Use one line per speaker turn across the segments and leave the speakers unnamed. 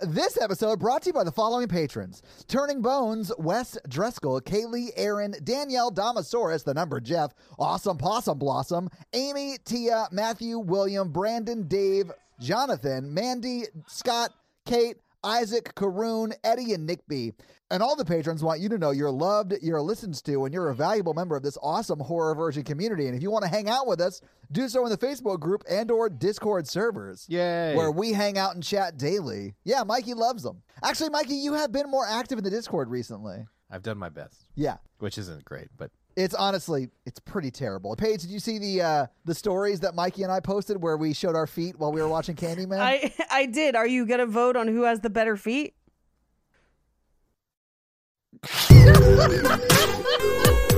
This episode brought to you by the following patrons Turning Bones, Wes Dreskel, Kaylee, Aaron, Danielle Damasaurus, the number Jeff, Awesome Possum Blossom, Amy, Tia, Matthew, William, Brandon, Dave, Jonathan, Mandy, Scott, Kate, Isaac, Karoon, Eddie, and Nick B. And all the patrons want you to know you're loved, you're listened to, and you're a valuable member of this awesome horror virgin community. And if you want to hang out with us, do so in the Facebook group and or Discord servers.
Yay.
Where we hang out and chat daily. Yeah, Mikey loves them. Actually, Mikey, you have been more active in the Discord recently.
I've done my best,
Yeah.
which isn't great, but
It's honestly, it's pretty terrible. Paige, did you see the uh, the stories that Mikey and I posted where we showed our feet while we were watching Candyman?
I I did. Are you gonna vote on who has the better feet?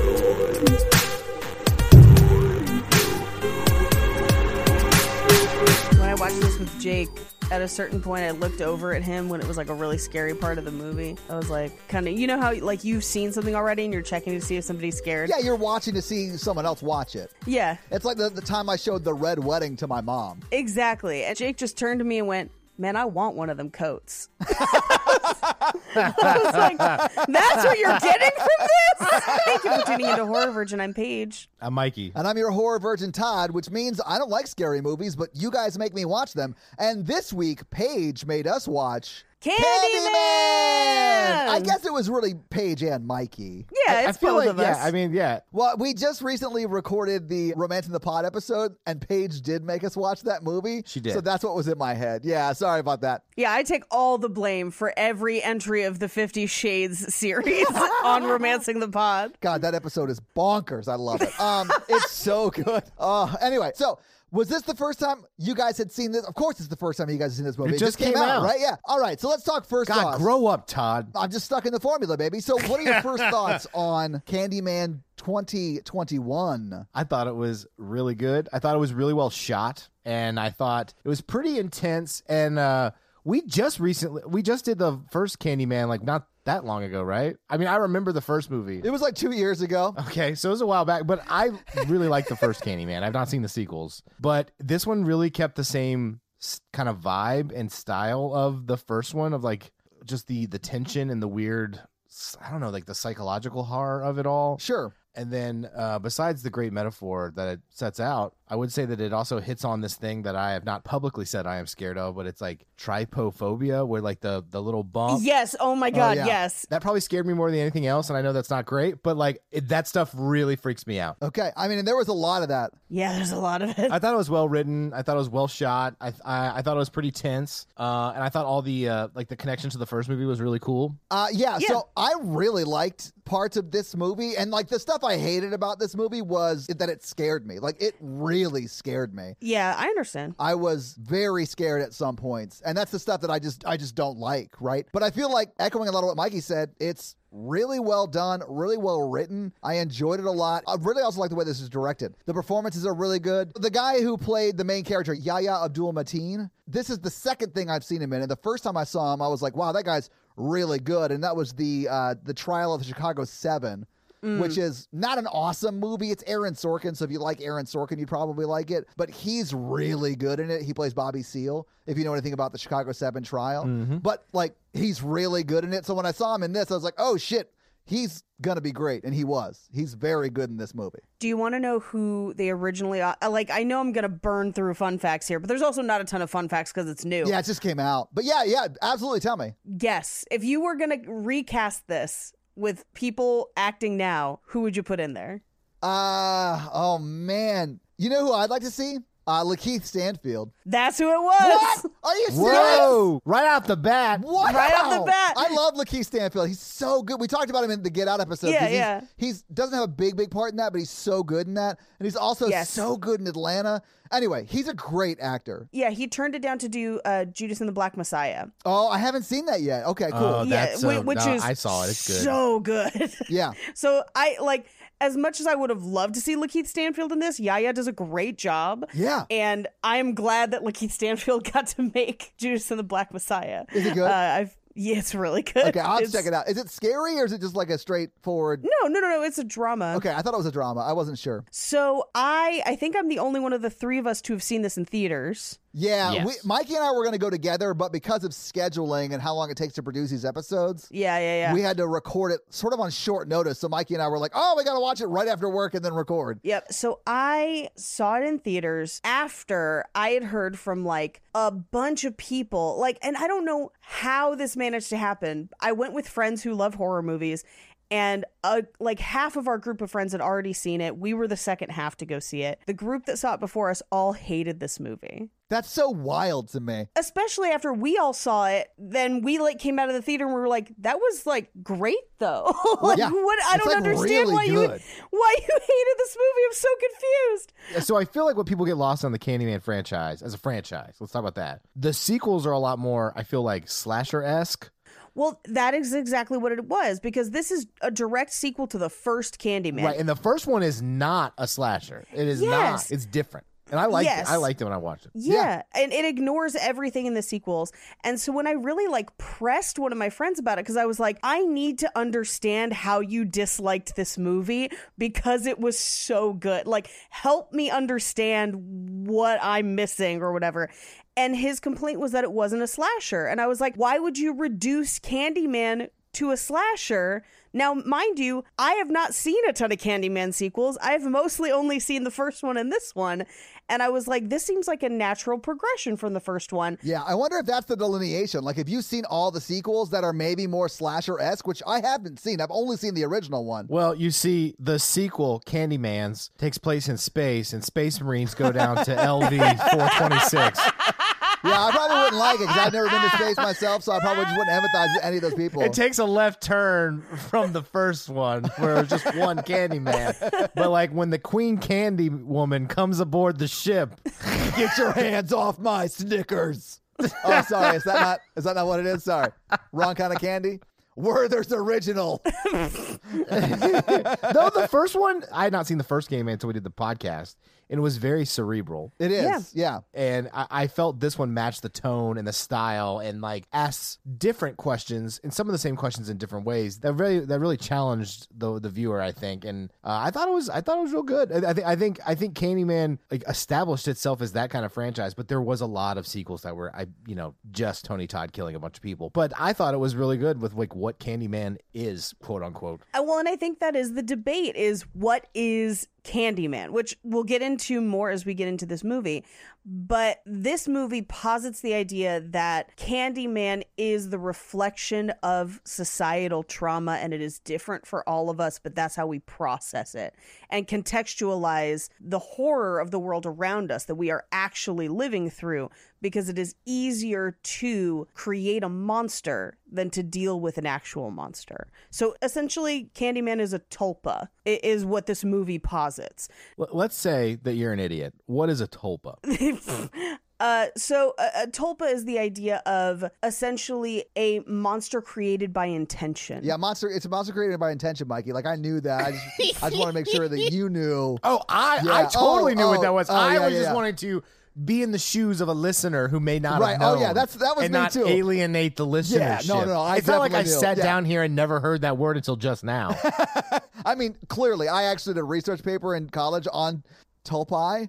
when I watched this with Jake, at a certain point, I looked over at him when it was like a really scary part of the movie. I was like, kind of, you know how like you've seen something already and you're checking to see if somebody's scared.
yeah, you're watching to see someone else watch it.
yeah.
It's like the, the time I showed the red wedding to my mom.
Exactly. And Jake just turned to me and went, Man, I want one of them coats. I was like, That's what you're getting from this? Thank you for tuning into Horror Virgin. I'm Paige.
I'm uh, Mikey.
And I'm your horror virgin Todd, which means I don't like scary movies, but you guys make me watch them. And this week, Paige made us watch
Candyman!
I guess it was really Paige and Mikey.
Yeah,
I
it's
feel
both
like,
of
yeah,
us.
I mean, yeah.
Well, we just recently recorded the Romance in the Pod episode, and Paige did make us watch that movie.
She did.
So that's what was in my head. Yeah, sorry about that.
yeah, I take all the blame for every entry of the Fifty Shades series on Romancing the Pod.
God, that episode is bonkers. I love it. Um, it's so good. Uh, anyway, so was this the first time you guys had seen this? Of course, it's the first time you guys have seen this movie.
just
came,
came
out,
out.
right? Yeah. All right. So let's talk first.
God,
thoughts.
grow up, Todd.
I'm just stuck in the formula, baby. So, what are your first thoughts on Candyman 2021?
I thought it was really good. I thought it was really well shot, and I thought it was pretty intense. And uh, we just recently, we just did the first Candyman, like not that long ago, right? I mean, I remember the first movie.
It was like two years ago.
Okay, so it was a while back, but I really like the first Candyman. I've not seen the sequels, but this one really kept the same s- kind of vibe and style of the first one, of like just the the tension and the weird, s- I don't know, like the psychological horror of it all.
Sure.
And then, uh, besides the great metaphor that it sets out, I would say that it also hits on this thing that I have not publicly said I am scared of, but it's like trypophobia, where like the the little bump.
Yes. Oh my God.
yeah.
Yes.
That probably scared me more than anything else, and I know that's not great, but like it, that stuff really freaks me out.
Okay. I mean, and there was a lot of that.
Yeah, there's a lot of it.
I thought it was well written. I thought it was well shot. I I, I thought it was pretty tense, uh, and I thought all the uh, like the connection to the first movie was really cool.
Uh, yeah,
Yeah.
so I really liked parts of this movie, and like the stuff I hated about this movie was that it scared me. Like it really scared me.
yeah, I understand.
I was very scared at some points, and that's the stuff that I just I just don't like, right? But I feel like echoing a lot of what Mikey said, it's really well done, really well written. I enjoyed it a lot. I really also like the way this is directed. The performances are really good. The guy who played the main character, Yahya Abdul Mateen, this is the second thing I've seen him in, and the first time I saw him, I was like, wow, that guy's really good, and that was the uh, the trial of the Chicago Seven. Which is not an awesome movie. It's Aaron Sorkin, so if you like Aaron Sorkin, you'd probably like it. But he's really good in it. He plays Bobby Seale, if you know anything about the Chicago Seven
Oh,
trial.
Mm-hmm.
But like, he's really good in it. So when I saw him in this, I was like, oh shit, he's gonna be great, and he was. He's very good in this movie.
Do you want to know who they originally uh, like? I know I'm gonna burn through fun facts here, but there's also not a ton of fun facts because it's new.
Yeah, it just came out. But yeah, yeah, absolutely. Tell me.
Yes. If you were gonna recast this with people acting now, who would you put in there?
Uh oh man, you know who I'd like to see? Uh, Lakeith Stanfield.
That's who it was.
Are you serious?
Whoa! Right out the bat,
Wow.
Right off the bat.
I love Lakeith Stanfield. He's so good. We talked about him in the Get Out episode.
Yeah,
'cause he's,
yeah.
He's doesn't have a big, big part in that, but he's so good in that, and he's also
Yes.
so good in Atlanta. Anyway, he's a great actor.
Yeah, he turned it down to do uh, Judas and the Black Messiah.
Oh, I haven't seen that yet. Okay, cool.
Oh, that's,
yeah,
uh,
whi- which
no,
is
I saw it. It's good.
so good.
yeah.
so I like as much as I would have loved to see Lakeith Stanfield in this. Yaya does a great job.
Yeah.
and I'm glad that Lakeith Stanfield got to make Judas and the Black Messiah.
Is it good?
Uh, I've yeah, it's really good.
Okay, I'll have to
It's-
check it out. Is it scary or is it just like a straightforward?
No, no, no, no. It's a drama.
Okay, I thought it was a drama. I wasn't sure.
So I, I think I'm the only one of the three of us to have seen this in theaters.
Yeah,
Yes.
we, Mikey and I were going to go together, but because of scheduling and how long it takes to produce these episodes,
Yeah, yeah, yeah.
we had to record it sort of on short notice. So Mikey and I were like, "Oh, we got to watch it right after work and then record."
Yep. So I saw it in theaters after I had heard from like a bunch of people. Like, and I don't know how this managed to happen. I went with friends who love horror movies, and uh, like half of our group of friends had already seen it. We were the second half to go see it. The group that saw it before us all hated this movie
That's so wild to me.
especially after we all saw it then we like came out of the theater and we were like that was like great though like
Yeah.
what i
It's,
don't
like,
understand
really
why
good.
you why you hated this movie i'm so confused
So I feel like what people get lost on the Candyman franchise as a franchise. Let's talk about that. The sequels are a lot more. I feel like slasher esque.
well that is exactly what it was because this is a direct sequel to the first candyman
Right. And the first one is not a slasher. It is
Yes.
not. It's different. And I liked
Yes.
it. I liked it when I watched it.
Yeah. and it ignores everything in the sequels. And so when I really like pressed one of my friends about it cuz I was like I need to understand how you disliked this movie because it was so good. Like help me understand what I'm missing or whatever. And his complaint was that it wasn't a slasher. And I was like, why would you reduce Candyman to a slasher? Now, mind you, I have not seen a ton of Candyman sequels. I have mostly only seen the first one and this one. And I was like, this seems like a natural progression from the first one.
Yeah, I wonder if that's the delineation. Like, if you've seen all the sequels that are maybe more slasher esque, which I haven't seen, I've only seen the original one.
Well, you see, the sequel, Candyman's, takes place in space, and Space Marines go down to LV 426.
Yeah, I probably wouldn't like it because I've never been to space myself, so I probably just wouldn't empathize with any of those people.
It takes a left turn from the first one where it was just one Candyman. But like when the Queen Candy Woman comes aboard the ship,
Get your hands off my Snickers. oh, sorry. Is that not is that not what it is? Sorry. Wrong kind of candy. Werther's original.
though the first one, I had not seen the first game until we did the podcast, and it was very cerebral.
It is. Yeah.
And I, I felt this one matched the tone and the style, and like asks different questions and some of the same questions in different ways. That really that really challenged the the viewer, I think. And uh, I thought it was I thought it was real good. I, I think I think I think Candyman like established itself as that kind of franchise, but there was a lot of sequels that were I you know just Tony Todd killing a bunch of people. But I thought it was really good with like what Candyman is quote unquote.
Uh, Well, and I think that is the debate is what is Candyman, which we'll get into more as we get into this movie. But this movie posits the idea that Candyman is the reflection of societal trauma and it is different for all of us, but that's how we process it and contextualize the horror of the world around us that we are actually living through because it is easier to create a monster than to deal with an actual monster. So essentially, Candyman is a tulpa, i- is what this movie posits.
L- let's say that you're an idiot. What is a tulpa?
Uh, so a, a tulpa is the idea of essentially a monster created by intention.
Yeah, monster it's a monster created by intention, Mikey. Like I knew that. I just, I just want to make sure that you knew.
Oh, I I
Yeah.
totally
Oh,
knew
oh,
what that was.
oh,
I
yeah,
was
yeah,
just
yeah.
wanting to be in the shoes of a listener who may not
Right.
have
Oh,
known.
yeah, that's- that was
and
me,
not
too.
alienate the listenership.
Yeah, no, no, I
it's not like I
definitely knew.
sat
Yeah.
down here and never heard that word until just now.
I mean, clearly, I actually did a research paper in college on tulpi.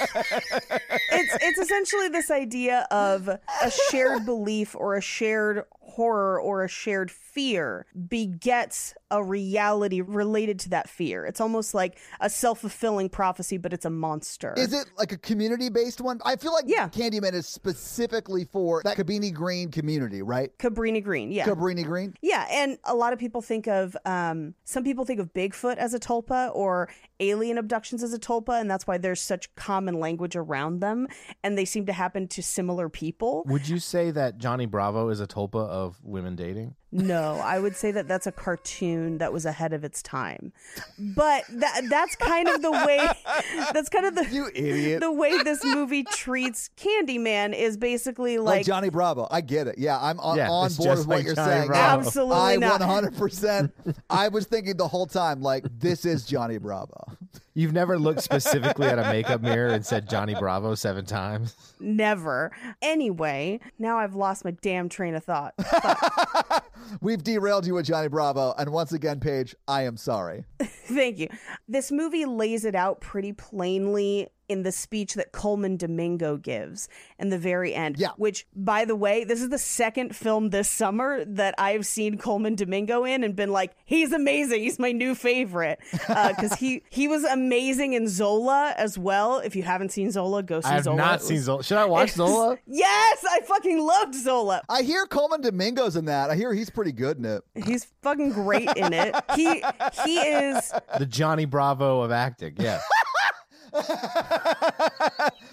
it's it's essentially this idea of a shared belief or a shared horror or a shared fear begets a reality related to that fear. It's almost like a self-fulfilling prophecy, but it's a monster.
Is it like a community based one? I feel like
Yeah.
Candyman is specifically for that Cabini Green community, right?
Cabrini Green, yeah.
Cabrini Green.
yeah, and a lot of people think of um, some people think of Bigfoot as a tulpa or alien abductions as a tulpa, and that's why there's such common language around them, and they seem to happen to similar people.
Would you say that Johnny Bravo is a tulpa of women dating?
No, I would say that that's a cartoon that was ahead of its time. But that that's kind of the way that's kind of the
You idiot.
the way this movie treats Candyman is basically
Like,
like,
Johnny Bravo. I get it. Yeah, I'm on,
Yeah,
on
it's
board
just
with what
like
you're
Johnny
saying.
Bravo.
Absolutely
I
not.
100%. I was thinking the whole time, like, this is Johnny Bravo.
You've never looked specifically at a makeup mirror and said Johnny Bravo seven times.
never. Anyway, now I've lost my damn train of thought.
We've derailed you with Johnny Bravo. And once again, Paige, I am sorry.
Thank you. This movie lays it out pretty plainly in the speech that Coleman Domingo gives in the very end.
Yeah.
Which, by the way, this is the second film this summer that I've seen Coleman Domingo in and been like, he's amazing. He's my new favorite. Because he, he was amazing in Zola as well. If you haven't seen Zola, go see
I have
Zola.
not
It
seen
was-
Zola. Should I watch Zola?
Yes, I fucking loved Zola.
I hear Coleman Domingo's in that. I hear he's pretty good in it.
He's fucking great in it. He he is
The Johnny Bravo of acting. Yeah.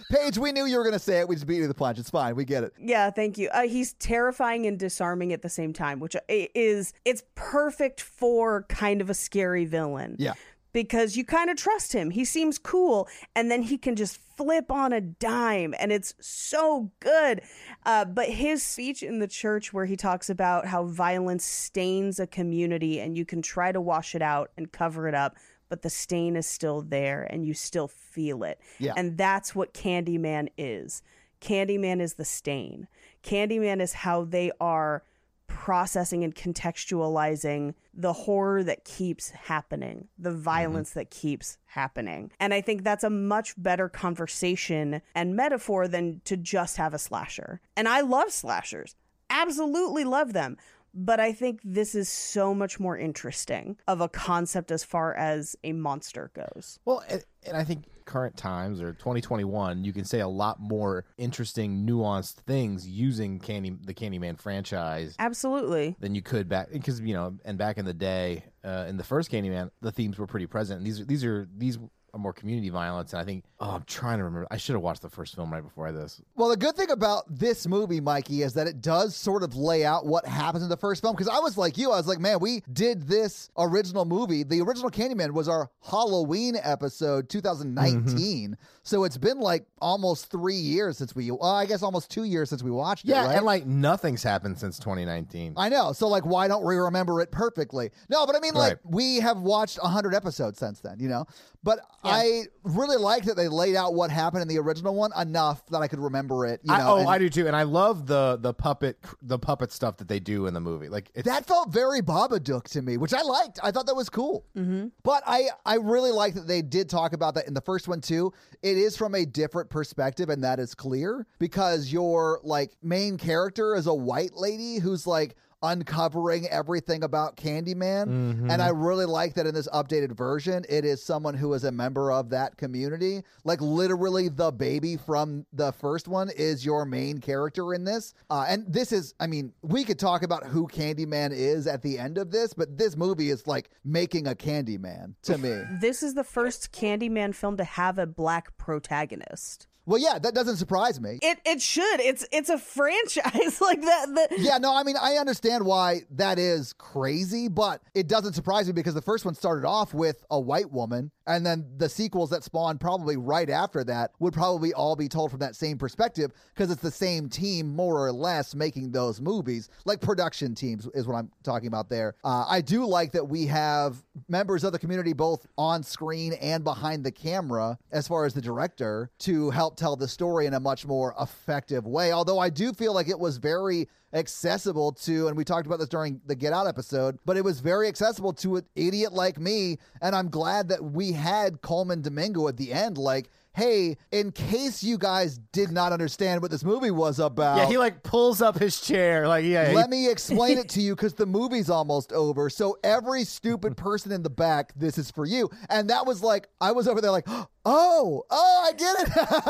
Paige, we knew you were going to say it. We just beat you to the punch. It's fine. We get it.
Yeah, thank you. Uh, he's terrifying and disarming at the same time, which uh, i- is it's perfect for kind of a scary villain.
Yeah.
Because you kind of trust him. He seems cool, and then he can just flip on a dime, and it's so good. Uh, but his speech in the church, where he talks about how violence stains a community, and you can try to wash it out and cover it up, but the stain is still there, and you still feel it.
Yeah.
And that's what Candyman is. Candyman is the stain. Candyman is how they are processing and contextualizing the horror that keeps happening, the violence that keeps happening. And I think that's a much better conversation and metaphor than to just have a slasher. And I love slashers, absolutely love them. But I think this is so much more interesting of a concept as far as a monster goes.
Well, and, and I think current times or 2021, you can say a lot more interesting, nuanced things using Candy the Candyman franchise
Absolutely.
than you could back because you know, and back in the day, uh, in the first Candyman, the themes were pretty present. And these are these are these are more community violence, and I think oh, I'm trying to remember. I should have watched the first film right before this.
Well, the good thing about this movie, Mikey, is that it does sort of lay out what happens in the first film. Because I was like you, I was like, man, we did this original movie. The original Candyman was our Halloween
Mm-hmm.
episode, 2019. So it's been like almost three years since we, uh, I guess almost two years since we watched it.
Yeah,
right?
and like nothing's happened since 2019.
I know. So like, why don't we remember it perfectly? No, but I mean, like,
Right.
we have watched hundred episodes since then, you know. But I really like that they laid out what happened in the original one enough that I could remember it. You know,
I- oh,
and
I do too, and I love the the puppet the puppet stuff that they do in the movie. Like it's,
that felt very Babadook to me, which I liked. I thought that was cool. Mm-hmm. But I, I really like that they did talk about that in the first one too. It is from a different perspective, and that is clear because your like main character is a white lady who's like uncovering everything about Candyman. And I really like that in this updated version, it is someone who is a member of that community. Like literally the baby from the first one is your main character in this. Uh, and this is, I mean, we could talk about who Candyman is at the end of this, but this movie is like making a Candyman to me.
This is the first Candyman film to have a black protagonist.
well, yeah, that doesn't surprise me.
It it should. It's it's a franchise like that. The,
Yeah, no, I mean, I understand why that is crazy, but it doesn't surprise me because the first one started off with a white woman, and then the sequels that spawned probably right after that would probably all be told from that same perspective because it's the same team, more or less, making those movies. Like production teams is what I'm talking about there. Uh, I do like that we have members of the community both on screen and behind the camera as far as the director to help tell the story in a much more effective way. Although I do feel like it was very accessible to, and we talked about this during the Get Out episode, but it was very accessible to an idiot like me. And I'm glad that we had Coleman Domingo at the end, like, hey, in case you guys did not understand what this movie was about.
yeah, he like pulls up his chair like yeah. he-
let me explain it to you because the movie's almost over. So every stupid person in the back, this is for you. And that was like, I was over there like, oh, oh, I get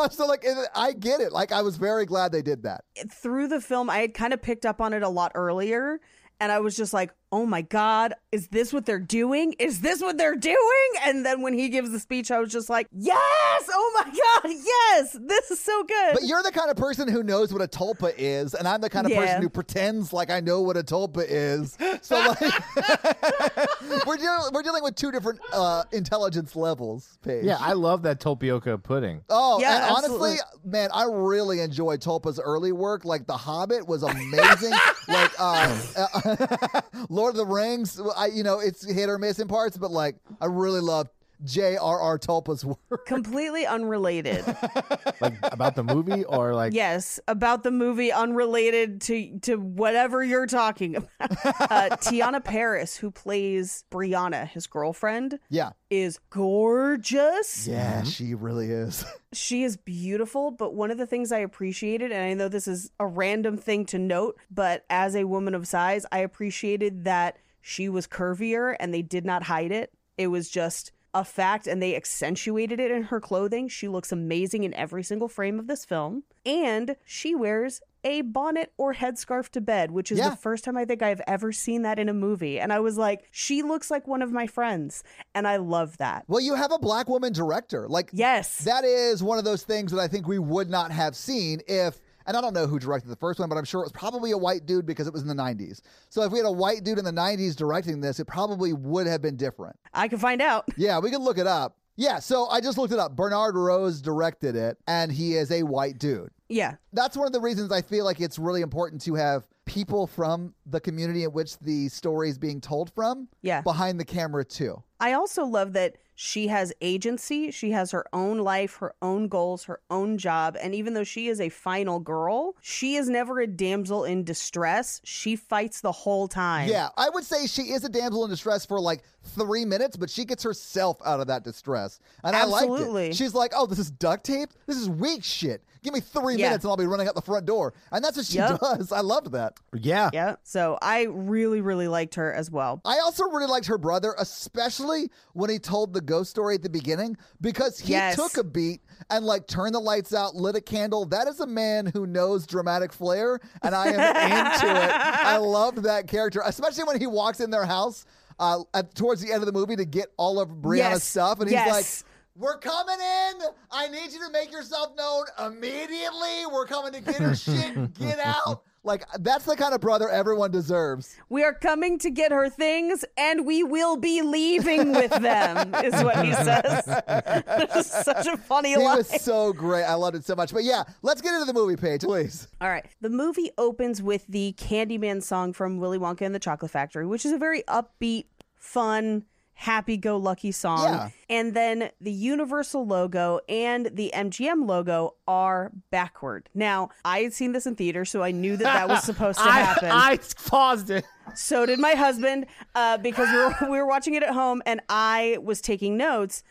it. so like, it- I get it. Like, I was very glad they did that.
through the film, I had kind of picked up on it a lot earlier, and I was just like, "Oh my god, is this what they're doing? Is this what they're doing?" And then when he gives the speech, I was just like, "Yes! Oh my god, yes! This is so good."
But you're the kind of person who knows what a tulpa is, and I'm the kind of
Yeah.
person who pretends like I know what a tulpa is. So like, we're dealing we're dealing with two different uh, intelligence levels, Paige.
yeah, I love that tapioca pudding.
Oh,
Yeah,
and honestly,
absolutely.
man, I really enjoyed Tulpa's early work. Like The Hobbit was amazing. like uh, uh, Lord of the Rings, I you know it's hit or miss in parts, but like I really love J.R.R. Tulpa's work.
Completely unrelated.
like about the movie or like
yes, about the movie unrelated to to whatever you're talking about. Uh, Tiana Paris, who plays Brianna, his girlfriend,
Yeah.
is gorgeous.
Yeah, she really is.
She is beautiful, but one of the things I appreciated, and I know this is a random thing to note, but as a woman of size, I appreciated that she was curvier and they did not hide it. It was just a fact and they accentuated it in her clothing. She looks amazing in every single frame of this film. And she wears a bonnet or headscarf to bed, which is
Yeah.
the first time I think I've ever seen that in a movie. And I was like, she looks like one of my friends. And I love that.
Well, you have a black woman director. Like,
Yes.
that is one of those things that I think we would not have seen if. And I don't know who directed the first one, but I'm sure it was probably a white dude because it was in the 90s. So if we had a white dude in the 90s directing this, it probably would have been different.
I can find out.
Yeah, we can look it up. Yeah, so I just looked it up. Bernard Rose directed it, and he is a white dude.
Yeah.
That's one of the reasons I feel like it's really important to have people from the community in which the story is being told from
Yeah.
behind the camera, too.
I also love that she has agency. She has her own life, her own goals, her own job. And even though she is a final girl, she is never a damsel in distress. She fights the whole time.
Yeah, I would say she is a damsel in distress for like three minutes, but she gets herself out of that distress, and I liked
Absolutely.
it. She's like, "Oh, this is duct tape. This is weak shit. Give me three
Yeah.
minutes, and I'll be running out the front door." And that's what she
Yep.
does. I loved that.
yeah.
Yeah. So I really, really liked her as well.
I also really liked her brother, especially when he told the ghost story at the beginning, because he
Yes.
took a beat and like turned the lights out, lit a candle. That is a man who knows dramatic flair, and I am into it. I loved that character, especially when he walks in their house uh, at, towards the end of the movie to get all of Brianna's
Yes.
stuff, and he's
Yes.
like. We're coming in. I need you to make yourself known immediately. We're coming to get her shit. Get out. Like, that's the kind of brother everyone deserves.
We are coming to get her things and we will be leaving with them, is what he says. It's just such a funny
He
line.
was so great. I loved it so much. But yeah, let's get into the movie page, please.
All right. The movie opens with the Candyman song from Willy Wonka and the Chocolate Factory, which is a very upbeat, fun, happy go lucky song.
Yeah.
And then the Universal logo and the MGM logo are backward. Now, I had seen this in theater, so I knew that that was supposed to
I,
happen.
I paused it.
So did my husband, uh, because we were, we were watching it at home, and I was taking notes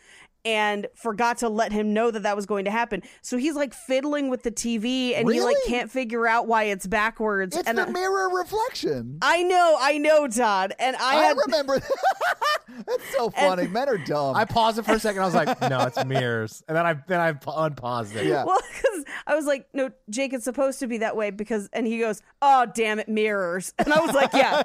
and forgot to let him know that that was going to happen. So he's like fiddling with the TV, and he
Really?
like can't figure out why it's backwards.
It's
and
the
I,
mirror reflection.
I know, I know, Todd, and I,
I,
had,
remember. That's so funny. Men are dumb.
I paused it for a second. I was like, no, it's mirrors. And then I then I unpaused it.
yeah.
well, because I was like, no, Jake, it's supposed to be that way because, and he goes, oh, damn it, mirrors. And I was like, yeah.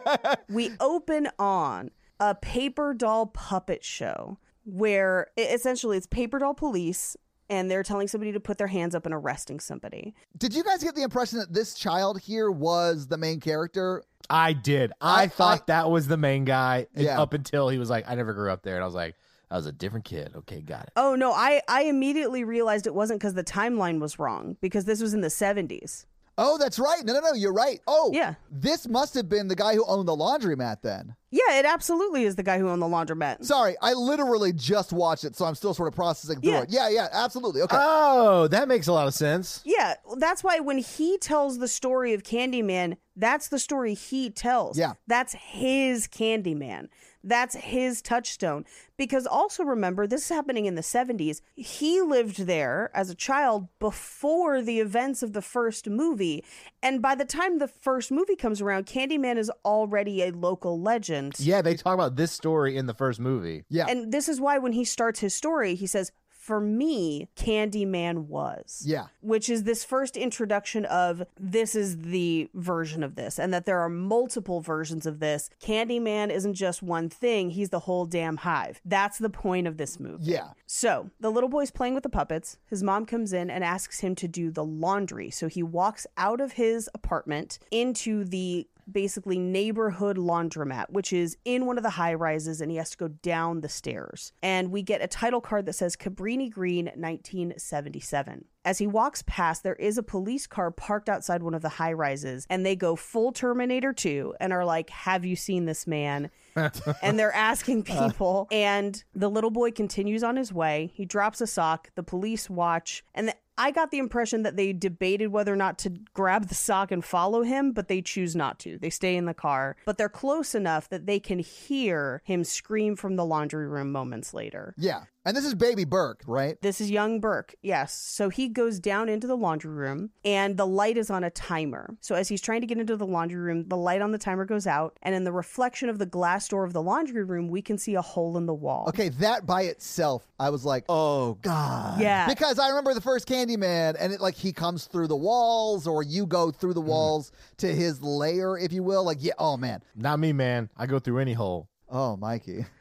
we open on a paper doll puppet show where e- essentially it's paper doll police and they're telling somebody to put their hands up and arresting somebody.
Did you guys get the impression that this child here was the main character?
I did. I,
I-
thought that was the main guy and
Yeah.
up until he was like, I never grew up there. And I was like, I was a different kid. Okay, got it.
Oh, no, I, I immediately realized it wasn't because the timeline was wrong because this was in the 70s.
Oh, that's right. No, no, no. You're right. Oh,
Yeah.
This must have been the guy who owned the laundromat then.
Yeah, it absolutely is the guy who owned the laundromat.
Sorry, I literally just watched it, so I'm still sort of processing through
Yeah. Uh,
it. Yeah, yeah, absolutely. Okay.
Oh, that makes a lot of sense.
Yeah, well, that's why when he tells the story of Candyman, that's the story he tells.
Yeah.
That's his Candyman. That's his touchstone. Because also remember, this is happening in the 70s. He lived there as a child before the events of the first movie. And by the time the first movie comes around, Candyman is already a local legend.
Yeah, they talk about this story in the first movie.
yeah.
And this is why when he starts his story, he says, For me, Candyman was
yeah.
which is this first introduction of this is the version of this, and that there are multiple versions of this. Candyman isn't just one thing, he's the whole damn hive. That's the point of this movie.
Yeah.
So the little boy's playing with the puppets. His mom comes in and asks him to do the laundry. So he walks out of his apartment into the basically neighborhood laundromat, which is in one of the high rises, and he has to go down the stairs. And we get a title card that says Cabrini Green 1977. As he walks past, there is a police car parked outside one of the high rises, and they go full Terminator 2 and are like, Have you seen this man? and they're asking people. And the little boy continues on his way. He drops a sock. The police watch. And the, I got the impression that they debated whether or not to grab the sock and follow him, but they choose not to. They stay in the car, but they're close enough that they can hear him scream from the laundry room moments later.
Yeah. And this is Baby Burke, right?
This is young Burke. Yes. So he goes down into the laundry room and the light is on a timer. So as he's trying to get into the laundry room, the light on the timer goes out. And in the reflection of the glass door of the laundry room, we can see a hole in the wall.
Okay, that by itself, I was like, oh god.
Yeah.
Because I remember the first Candyman, and it like he comes through the walls, or you go through the
Mm-hmm.
walls to his lair, if you will. Like, yeah. Oh man.
Not me, man. I go through any hole.
Oh, Mikey.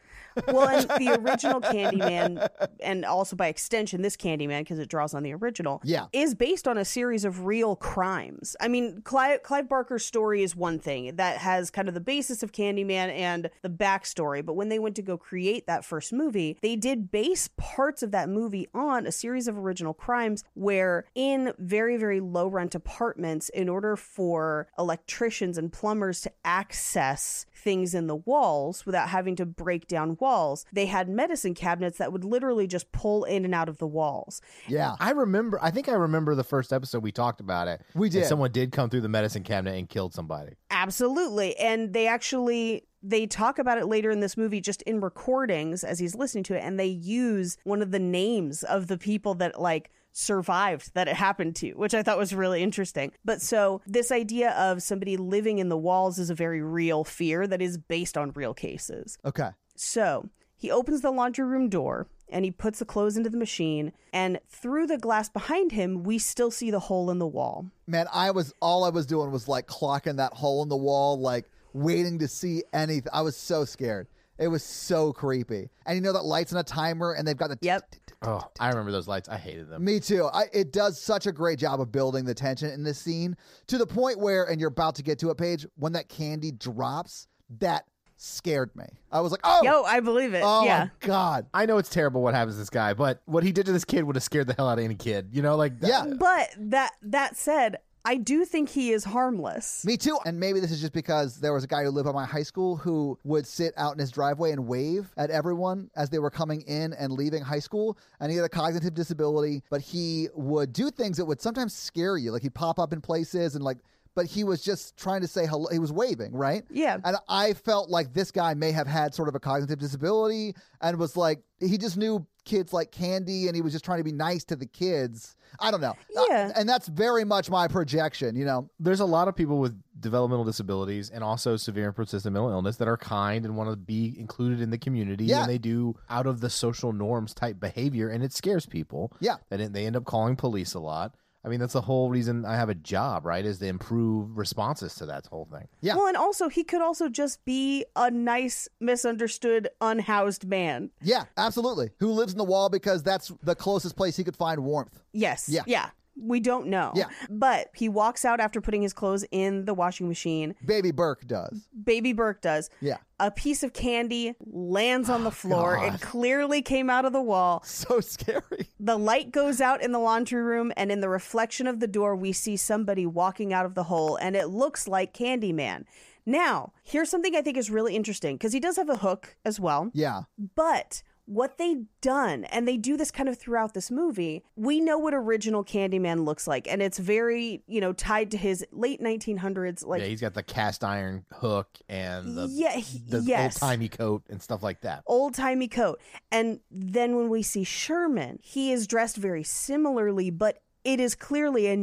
Well, and the original Candyman, and also by extension, this Candyman, because it draws on the original,
Yeah.
is based on a series of real crimes. I mean, Clive, Clive Barker's story is one thing that has kind of the basis of Candyman and the backstory. But when they went to go create that first movie, they did base parts of that movie on a series of original crimes where, in very, very low rent apartments, in order for electricians and plumbers to access things in the walls without having to break down walls, they had medicine cabinets that would literally just pull in and out of the walls.
Yeah.
I remember. I think I remember the first episode we talked about it.
We
and
did.
someone did come through the medicine cabinet and killed somebody.
Absolutely. And they actually they talk about it later in this movie just in recordings as he's listening to it and they use one of the names of the people that like survived that it happened to, which I thought was really interesting. But so this idea of somebody living in the walls is a very real fear that is based on real cases.
Okay.
So he opens the laundry room door and he puts the clothes into the machine and through the glass behind him we still see the hole in the wall.
Man, I was all I was doing was like clocking that hole in the wall, like waiting to see anything. I was so scared. It was so creepy. And you know that lights on a timer, and they've got the
Yep.
Oh, I remember those lights. I hated them.
Me too. I, it does such a great job of building the tension in this scene to the point where, and you're about to get to it, Paige, when that candy drops, that scared me. I was like, oh,
Yo, I believe it.
oh
yeah.
my God.
I know it's terrible what happens to this guy, but what he did to this kid would have scared the hell out of any kid. You know, like that-
Yeah.
But that that said, I do think he is harmless.
Me too. And maybe this is just because there was a guy who lived by my high school who would sit out in his driveway and wave at everyone as they were coming in and leaving high school. And he had a cognitive disability, but he would do things that would sometimes scare you. Like he'd pop up in places and like, but he was just trying to say hello. He was waving, right?
Yeah.
And I felt like this guy may have had sort of a cognitive disability and was like, he just knew kids like candy and he was just trying to be nice to the kids. I don't know. Uh,
Yeah.
and that's very much my projection, you know?
there's a lot of people with developmental disabilities and also severe and persistent mental illness that are kind and want to be included in the community
Yeah.
and they do out of the social norms type behavior and it scares people
Yeah.
and they end up calling police a lot i mean that's the whole reason i have a job right is to improve responses to that whole thing
Yeah.
Well, and also he could also just be a nice, misunderstood, unhoused man.
Yeah, absolutely. Who lives in the wall because that's the closest place he could find warmth.
Yes.
Yeah.
Yeah. We don't know.
Yeah.
But he walks out after putting his clothes in the washing machine.
Baby Burke does.
Baby Burke does.
Yeah. Oh,
A piece of candy lands on the floor. It clearly came out of the wall.
So scary.
The light goes out in the laundry room, and in the reflection of the door, we see somebody walking out of the hole, and it looks like Candyman. Now, here's something I think is really interesting because he does have a hook as well,
Yeah.
but what they've done, and they do this kind of throughout this movie, we know what original Candyman looks like, and it's very, you know, tied to his late 1900s, like
yeah he's got the cast iron hook and the,
Yeah, he-
the
yes.
old-timey coat and stuff like that
old timey coat. And then when we see Sherman, he is dressed very similarly, but it is clearly a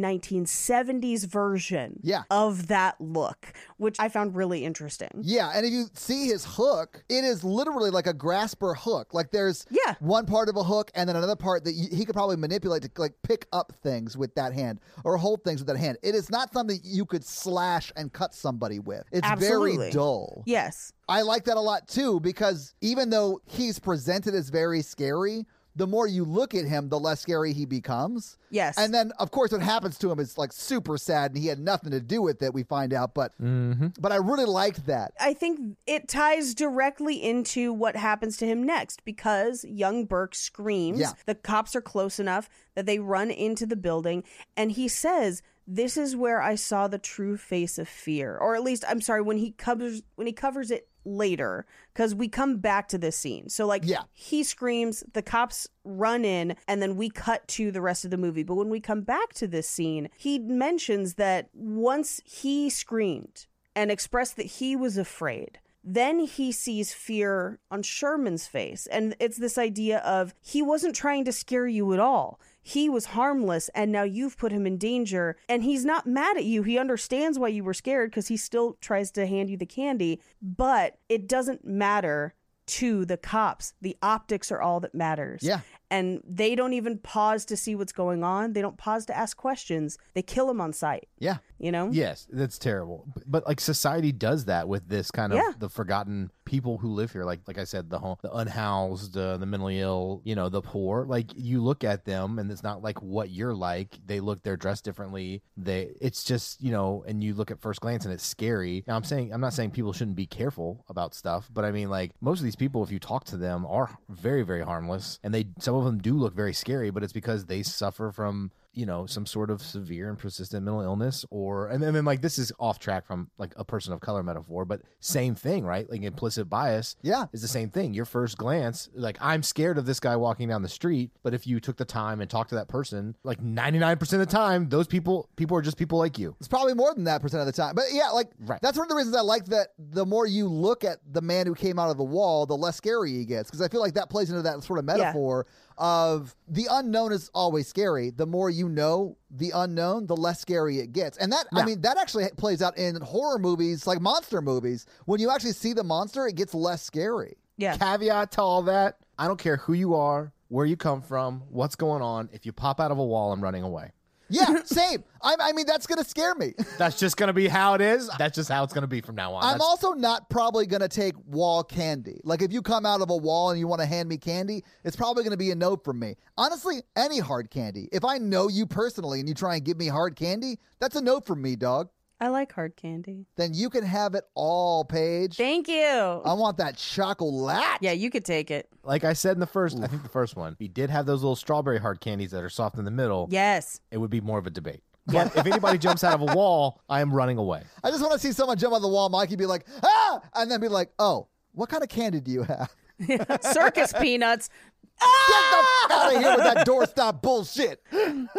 1970s version
Yeah.
of that look, which I found really interesting.
Yeah, and if you see his hook, it is literally like a grasper hook. Like there's
Yeah.
one part of a hook and then another part that y he could probably manipulate to like pick up things with that hand or hold things with that hand. It is not something you could slash and cut somebody with. It's very
Absolutely.
dull.
Yes.
I like that a lot too because even though he's presented as very scary, the more you look at him, the less scary he becomes.
Yes.
And then, of course, what happens to him is like super sad, and he had nothing to do with it. We find out, but
Mm-hmm.
but I really liked that.
I think it ties directly into what happens to him next because young Burke screams.
Yeah.
The cops are close enough that they run into the building and he says, "This is where I saw the true face of fear." Or at least I'm sorry when he covers when he covers it later cuz we come back to this scene. So like
Yeah.
he screams, the cops run in and then we cut to the rest of the movie. But when we come back to this scene, he mentions that once he screamed and expressed that he was afraid. Then he sees fear on Sherman's face. And it's this idea of he wasn't trying to scare you at all. He was harmless, and now you've put him in danger. And he's not mad at you. He understands why you were scared because he still tries to hand you the candy, but it doesn't matter to the cops. The optics are all that matters
Yeah.
and they don't even pause to see what's going on. They don't pause to ask questions. They kill him on sight,
Yeah.
you know?
Yes, that's terrible. B- But like society does that with this kind of
Yeah.
the forgotten people who live here. Like like I said, the home, the unhoused, uh, the mentally ill, you know, the poor. Like you look at them, and it's not like what you're like. They look, they're dressed differently. They, it's just you know, and you look at first glance, and it's scary. Now I'm saying I'm not saying people shouldn't be careful about stuff, but I mean like most of these people, if you talk to them, are very very harmless, and they some of them do look very scary, but it's because they suffer from you know some sort of severe and persistent mental illness or and then, then like this is off track from like a person of color metaphor but same thing right like implicit bias
Yeah.
is the same thing your first glance like i'm scared of this guy walking down the street but if you took the time and talked to that person like 99% of the time those people people are just people like you
It's probably more than that percent of the time. But yeah, like
Right.
that's one of the reasons I like that the more you look at the man who came out of the wall, the less scary he gets. Because I feel like that plays into that sort of metaphor of the unknown is always scary. The more you know the unknown, the less scary it gets. And that, I
Yeah.
mean, that actually plays out in horror movies, like monster movies. When you actually see the monster, it gets less scary.
Yeah.
caveat to all that i don't care who you are where you come from what's going on if you pop out of a wall i'm running away
Yeah, same. I, I mean, that's going to scare me.
that's just gonna be how it is that's just how it's gonna be from now on
I'm
That's-
also not probably going to take wall candy. Like if you come out of a wall and you want to hand me candy, it's probably going to be a no from me. Honestly, any hard candy. If I know you personally and you try and give me hard candy, that's a no from me, dog.
I like hard candy.
Then you can have it all, Paige.
Thank you.
I want that chocolate.
yeah, you could take it.
like I said in the first, I think the first one, we did have those little strawberry hard candies that are soft in the middle.
Yes.
It would be more of a debate. But if anybody jumps out of a wall, I am running away.
I just want to see someone jump on the wall, Mikey be like, ah, and then be like, oh, what kind of candy do you have?
Circus peanuts,
Get the out of here with that doorstop bullshit.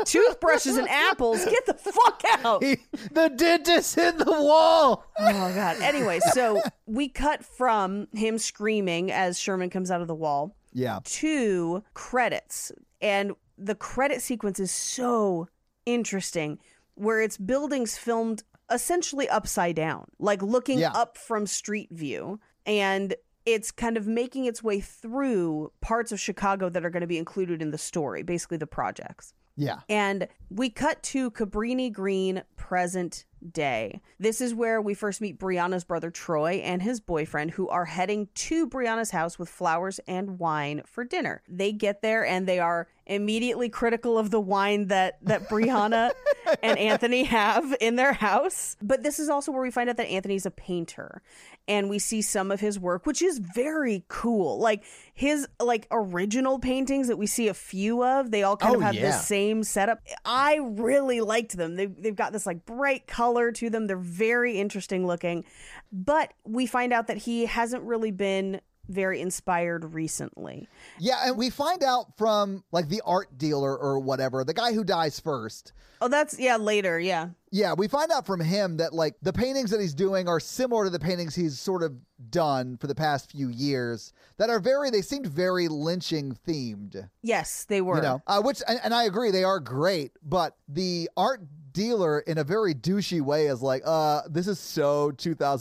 toothbrushes, and apples. Get the fuck out.
the dentist hit the wall.
Oh god. Anyway, so we cut from him screaming as Sherman comes out of the wall
Yeah.
to credits. And the credit sequence is so interesting where it's buildings filmed essentially upside down, like looking
Yeah.
up from street view. And it's kind of making its way through parts of Chicago that are going to be included in the story, basically the projects.
Yeah.
And we cut to Cabrini Green present day. This is where we first meet Brianna's brother Troy and his boyfriend, who are heading to Brianna's house with flowers and wine for dinner. They get there and they are immediately critical of the wine that that Brianna and Anthony have in their house. But this is also where we find out that Anthony's a painter and we see some of his work which is very cool. Like his like original paintings that we see a few of, they all kind of
Oh,
have
yeah.
this same setup. I really liked them. They've, they've got this like bright color to them. They're very interesting looking. But we find out that he hasn't really been very inspired recently.
Yeah, and we find out from like the art dealer or whatever, the guy who dies first.
Oh, that's, yeah, later. Yeah.
Yeah, we find out from him that like the paintings that he's doing are similar to the paintings he's sort of done for the past few years that are very they seemed very lynching themed.
Yes, they were.
You know, uh, which and, and I agree they are great, but the art dealer in a very douchey way is like, uh, this is so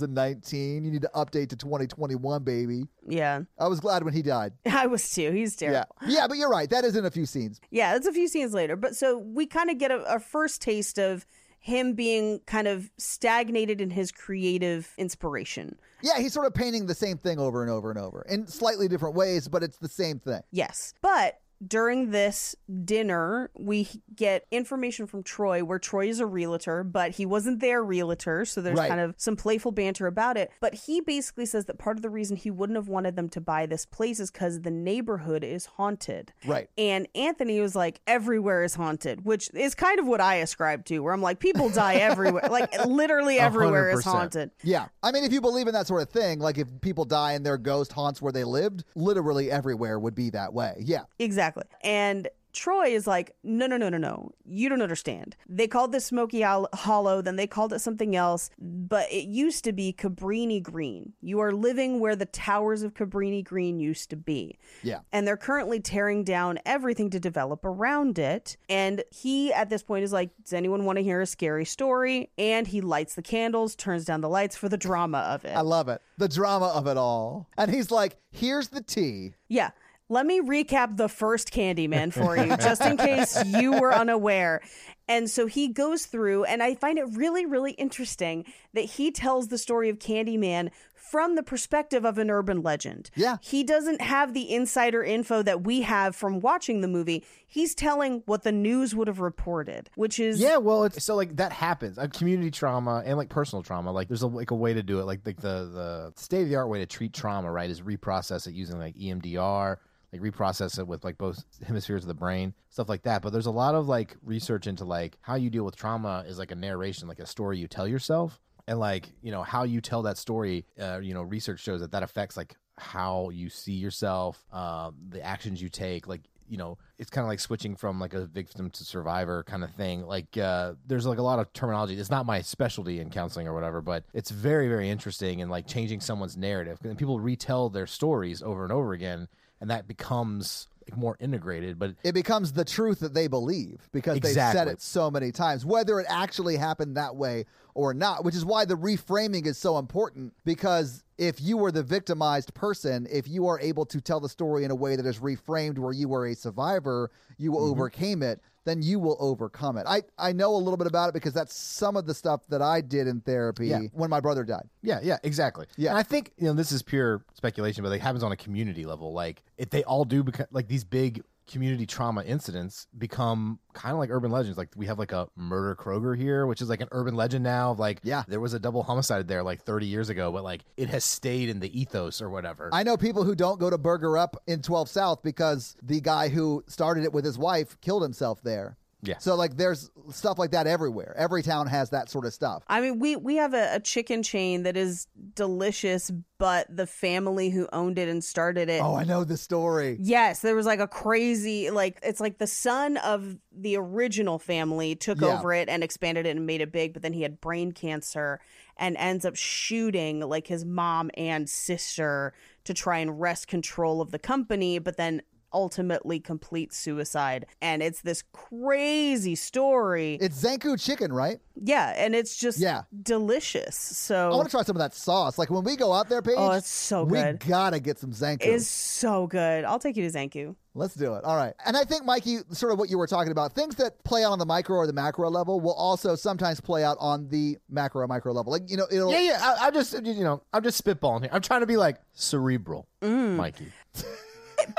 2019. You need to update to 2021, baby.
Yeah.
I was glad when he died.
I was too. He's terrible.
Yeah, yeah, but you're right. That is in a few scenes.
Yeah, it's a few scenes later. But so we kind of get a, a first taste of him being kind of stagnated in his creative inspiration.
Yeah, he's sort of painting the same thing over and over and over in slightly different ways, but it's the same thing.
Yes. But during this dinner, we get information from Troy where Troy is a realtor, but he wasn't their realtor. So there's
Right.
kind of some playful banter about it. But he basically says that part of the reason he wouldn't have wanted them to buy this place is because the neighborhood is haunted.
Right.
And Anthony was like, everywhere is haunted, which is kind of what I ascribe to, where I'm like, people die everywhere. like, literally
A
everywhere
100%.
is haunted.
Yeah. I mean, if you believe in that sort of thing, like if people die and their ghost haunts where they lived, literally everywhere would be that way. Yeah.
Exactly. And Troy is like, no, no, no, no, no. You don't understand. They called this Smoky Hol- Hollow, then they called it something else, but it used to be Cabrini Green. You are living where the towers of Cabrini Green used to be.
Yeah.
And they're currently tearing down everything to develop around it. And he, at this point, is like, Does anyone want to hear a scary story? And he lights the candles, turns down the lights for the drama of it.
I love it. The drama of it all. And he's like, here's the tea.
Yeah. Let me recap the first Candyman for you, just in case you were unaware. And so he goes through, and I find it really, really interesting that he tells the story of Candyman from the perspective of an urban legend.
Yeah.
He doesn't have the insider info that we have from watching the movie. He's telling what the news would have reported, which is
Yeah, well, it's so like that happens. A community trauma and like personal trauma. Like there's a, like a way to do it. Like the the, the state of the art way to treat trauma, right, is reprocess it using like E EMDR, like reprocess it with like both hemispheres of the brain, stuff like that. But there's a lot of like research into like how you deal with trauma is like a narration, like a story you tell yourself, and like you know how you tell that story. Uh, you know, research shows that that affects like how you see yourself, um, the actions you take, like you know it's kind of like switching from like a victim to survivor kind of thing like uh there's like a lot of terminology it's not my specialty in counseling or whatever but it's very very interesting and like changing someone's narrative and people retell their stories over and over again and that becomes like more integrated but
It becomes the truth that they believe because they've said
Exactly.
it so many times, whether it actually happened that way or not, which is why the reframing is so important because if you were the victimized person, if you are able to tell the story in a way that is reframed where you were a survivor, you
Mm-hmm.
overcame it, then you will overcome it. I, I know a little bit about it because that's some of the stuff that I did in therapy
Yeah.
when my brother died.
Yeah, yeah, exactly.
Yeah.
and I think you know this is pure speculation, but it happens on a community level. Like if they all do, beca- like these big community trauma incidents become kind of like urban legends. Like we have like a murder Kroger here, which is like an urban legend now. Of like,
Yeah.
there was a double homicide there like 30 years ago, but like it has stayed in the ethos or whatever.
I know people who don't go to Burger Up in 12 South because the guy who started it with his wife killed himself there.
Yeah.
So like there's stuff like that everywhere. Every town has that sort of stuff.
I mean, we we have a, a chicken chain that is delicious, but the family who owned it and started it
Oh, I know this story.
Yes, there was like a crazy like it's like the son of the original family took
Yeah.
over it and expanded it and made it big, but then he had brain cancer and ends up shooting like his mom and sister to try and wrest control of the company, but then ultimately complete suicide. And it's this crazy story.
It's Zanku chicken, right?
yeah, and it's just
Yeah.
delicious.
I
So
want to try some of that sauce. Like when we go out there, Paige,
Oh, it's so
we
good.
gotta get some Zanku.
It's so good. I'll take you to Zanku.
Let's do it. All right. And I think, Mikey, sort of what you were talking about, things that play out on the micro or the macro level will also sometimes play out on the macro or micro level. Like, you know, it'll
yeah, yeah. I, I just you know I'm just spitballing here. I'm trying to be like cerebral, Mikey.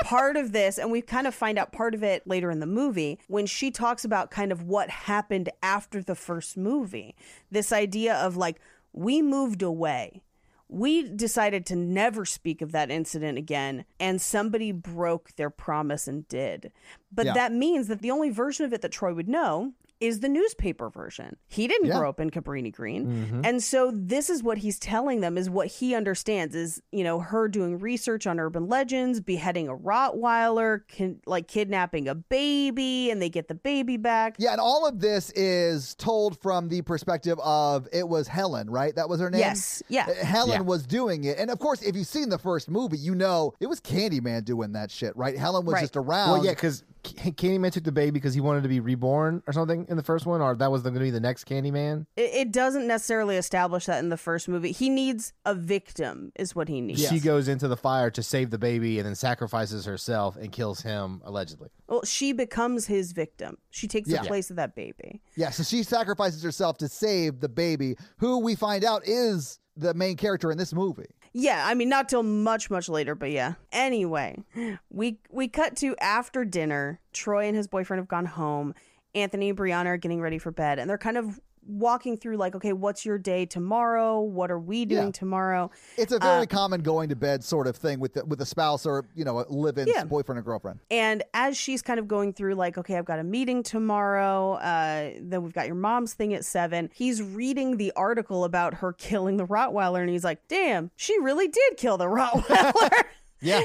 part of this, and we kind of find out part of it later in the movie when she talks about kind of what happened after the first movie. This idea of like, we moved away. We decided to never speak of that incident again, and somebody broke their promise and did. But
Yeah.
that means that the only version of it that Troy would know is the newspaper version. He didn't
Yeah. Mm-hmm.
grow up in Cabrini Green. And so this is what he's telling them is what he understands is, you know, her doing research on urban legends, beheading a Rottweiler, kin- like kidnapping a baby and they get the baby back.
Yeah, and all of this is told from the perspective of it was Helen, right? That was her name.
Yes, yeah.
Uh, Helen
Yeah.
was doing it, and of course, if you've seen the first movie, you know it was Candyman doing that shit, right? Helen was
Right.
just around.
Well, yeah, because Candyman took the baby because he wanted to be reborn or something in the first one, or that was going to be the next Candyman.
It, it doesn't necessarily establish that in the first movie. He needs a victim is what he needs.
she goes into the fire to save the baby and then sacrifices herself and kills him allegedly.
Well, she becomes his victim. She takes
Yeah.
the place of that baby.
yeah. So she sacrifices herself to save the baby, who we find out is the main character in this movie.
Yeah, I mean not till much much later, but yeah. Anyway, we we cut to after dinner. Troy and his boyfriend have gone home. Anthony and Brianna are getting ready for bed, and they're kind of walking through like, okay, what's your day tomorrow? What are we doing
Yeah.
tomorrow?
It's a
Uh,
very common going to bed sort of thing with the, with a spouse or you know a live-in
Yeah.
boyfriend or girlfriend.
And as she's kind of going through, like, okay, I've got a meeting tomorrow. Uh, then we've got your mom's thing at seven. He's reading the article about her killing the Rottweiler, and he's like, damn, she really did kill the Rottweiler.
Yeah.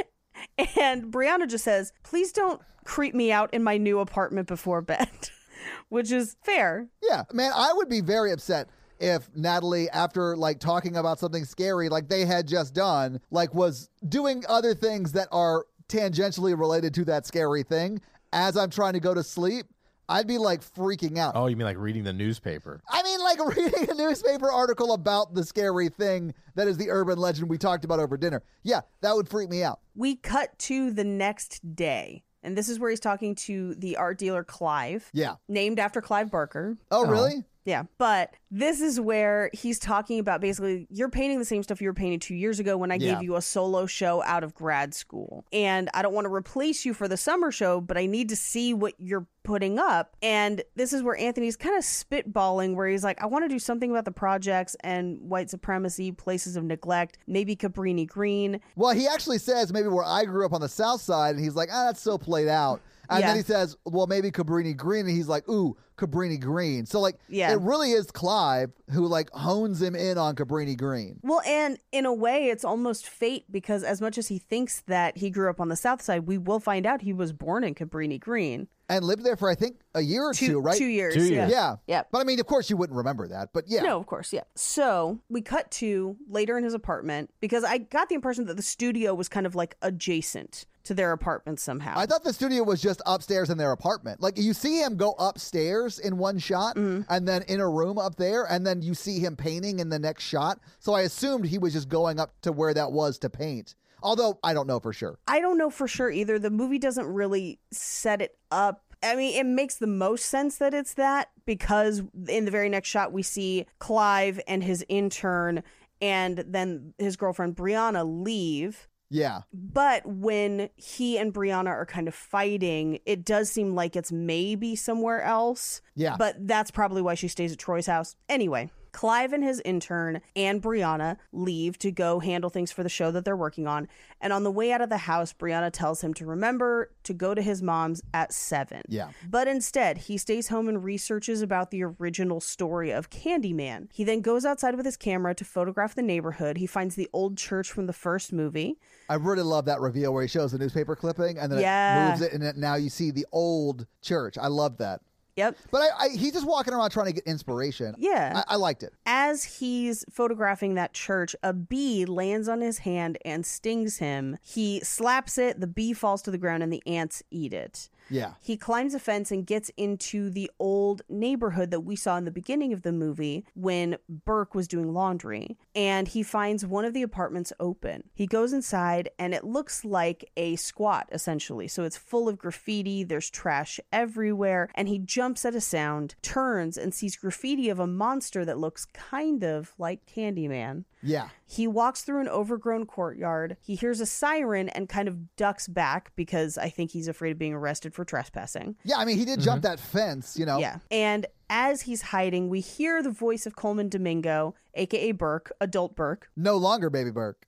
and Brianna just says, please don't creep me out in my new apartment before bed, which is fair.
Yeah, man, I would be very upset if Natalie, after like talking about something scary like they had just done, like was doing other things that are tangentially related to that scary thing. As I'm trying to go to sleep, I'd be like freaking out.
Oh, you mean like reading the newspaper?
I mean, like reading a newspaper article about the scary thing that is the urban legend we talked about over dinner. Yeah, that would freak me out.
We cut to the next day. And this is where he's talking to the art dealer Clive,
Yeah.
named after Clive Barker.
Oh, really?
Yeah. But this is where he's talking about basically you're painting the same stuff you were painting two years ago when I
Yeah.
gave you a solo show out of grad school. And I don't want to replace you for the summer show, but I need to see what you're putting up. And this is where Anthony's kind of spitballing, where he's like, I want to do something about the projects and white supremacy, places of neglect, maybe Cabrini Green.
Well, he actually says maybe where I grew up on the South Side, and he's like, ah, that's so played out. And
Yeah.
then he says, well, maybe Cabrini Green, and he's like, ooh, Cabrini Green. So like,
Yeah.
it really is Clive who like hones him in on Cabrini Green.
Well, and in a way, it's almost fate because as much as he thinks that he grew up on the South Side, we will find out he was born in Cabrini Green.
and lived there for I think a year or two, right?
Two years.
Two years.
Yeah.
Yep.
But I mean, of course, you wouldn't remember that. But yeah,
No, of course, yeah. So we cut to later in his apartment because I got the impression that the studio was kind of like adjacent to their apartment somehow.
I thought the studio was just upstairs in their apartment. Like you see him go upstairs in one shot,
Mm-hmm.
and then in a room up there, and then you see him painting in the next shot. So I assumed he was just going up to where that was to paint. Although I don't know for sure.
I don't know for sure either. The movie doesn't really set it up. I mean, it makes the most sense that it's that because in the very next shot, we see Clive and his intern and then his girlfriend Brianna leave.
Yeah.
But when he and Brianna are kind of fighting, it does seem like it's maybe somewhere else.
Yeah.
But that's probably why she stays at Troy's house. Anyway, Clive and his intern and Brianna leave to go handle things for the show that they're working on. And on the way out of the house, Brianna tells him to remember to go to his mom's at seven.
Yeah.
But instead, he stays home and researches about the original story of Candyman. He then goes outside with his camera to photograph the neighborhood. He finds the old church from the first movie.
I really love that reveal where he shows the newspaper clipping and then
Yeah.
it moves it, and it, now you see the old church. I love that.
Yep.
But I, I, he's just walking around trying to get inspiration.
Yeah.
I, I liked it.
As he's photographing that church, a bee lands on his hand and stings him. He slaps it, the bee falls to the ground, and the ants eat it.
Yeah.
He climbs a fence and gets into the old neighborhood that we saw in the beginning of the movie when Burke was doing laundry. And he finds one of the apartments open. He goes inside and it looks like a squat, essentially. So it's full of graffiti, there's trash everywhere. And he jumps at a sound, turns, and sees graffiti of a monster that looks kind of like Candyman.
Yeah.
He walks through an overgrown courtyard. He hears a siren and kind of ducks back because I think he's afraid of being arrested for trespassing.
Yeah. I mean, he did jump that fence, you know?
Yeah. And as he's hiding, we hear the voice of Coleman Domingo, aka Burke, adult Burke.
No longer Baby Burke.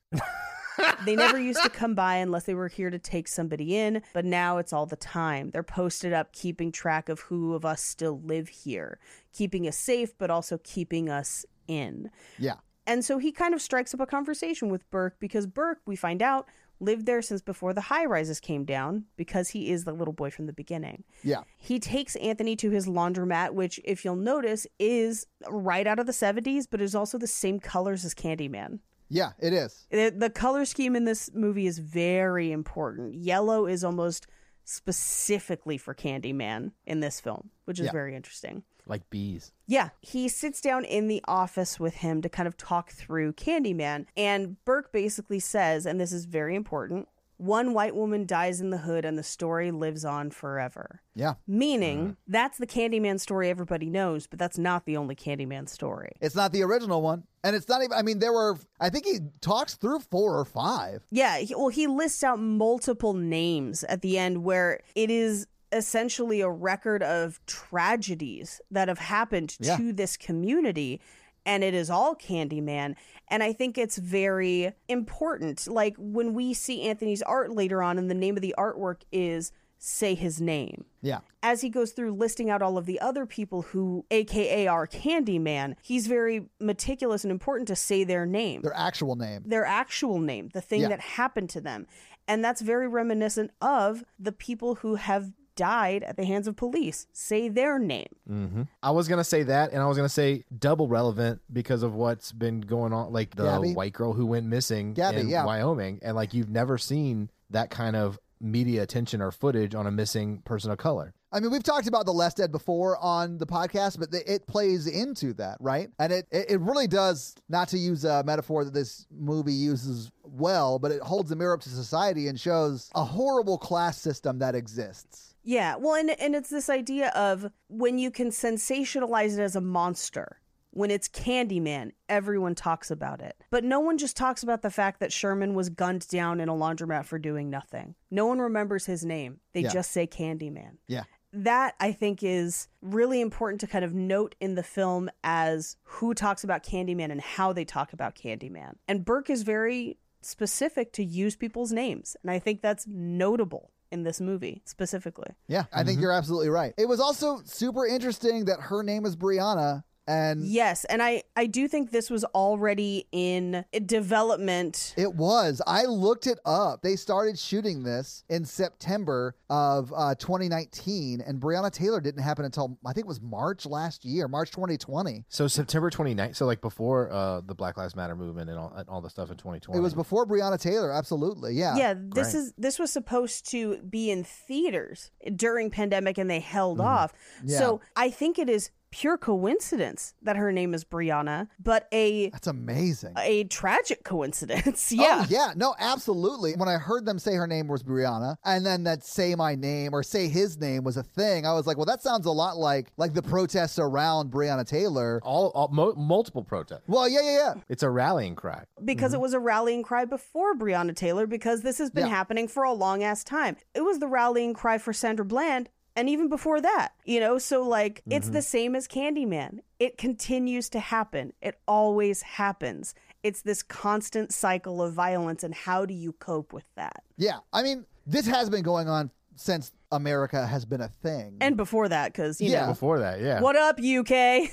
They never used to come by unless they were here to take somebody in, but now it's all the time. They're posted up keeping track of who of us still live here, keeping us safe, but also keeping us in.
Yeah.
And so he kind of strikes up a conversation with Burke because Burke, we find out, lived there since before the high rises came down because he is the little boy from the beginning.
Yeah.
He takes Anthony to his laundromat, which, if you'll notice, is right out of the 70s, but is also the same colors as Candyman.
Yeah, it is.
The, the color scheme in this movie is very important. Yellow is almost specifically for Candyman in this film, which is
Yeah.
very interesting.
Like bees.
Yeah, he sits down in the office with him to kind of talk through Candyman. And Burke basically says, and this is very important One white woman dies in the hood and the story lives on forever.
Yeah.
Meaning, that's the Candyman story everybody knows, but that's not the only Candyman story.
It's not the original one. And it's not even, I mean, there were, I think he talks through four or five.
Yeah, he, well, he lists out multiple names at the end where it is essentially a record of tragedies that have happened
Yeah.
to this community. And it is all Candyman. And I think it's very important. Like when we see Anthony's art later on, and the name of the artwork is Say His Name
Yeah.
as he goes through listing out all of the other people who aka are Candyman, he's very meticulous and important to say their name.
Their actual name.
Their actual name, the thing
Yeah.
that happened to them. And that's very reminiscent of the people who have died at the hands of police. Say their name.
I was gonna say that, and I was gonna say double relevant because of what's been going on, like the
Gabby?
white girl who went missing
Gabby,
in
yeah.
Wyoming, and like you've never seen that kind of media attention or footage on a missing person of color.
I mean, we've talked about The Last Dead before on the podcast, but the, it plays into that, right? And it, it, it really does, not to use a metaphor that this movie uses well, but it holds the mirror up to society and shows a horrible class system that exists.
Yeah. Well, and, and it's this idea of when you can sensationalize it as a monster, when it's Candyman, everyone talks about it. But no one just talks about the fact that Sherman was gunned down in a laundromat for doing nothing. No one remembers his name. They
Yeah.
just say Candyman.
Yeah.
That I think is really important to kind of note in the film as who talks about Candyman and how they talk about Candyman. And Burke is very specific to use people's names. And I think that's notable in this movie specifically.
Yeah, Mm-hmm. I think you're absolutely right. It was also super interesting that her name is Brianna. And
Yes, and I I do think this was already in development.
It was. I looked it up. They started shooting this in September of uh, 2019, and Breonna Taylor didn't happen until I think it was March last year, March 2020.
So September 29th, so like before uh, the Black Lives Matter movement and all, and all the stuff in 2020.
It was before Breonna Taylor. Absolutely. Yeah.
Yeah, this
great.
is this was supposed to be in theaters during pandemic and they held off. So, I think it is pure coincidence that her name is Brianna, but a
That's amazing.
a tragic coincidence.
Oh,
Uh, yeah.
yeah. No, absolutely. When I heard them say her name was Brianna and then that say my name or say his name was a thing, I was like, well, that sounds a lot like like the protests around Breonna Taylor.
all, all mo- multiple protests.
Well, yeah, yeah, yeah.
It's a rallying cry.
because it was a rallying cry before Breonna Taylor, because this has been
Mm-hmm. Yeah.
happening for a long ass time. It was the rallying cry for Sandra Bland, and even before that, you know, so like it's
Mm-hmm.
the same as Candyman. It continues to happen, it always happens. It's this constant cycle of violence, and how do you cope with that?
Yeah. I mean, this has been going on since America has been a thing.
And before that, because, you
Yeah.
know,
Before that, yeah.
what up, UK?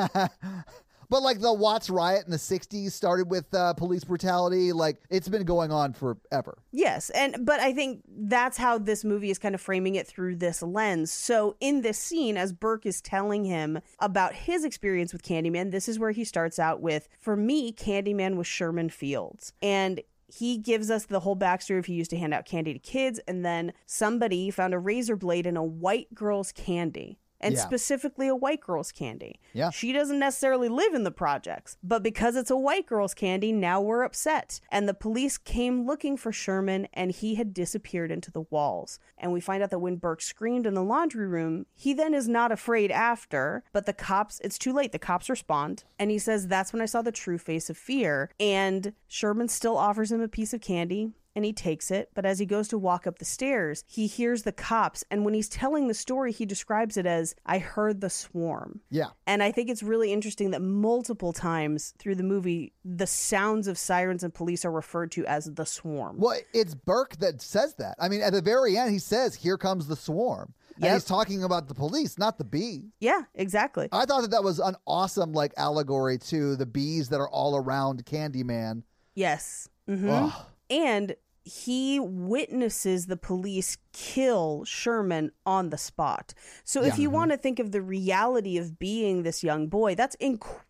But like the Watts riot in the '60s started with uh, police brutality. Like it's been going on forever.
Yes, and but I think that's how this movie is kind of framing it through this lens. So in this scene, as Burke is telling him about his experience with Candyman, this is where he starts out with, "For me, Candyman was Sherman Fields," and he gives us the whole backstory of he used to hand out candy to kids, and then somebody found a razor blade in a white girl's candy. And
Yeah.
specifically, a white girl's candy.
Yeah.
She doesn't necessarily live in the projects, but because it's a white girl's candy, now we're upset. And the police came looking for Sherman, and he had disappeared into the walls. And we find out that when Burke screamed in the laundry room, he then is not afraid after, but the cops, it's too late. The cops respond, and he says, That's when I saw the true face of fear. And Sherman still offers him a piece of candy and he takes it. But as he goes to walk up the stairs, he hears the cops. And when he's telling the story, he describes it as, I heard the swarm.
Yeah,
And I think it's really interesting that multiple times through the movie, the sounds of sirens and police are referred to as the swarm.
well, it's Burke that says that. I mean, at the very end, he says, "Here comes the swarm," and
Yep.
he's talking about the police, not the bees.
Yeah, exactly.
I thought that that was an awesome like allegory to the bees that are all around Candyman.
yes. hmm
Ugh.
And he witnesses the police kill Sherman on the spot. So if you want to think of the reality of being this young boy, that's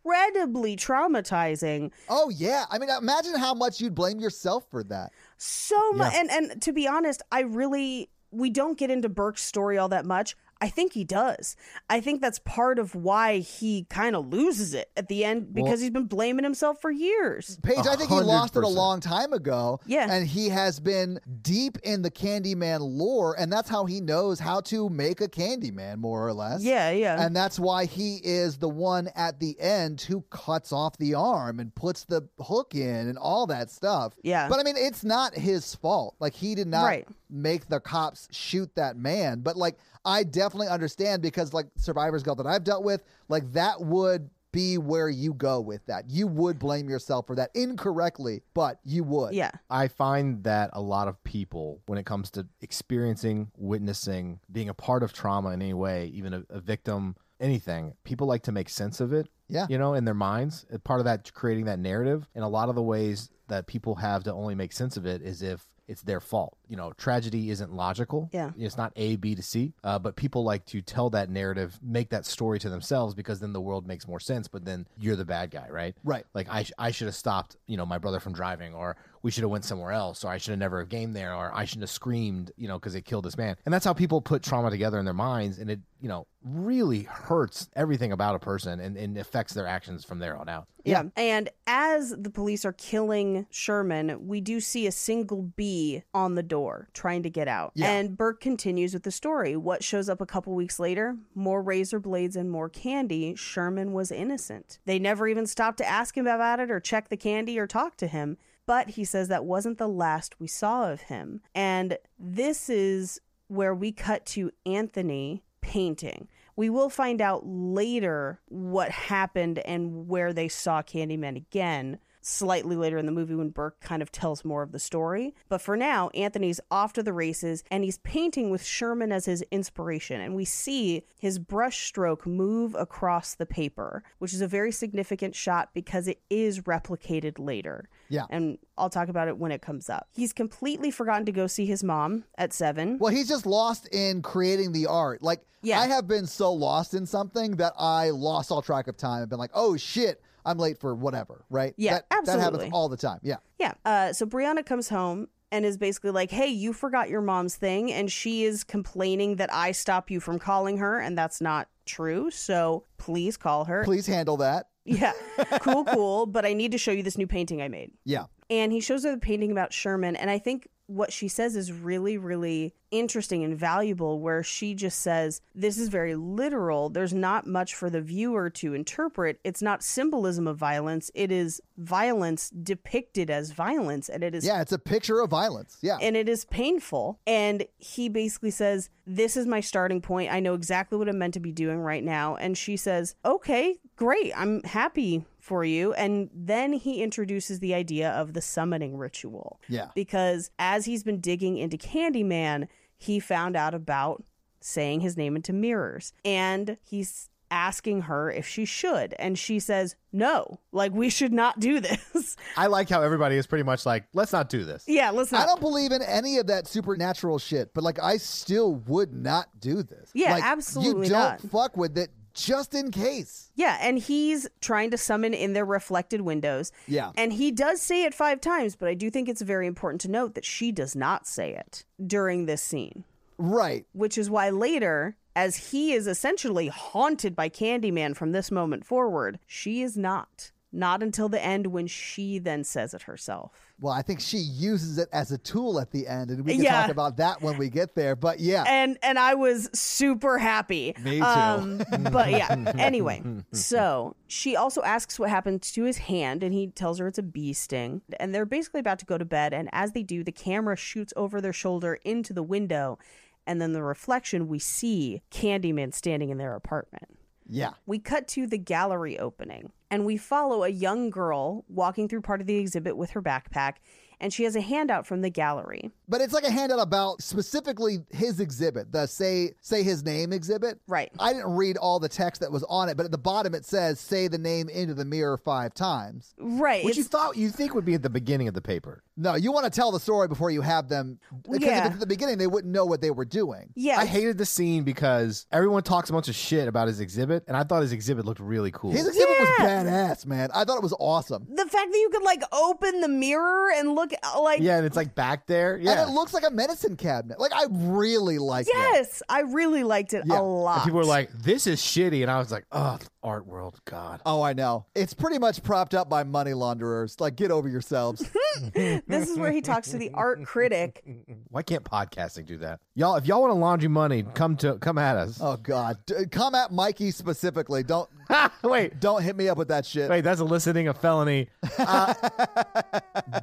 incredibly traumatizing.
Oh yeah, I mean, imagine how much you'd blame yourself for that.
so much and and to be honest i really we don't get into burke's story all that much I think he does. I think that's part of why he kind of loses it at the end because he's been blaming himself for years.
Paige, I think he
hundred
lost it a
percent.
long time ago.
Yeah.
And he has been deep in the Candyman lore, and that's how he knows how to make a Candyman, more or less.
Yeah, yeah.
And that's why he is the one at the end who cuts off the arm and puts the hook in and all that stuff.
Yeah.
But I mean, it's not his fault. Like, he did not
Right.
make the cops shoot that man. But like, I definitely understand because like Survivor's Guilt that I've dealt with, like that would be where you go with that. You would blame yourself for that incorrectly, but you would.
yeah.
I find that a lot of people, when it comes to experiencing, witnessing, being a part of trauma in any way, even a, a victim, anything, people like to make sense of it.
Yeah.
You know, in their minds. Uh, Part of that creating that narrative. And a lot of the ways that people have to only make sense of it is if it's their fault. You know, tragedy isn't logical.
Yeah.
It's not A, B to C. Uh, but people like to tell that narrative, make that story to themselves because then the world makes more sense. But then you're the bad guy, right?
Right.
like I, sh- I should have stopped you know my brother from driving or we should have went somewhere else or i should have never have game there or i shouldn't have screamed you know because it killed this man and that's how people put trauma together in their minds and it you know really hurts everything about a person and, and affects their actions from there on out
Yeah. And as the police are killing Sherman, we do see a single bee on the door trying to get out.
Yeah.
And Burke continues with the story. What shows up a couple weeks later? More razor blades and more candy. Sherman was innocent. They never even stopped to ask him about it or check the candy or talk to him. But he says that wasn't the last we saw of him. And this is where we cut to Anthony painting. We will find out later what happened and where they saw Candyman again, slightly later in the movie when Burke kind of tells more of the story. But for now, Anthony's off to the races and he's painting with Sherman as his inspiration. And we see his brushstroke move across the paper, which is a very significant shot because it is replicated later
Yeah.
and I'll talk about it when it comes up. He's completely forgotten to go see his mom at seven.
Well, he's just lost in creating the art. Like,
Yeah.
I have been so lost in something that I lost all track of time and been like, oh shit, I'm late for whatever, right?
Yeah,
that, That
absolutely.
happens all the time. Yeah.
Yeah. Uh, so Brianna comes home and is basically like, hey, you forgot your mom's thing. And she is complaining that I stop you from calling her, and that's not true. So please call her.
Please handle that.
Yeah. cool, cool. But I need to show you this new painting I made.
Yeah.
and he shows her the painting about Sherman. And I think what she says is really, really interesting and valuable, where she just says, This is very literal. There's not much for the viewer to interpret. It's not symbolism of violence, it is violence depicted as violence. And it is
Yeah. It's a picture of violence. Yeah.
and it is painful. And he basically says, This is my starting point. I know exactly what I'm meant to be doing right now. And she says, Okay, great. I'm happy for you. And then he introduces the idea of the summoning ritual.
Yeah.
Because as he's been digging into Candyman, he found out about saying his name into mirrors. And he's asking her if she should. And she says, No, like we should not do this.
i like how everybody is pretty much like let's not do this
yeah, let's not.
I don't believe in any of that supernatural shit, but like I still would not do this.
Yeah,
Like,
absolutely
You
not.
don't fuck with it just in case.
Yeah, and he's trying to summon in their reflected windows.
Yeah.
And he does say it five times, but I do think it's very important to note that she does not say it during this scene,
Right.
which is why later, as he is essentially haunted by Candyman from this moment forward, she is not. Not until the end when she then says it herself.
Well, I think she uses it as a tool at the end, and we can
Yeah.
talk about that when we get there. But yeah.
And and I was super happy. Um,
Me too.
but yeah. Anyway, so she also asks what happened to his hand, and he tells her it's a bee sting. And they're basically about to go to bed, and as they do, the camera shoots over their shoulder into the window, and then the reflection we see Candyman standing in their apartment.
yeah.
We cut to the gallery opening and we follow a young girl walking through part of the exhibit with her backpack, and she has a handout from the gallery.
But it's like a handout about specifically his exhibit, the say say his name exhibit.
Right.
I didn't read all the text that was on it, but at the bottom it says say the name into the mirror five times.
Right.
which you thought you think would be at the beginning of the paper
No, you want to tell the story before you have them because
Yeah.
if it's at the beginning they wouldn't know what they were doing.
yeah.
i hated the scene because everyone talks a bunch of shit about his exhibit and i thought his exhibit looked really cool
His exhibit was
Yeah.
badass, man. I thought it was awesome.
the fact that you could like open the mirror and look dog. Like,
Yeah, and it's like back there. Yeah.
And it looks like a medicine cabinet. Like I really like it.
yes, I really liked it
Yeah.
a
And
lot.
And people were like, "This is shitty," and I was like, "Oh, art world, God."
Oh, I know. It's pretty much propped up by money launderers. Like, get over yourselves.
this is where he talks to the art critic.
Why can't podcasting do that, y'all? If y'all want to laundry money, come to come at us.
oh God, D- come at Mikey specifically. Don't
Oh.
wait,
don't hit me up with that shit.
wait, that's eliciting a felony. Uh,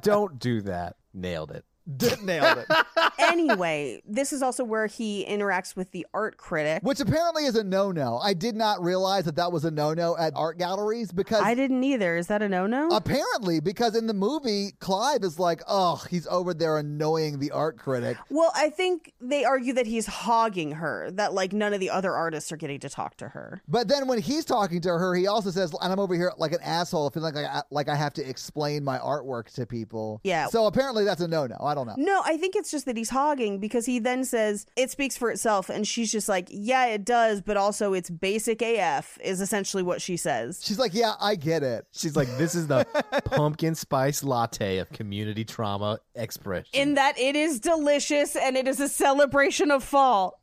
don't do that. Nailed it.
D- nailed it.
anyway, this is also where he interacts with the art critic.
Which apparently is a no-no. I did not realize that that was a no-no at art galleries because
I didn't either. Is that a no no?
Uh,
apparently because in the movie Clive is like, oh, he's over there annoying the art critic.
well, I think they argue that he's hogging her, that like none of the other artists are getting to talk to her.
But then when he's talking to her, he also says, and I'm over here like an asshole, feeling like I, like I have to explain my artwork to people.
Yeah.
So apparently that's a no-no. I don't know.
No, I think it's just that he's hogging because he then says it speaks for itself, and she's just like, yeah, it does, but also it's basic AF is essentially what she says.
She's like, yeah, I get it.
She's like, "This is the pumpkin spice latte of community trauma expression."
In that it is delicious and it is a celebration of fall.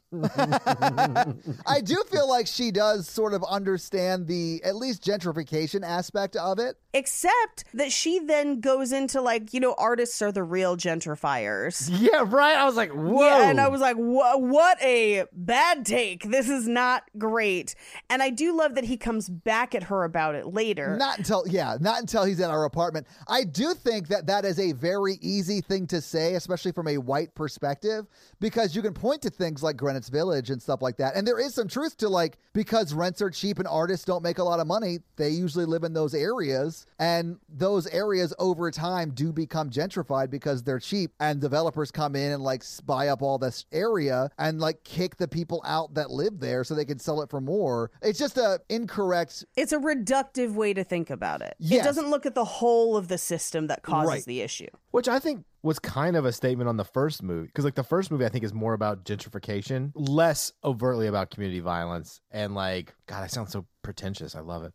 I do feel like she does sort of understand the at least gentrification aspect of it.
Except that she then goes into like, you know, artists are the real gentrifiers.
yeah, right. I was like, "Whoa!"
Yeah, and I was like, "Wha- what a bad take. This is not great. And I do love that he comes back at her about it later.
Not until yeah, not until he's at our apartment. I do think that that is a very easy thing to say, especially from a white perspective, because you can point to things like Greenwich Village and stuff like that. And there is some truth to like because rents are cheap and artists don't make a lot of money, they usually live in those areas, and those areas over time do become gentrified because they're cheap, and developers come in and like s- buy up all this area and like kick the people out that live there so they can sell it for more. It's just a incorrect
it's a reductive way to think about it. It
Yes.
doesn't look at the whole of the system that causes
Right.
the issue.
Which I think was kind of a statement on the first movie. Because, like, the first movie, I think, is more about gentrification, less overtly about community violence. And, like, God, I sound so pretentious. I love it.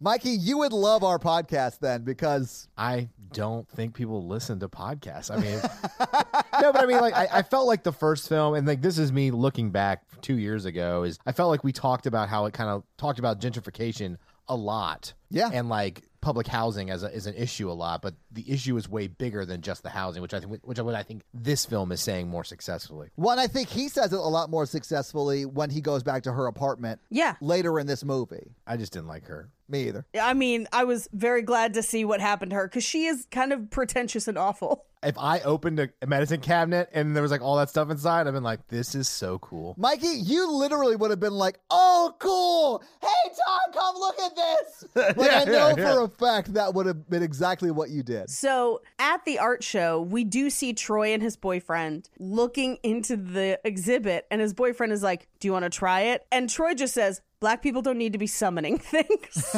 Mikey, you would love our podcast then because
I don't think people listen to podcasts. I mean, no, but I mean, like, I, I felt like the first film, and like, this is me looking back two years ago, is I felt like we talked about how it kind of talked about gentrification a lot.
Yeah.
And, like, public housing as a, is an issue a lot, but the issue is way bigger than just the housing, which I think, which I what I think this film is saying more successfully.
one, I think he says it a lot more successfully when he goes back to her apartment
Yeah.
later in this movie.
I just didn't like her.
Me either.
I mean, I was very glad to see what happened to her because she is kind of pretentious and awful.
If I opened a a medicine cabinet and there was like all that stuff inside, I've been like, this is so cool.
Mikey, you literally would have been like, "Oh, cool! Hey, Tom, come look at this!" Like I
Yeah,
know
yeah, yeah.
for a fact that would have been exactly what you did.
So at the art show, we do see Troy and his boyfriend looking into the exhibit, and his boyfriend is like, Do you want to try it? And Troy just says, Black people don't need to be summoning things.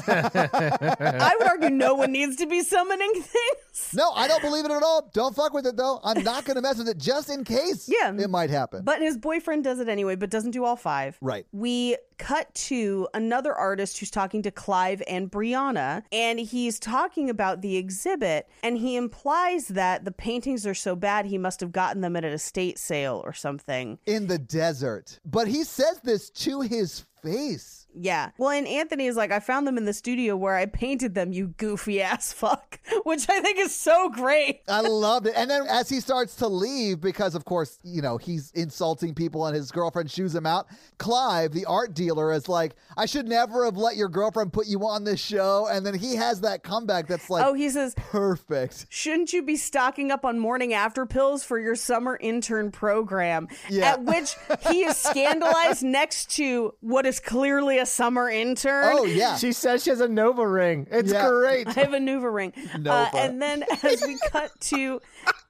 I would argue no one needs to be summoning things.
No, I don't believe it at all. Don't fuck with it though. I'm not going to mess with it just in case
Yeah.
it might happen.
But his boyfriend does it anyway, but doesn't do all five.
Right.
We cut to another artist who's talking to Clive and Brianna, and he's talking about the exhibit, and he implies that the paintings are so bad he must have gotten them at an estate sale or something.
in the desert. But he says this to his face.
Yeah. Well, and Anthony is like, I found them in the studio where I painted them, you goofy ass fuck, which I think is so great.
I loved it. And then as he starts to leave, because of course, you know, he's insulting people and his girlfriend shoos him out, Clive, the art dealer, is like, I should never have let your girlfriend put you on this show. And then he has that comeback that's like
Oh, he says,
perfect.
Shouldn't you be stocking up on morning after pills for your summer intern program?
Yeah.
At which he is scandalized next to what is clearly a summer intern.
Oh, yeah.
She says she has a Nova ring. It's
Yeah.
great.
I have a Nuva ring. Uh,
Nova.
and then as we cut to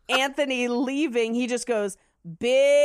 Anthony leaving, he just goes,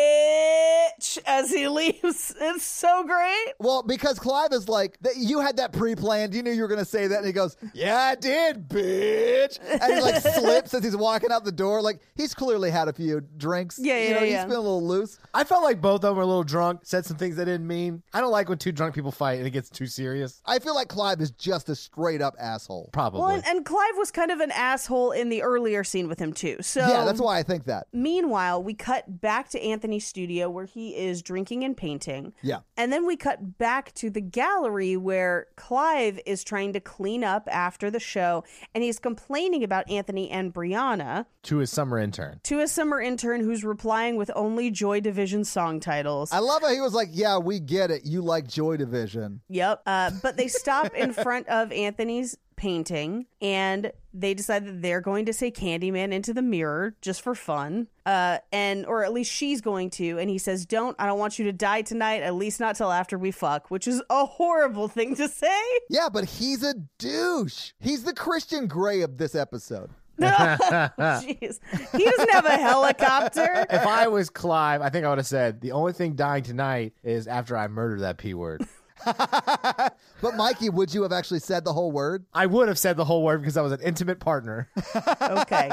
bitch as he leaves. It's so great.
Well, because Clive is like, th- you had that pre-planned. You knew you were going to say that, and he goes, "Yeah, I did, bitch." And he like slips as he's walking out the door. Like he's clearly had a few drinks.
Yeah,
you
yeah,
know,
yeah.
He's been a little loose.
I felt like both of them were a little drunk, said some things they didn't mean. I don't like when two drunk people fight and it gets too serious.
I feel like Clive is just a straight up asshole.
Probably.
Well, and, and Clive was kind of an asshole in the earlier scene with him too. So
Yeah, that's why I think that.
Meanwhile, we cut back to Anthony's studio where he is drinking and painting.
Yeah.
And then we cut back to the gallery where Clive is trying to clean up after the show and he's complaining about Anthony and Brianna
to his summer intern.
to a summer intern who's replying with only Joy Division song titles.
I love how he was like, "Yeah, we get it. You like Joy Division."
Yep. Uh, but they stop in front of Anthony's painting and they decide that they're going to say Candyman into the mirror just for fun. Uh, and or at least she's going to. And he says, "Don't. I don't want you to die tonight. At least not till after we fuck," which is a horrible thing to say.
Yeah, but he's a douche. He's the Christian Grey of this episode.
Jeez, he doesn't have a helicopter.
If I was Clive, I think I would have said, the only thing dying tonight is after I murder that P word.
But Mikey, would you have actually said the whole word?
I would have said the whole word because I was an intimate partner.
Okay.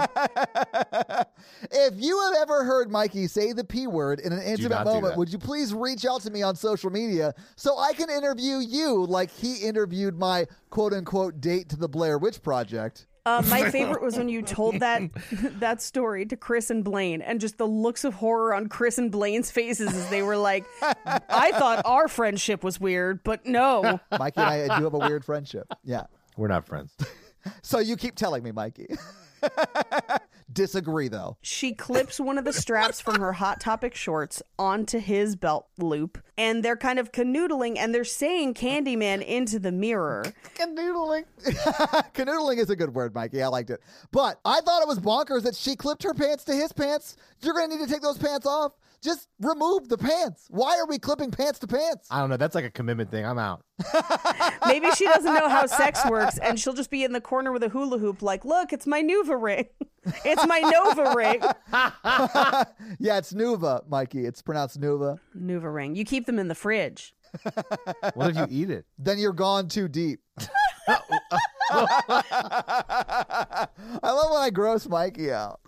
If you have ever heard Mikey say the P word in an intimate
not do
moment,
that.
would you please reach out to me on social media so I can interview you like he interviewed my quote unquote date to the Blair Witch Project?
Uh, my favorite was when you told that that story to Chris and Blaine, and just the looks of horror on Chris and Blaine's faces as they were like, "I thought our friendship was weird, but no."
Mikey and I do have a weird friendship. Yeah.
We're not friends.
So you keep telling me, Mikey. Disagree though.
She clips one of the straps from her Hot Topic shorts onto his belt loop, and they're kind of canoodling, and they're saying "Candyman" into the mirror.
Canoodling. Canoodling is a good word, Mikey. I liked it. But I thought it was bonkers that she clipped her pants to his pants. You're going to need to take those pants off. Just remove the pants. Why are we clipping pants to pants?
I don't know. That's like a commitment thing. I'm out.
Maybe she doesn't know how sex works, and she'll just be in the corner with a hula hoop, like, "Look, it's my Nuva ring. It's my Nova ring."
Yeah, it's Nuva, Mikey. It's pronounced Nuva.
Nuva ring. You keep them in the fridge.
What if you eat it?
Then you're gone too deep. I love when I gross Mikey out.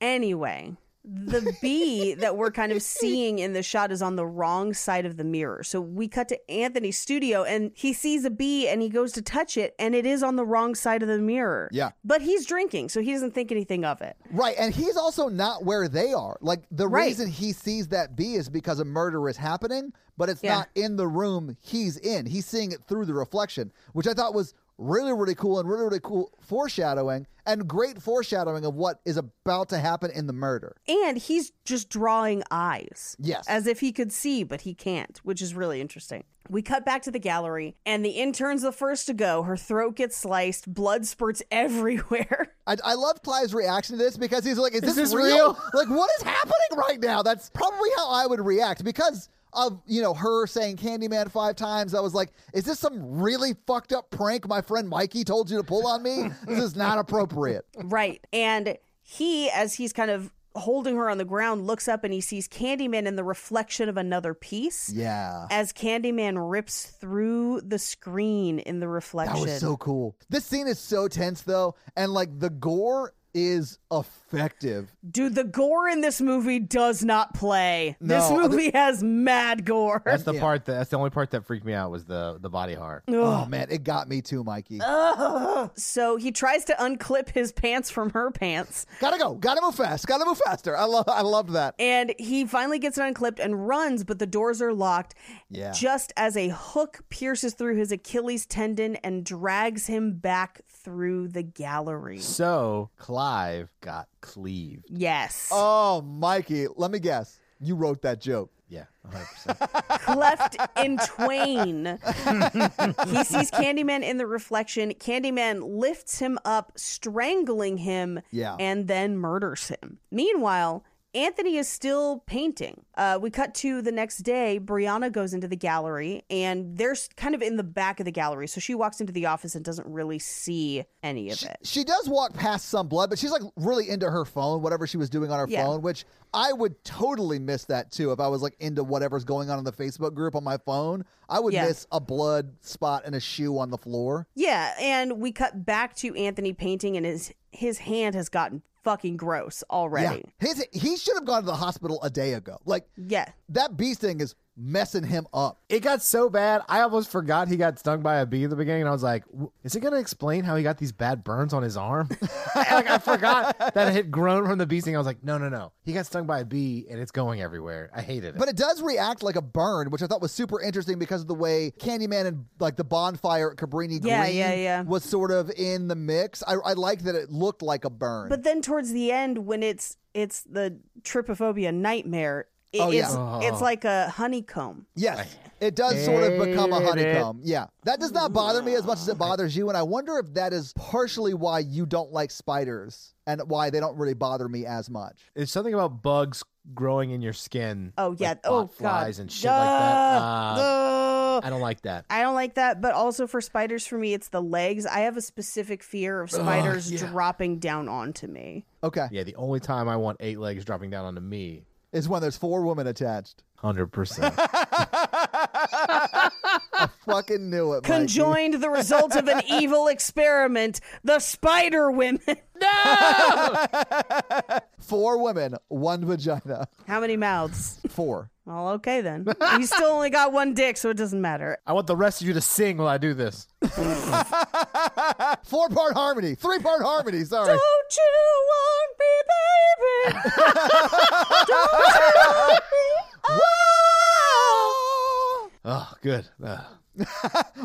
Anyway, the bee that we're kind of seeing in the shot is on the wrong side of the mirror. So we cut to Anthony's studio and he sees a bee and he goes to touch it and it is on the wrong side of the mirror.
Yeah.
But he's drinking, so he doesn't think anything of it.
Right, and he's also not where they are. Like the
Right.
reason he sees that bee is because a murder is happening, but it's
Yeah.
not in the room he's in. He's seeing it through the reflection, which I thought was really, really cool and really, really cool foreshadowing and great foreshadowing of what is about to happen in the murder.
And he's just drawing eyes.
Yes.
As if he could see, but he can't, which is really interesting. We cut back to the gallery, and the intern's the first to go. Her throat gets sliced, blood spurts everywhere.
I, I love Clive's reaction to this because he's like, "Is this,
this
real?
real?
like, what is happening right now?" That's probably how I would react because of you know her saying Candyman five times. I was like, "Is this some really fucked up prank my friend Mikey told you to pull on me? this is not appropriate."
Right. And he, as he's kind of holding her on the ground, looks up and he sees Candyman in the reflection of another piece.
Yeah.
As Candyman rips through the screen in the reflection.
That was so cool. This scene is so tense though, and like the gore is effective.
Dude, the gore in this movie does not play. this
No,
movie has mad gore.
That's the part that, that's the only part that freaked me out was the the body heart.
Oh man, it got me too, Mikey.
So he tries to unclip his pants from her pants
gotta go. Gotta move fast. Gotta move faster. I love. I loved that.
and he finally gets it unclipped and runs, but the doors are locked.
Yeah.
just as a hook pierces through his Achilles tendon and drags him back through the gallery.
So Clive got cleaved.
Yes.
Oh, Mikey, let me guess. You wrote that joke.
Yeah, 100%.
Cleft in twain. he sees Candyman in the reflection. Candyman lifts him up, strangling him,
Yeah.
and then murders him. Meanwhile, Anthony is still painting. Uh, we cut to the next day. Brianna goes into the gallery, and they're s- kind of in the back of the gallery. So she walks into the office and doesn't really see any of it.
She does walk past some blood, but she's like really into her phone, whatever she was doing on her
Yeah.
phone, which I would totally miss that too if I was like into whatever's going on in the Facebook group on my phone. I would
Yeah.
miss a blood spot and a shoe on the floor.
Yeah, and we cut back to Anthony painting, and his his hand has gotten fucking gross already.
Yeah. His, he should have gone to the hospital a day ago. Like
Yeah.
that bee sting is messing him up.
It got so bad, I almost forgot he got stung by a bee at the beginning. And I was like, "W- is it going to explain how he got these bad burns on his arm? like, I forgot that it had grown from the bee sting. I was like, no, no, no. He got stung by a bee and it's going everywhere. I hated it.
But it does react like a burn, which I thought was super interesting because of the way Candyman and like the bonfire at Cabrini
Yeah,
Green
yeah, yeah.
was sort of in the mix. I, I like that it looked like a burn.
But then towards the end, when it's it's the trypophobia nightmare, it,
Oh, yeah.
it's it's like a honeycomb.
Yes, it does sort of become a
Hated it.
honeycomb. Yeah, that does not bother me as much as it bothers you, and I wonder if that is partially why you don't like spiders and why they don't really bother me as much.
it's something about bugs growing in your skin.
Oh yeah.
like
oh
bot
god.
flies and shit
Duh.
like that. Uh,
Duh.
I don't like that.
I don't like that, but also for spiders, for me, it's the legs. I have a specific fear of spiders
yeah.
dropping down onto me.
Okay,
Yeah, the only time I want eight legs dropping down onto me,
is when there's four women attached.
hundred percent.
Fucking knew it. Mikey.
Conjoined the result of an evil experiment, the spider women.
Four women, one vagina.
How many mouths?
Four.
Well, okay then. You still only got one dick, so it doesn't matter.
I want the rest of you to sing while I do this.
Four part harmony. Three part harmony. Sorry.
Don't you want me, baby?
Oh, good. Ugh.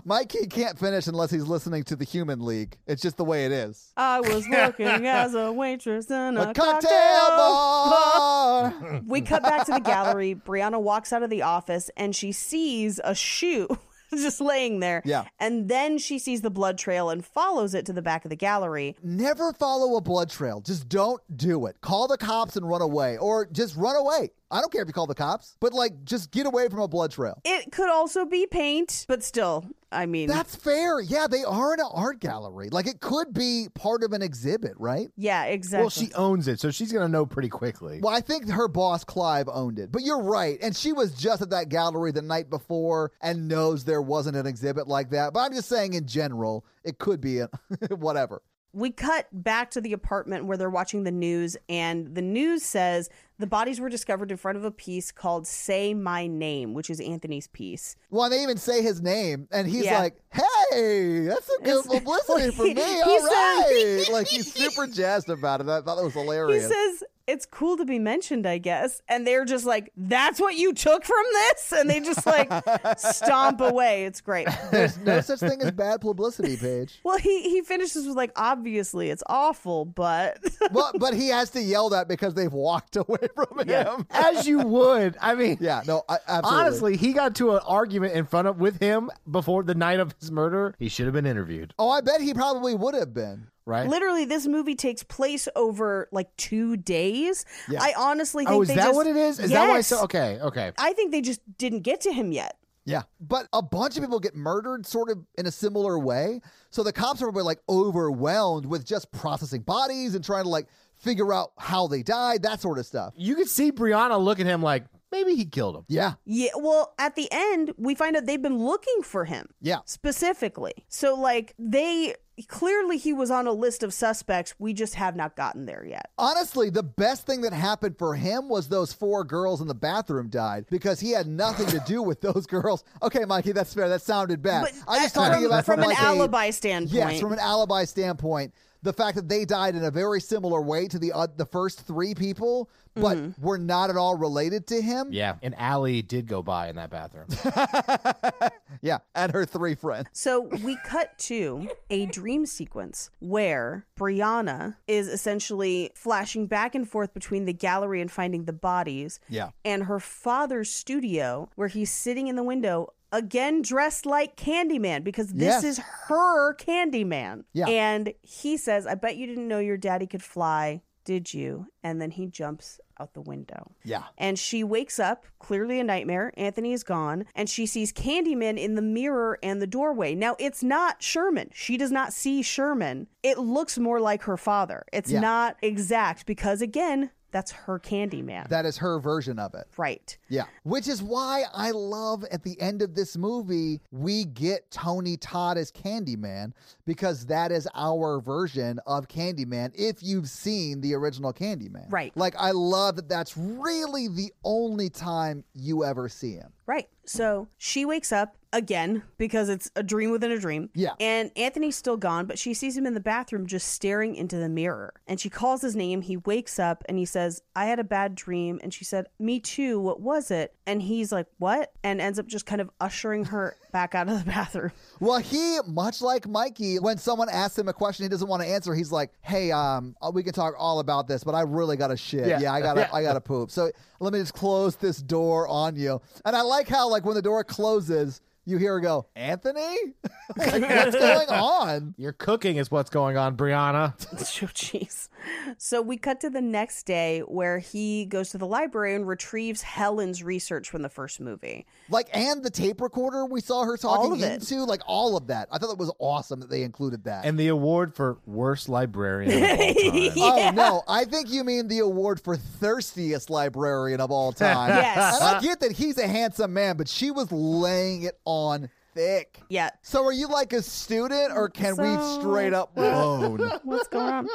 Mikey can't finish unless he's listening to the Human League. It's just the way it is.
I was working as a waitress in a,
A cocktail bar.
We cut back to the gallery. Brianna walks out of the office and she sees a shoe just laying there.
Yeah.
And then she sees the blood trail and follows it to the back of the gallery.
Never follow a blood trail. Just don't do it. Call the cops and run away, or just run away. I don't care if you call the cops, but like, just get away from a blood trail.
It could also be paint, but still, I mean,
That's fair. Yeah, they are in an art gallery. Like, it could be part of an exhibit, right?
yeah, exactly.
Well, she owns it, so she's gonna know pretty quickly.
Well, I think her boss, Clive, owned it. But you're right. And she was just at that gallery the night before and knows there wasn't an exhibit like that. But I'm just saying, in general, it could be a whatever.
we cut back to the apartment where they're watching the news, and the news says the bodies were discovered in front of a piece called Say My Name, which is Anthony's piece.
Well, and they even say his name, and he's
Yeah.
like, "Hey, that's a good
It's-
publicity for me.
He
All
said-
right." like he's super jazzed about it. I thought that was
He
hilarious.
says, It's cool to be mentioned, I guess. And they're just like, That's what you took from this? And they just like stomp away. It's great.
There's no such thing as bad publicity, Paige.
Well, he, he finishes with like, obviously it's awful, but
but but he has to yell that because they've walked away from him.
As you would. I mean,
Yeah, no, I, absolutely.
honestly, he got to an argument in front of with him before the night of his murder. He should have been interviewed,
oh, I bet he probably would have been.
right?
literally this movie takes place over like two days.
Yeah.
I honestly think
oh, is
they
that
just-
what it is? Is that why? I
Yes.
said okay, okay.
I think they just didn't get to him yet.
Yeah, but a bunch of people get murdered sort of in a similar way. So the cops are probably like overwhelmed with just processing bodies and trying to like figure out how they died, that sort of stuff.
You could see Brianna look at him like maybe he killed him.
Yeah,
Yeah, well, at the end, we find out they've been looking for him.
yeah.
specifically. So like they clearly he was on a list of suspects. We just have not gotten there yet.
Honestly, the best thing that happened for him was those four girls in the bathroom died because he had nothing to do with those girls. Okay, Mikey, that's fair. That sounded bad.
But
I'm just
uh,
talking
from,
about
from an
like a-
alibi standpoint.
Yes, from an alibi standpoint, the fact that they died in a very similar way to the uh, the first three people, but
Mm-hmm.
were not at all related to him.
Yeah, and Allie did go by in that bathroom.
yeah, and her three friends.
so we cut to a dream sequence where Brianna is essentially flashing back and forth between the gallery and finding the bodies
Yeah.
and her father's studio where he's sitting in the window again dressed like Candyman because
Yes.
this is her Candyman.
Yeah.
And he says, I bet you didn't know your daddy could fly. Did you? And then he jumps out the window.
Yeah.
And she wakes up, clearly a nightmare. Anthony is gone, and she sees Candyman in the mirror and the doorway. Now, it's not Sherman. She does not see Sherman. It looks more like her father. It's
Yeah.
not exact because, again, that's her Candyman.
That is her version of it.
right.
Yeah. Which is why I love at the end of this movie, we get Tony Todd as Candyman because that is our version of Candyman if you've seen the original Candyman.
Right.
Like, I love that that's really the only time you ever see him.
Right. So she wakes up again because it's a dream within a dream.
Yeah.
And Anthony's still gone, but she sees him in the bathroom just staring into the mirror. And she calls his name. He wakes up and he says, I had a bad dream. And she said, Me too. What was it? And he's like, What? And ends up just kind of ushering her back out of the bathroom.
Well, he, much like Mikey, when someone asks him a question he doesn't want to answer, he's like, "Hey, um, uh, we can talk all about this, but I really got to shit. Yeah,
Yeah.
I gotta,
Yeah.
I gotta poop. So let me just close this door on you." And I like how, like, when the door closes, you hear her go, "Anthony, like, what's going on?"
Your cooking is what's going on, Brianna.
Oh, Jeez. So we cut to the next day where he goes to the library and retrieves Helen's research from the first movie.
Like, and the tape recorder we saw her talking
of it.
into, like, all of that. I thought that was awesome that they included that.
And the award for worst librarian of all time.
Oh no! I think you mean the award for thirstiest librarian of all time.
Yes.
and I get that he's a handsome man, but she was laying it on thick.
Yeah.
So are you like a student, or can
So-
we straight up bone?
What's going on?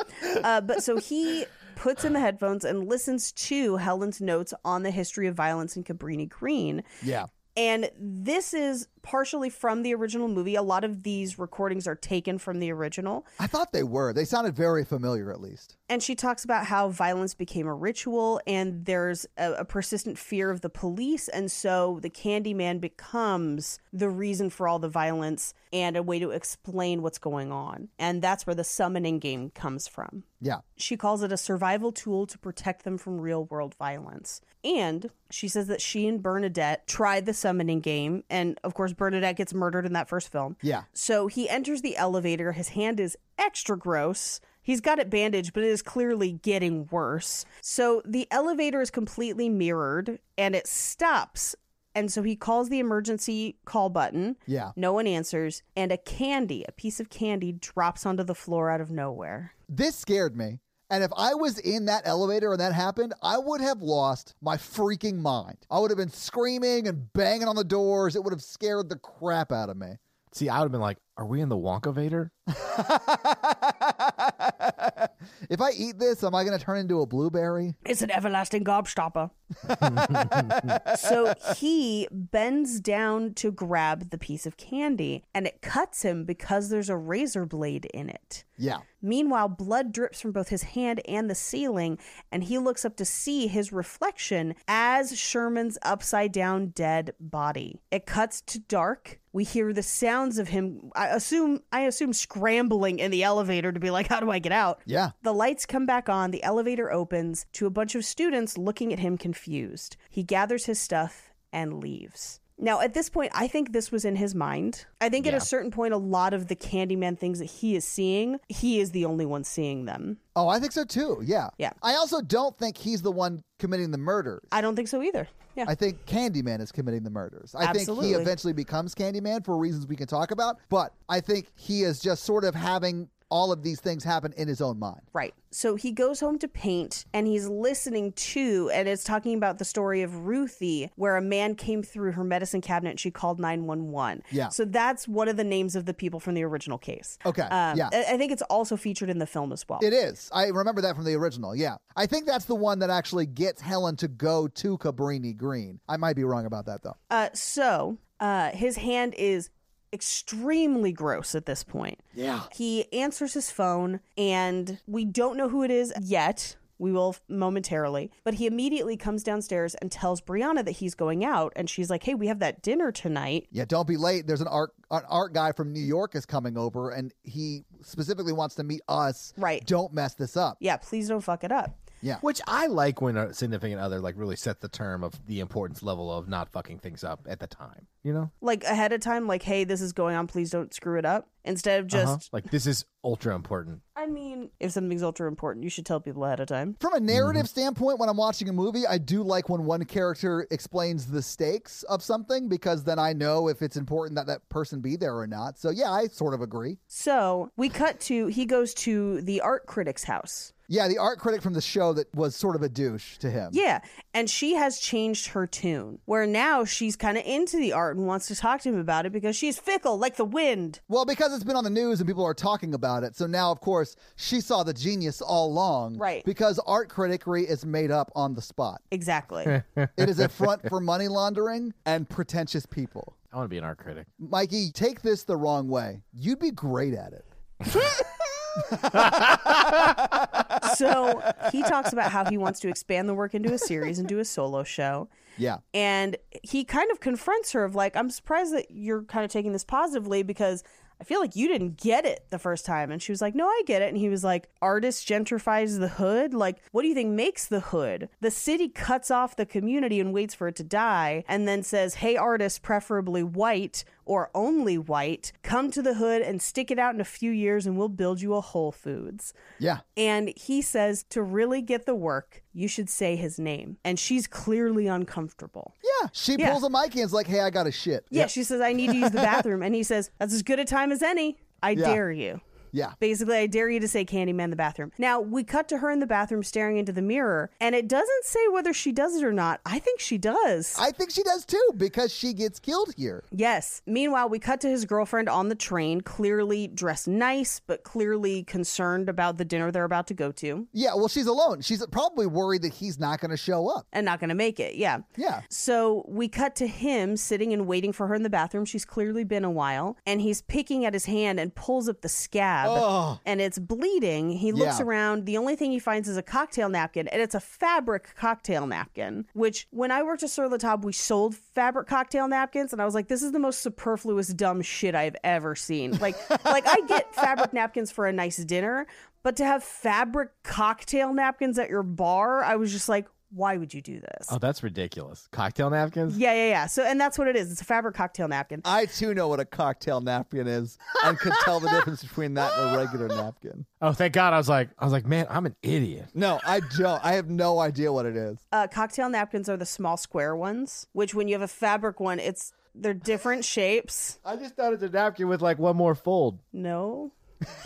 Uh, but so he puts in the headphones and listens to Helen's notes on the history of violence in Cabrini Green.
yeah,
And this is partially from the original movie. A lot of these recordings are taken from the original.
I thought they were. They sounded very familiar, at least.
And she talks about how violence became a ritual and there's a, a persistent fear of the police. And so the Candyman becomes the reason for all the violence and a way to explain what's going on. And that's where the summoning game comes from.
Yeah,
She calls it a survival tool to protect them from real world violence. And she says that she and Bernadette tried the summoning game. And of course, Bernadette gets murdered in that first film.
yeah.
So he enters the elevator. His hand is extra gross. He's got it bandaged, but it is clearly getting worse. So the elevator is completely mirrored and it stops. And so he calls the emergency call button.
Yeah.
No one answers. And a candy, a piece of candy, drops onto the floor out of nowhere.
This scared me. And if I was in that elevator and that happened, I would have lost my freaking mind. I would have been screaming and banging on the doors. It would have scared the crap out of me.
See, I would have been like, are we in the Wonka Vader?
if I eat this, am I going to turn into a blueberry?
It's an everlasting gobstopper. so he bends down to grab the piece of candy and it cuts him because there's a razor blade in it.
Yeah.
Meanwhile, blood drips from both his hand and the ceiling, and he looks up to see his reflection as Sherman's upside down dead body. It cuts to dark. We hear the sounds of him I assume I assume scrambling in the elevator to be like, how do I get out?
Yeah.
The lights come back on, the elevator opens to a bunch of students looking at him confused. He gathers his stuff and leaves. Now, at this point, I think this was in his mind. I think at a certain point, a lot of the Candyman things that he is seeing, he is the only one seeing them.
Oh, I think so too. Yeah.
Yeah.
I also don't think he's the one committing the murders.
I don't think so either. Yeah.
I think Candyman is committing the murders. I think he
Absolutely.
eventually becomes Candyman for reasons we can talk about, but I think he is just sort of having all of these things happen in his own mind.
Right. So he goes home to paint and he's listening to, and it's talking about the story of Ruthie, where a man came through her medicine cabinet and she called 911.
Yeah.
So that's one of the names of the people from the original case.
Okay,
Um,
yeah.
I, I think it's also featured in the film as well.
It is. I remember that from the original. Yeah. I think that's the one that actually gets Helen to go to Cabrini Green. I might be wrong about that though.
Uh, so uh, his hand is extremely gross at this point.
Yeah.
He answers his phone, and we don't know who it is yet. We will momentarily. But he immediately comes downstairs and tells Brianna that he's going out. And she's like, hey, we have that dinner tonight.
Yeah, don't be late. There's an art an art guy from New York is coming over, and he specifically wants to meet us.
Right.
Don't mess this up.
Yeah, please don't fuck it up.
Which I like when a significant other like really set the term of the importance level of not fucking things up at the time. You know?
Like ahead of time, like, hey, this is going on. Please don't screw it up. instead of just.
Uh-huh. Like this is ultra important.
I mean, if something's ultra important, you should tell people ahead of time.
From a narrative standpoint, when I'm watching a movie, I do like when one character explains the stakes of something because then I know if it's important that that person be there or not. So yeah, I sort of agree.
So we cut to he goes to the art critic's house.
Yeah, the art critic from the show that was sort of a douche to him.
Yeah, and she has changed her tune where now she's kind of into the art and wants to talk to him about it because she's fickle like the wind.
Well, because it's been on the news and people are talking about it. So now, of course, she saw the genius all along.
Right.
Because art criticry is made up on the spot.
Exactly.
It is a front for money laundering and pretentious people.
I want to be an art critic.
Mikey, take this the wrong way. You'd be great at it.
so he talks about how he wants to expand the work into a series and do a solo show.
Yeah.
And he kind of confronts her of like, I'm surprised that you're kind of taking this positively because I feel like you didn't get it the first time. And she was like, No, I get it. And he was like, Artist gentrifies the hood. Like, what do you think makes the hood? The city cuts off the community and waits for it to die, and then says, Hey, artists, preferably white or only white, come to the hood and stick it out in a few years, and we'll build you a Whole Foods.
Yeah.
And he says, To really get the work, you should say his name. And she's clearly uncomfortable.
Yeah. She
Yeah.
pulls a Mikey and is like, hey, I got a shit.
Yeah, she says, I need to use the bathroom. And he says, That's as good a time as any. I
Yeah.
dare you.
Yeah.
Basically, I dare you to say Candyman in the bathroom. Now, we cut to her in the bathroom staring into the mirror, and it doesn't say whether she does it or not. I think she does.
I think she does too because she gets killed here.
yes. Meanwhile, we cut to his girlfriend on the train, clearly dressed nice, but clearly concerned about the dinner they're about to go to
Yeah, well, she's alone. She's probably worried that he's not going to show up.
and not going to make it. Yeah.
Yeah.
So we cut to him sitting and waiting for her in the bathroom. She's clearly been a while, and he's picking at his hand and pulls up the scab, and it's bleeding. He looks
Yeah.
around. The only thing he finds is a cocktail napkin, and it's a fabric cocktail napkin. Which, when I worked at Sur La Table, we sold fabric cocktail napkins, and I was like, "This is the most superfluous dumb shit I've ever seen." Like, like I get fabric napkins for a nice dinner, but to have fabric cocktail napkins at your bar, I was just like. Why would you do this?
Oh, that's ridiculous. Cocktail napkins?
Yeah, yeah, yeah. So, and that's what it is. It's a fabric cocktail napkin.
I too know what a cocktail napkin is and could tell the difference between that and a regular napkin.
Oh, thank God. I was like, I was like, man, I'm an idiot.
No, I don't. I have no idea what it is.
Uh, cocktail napkins are the small square ones, which when you have a fabric one, it's they're different shapes.
I just thought it's a napkin with like one more fold,
No,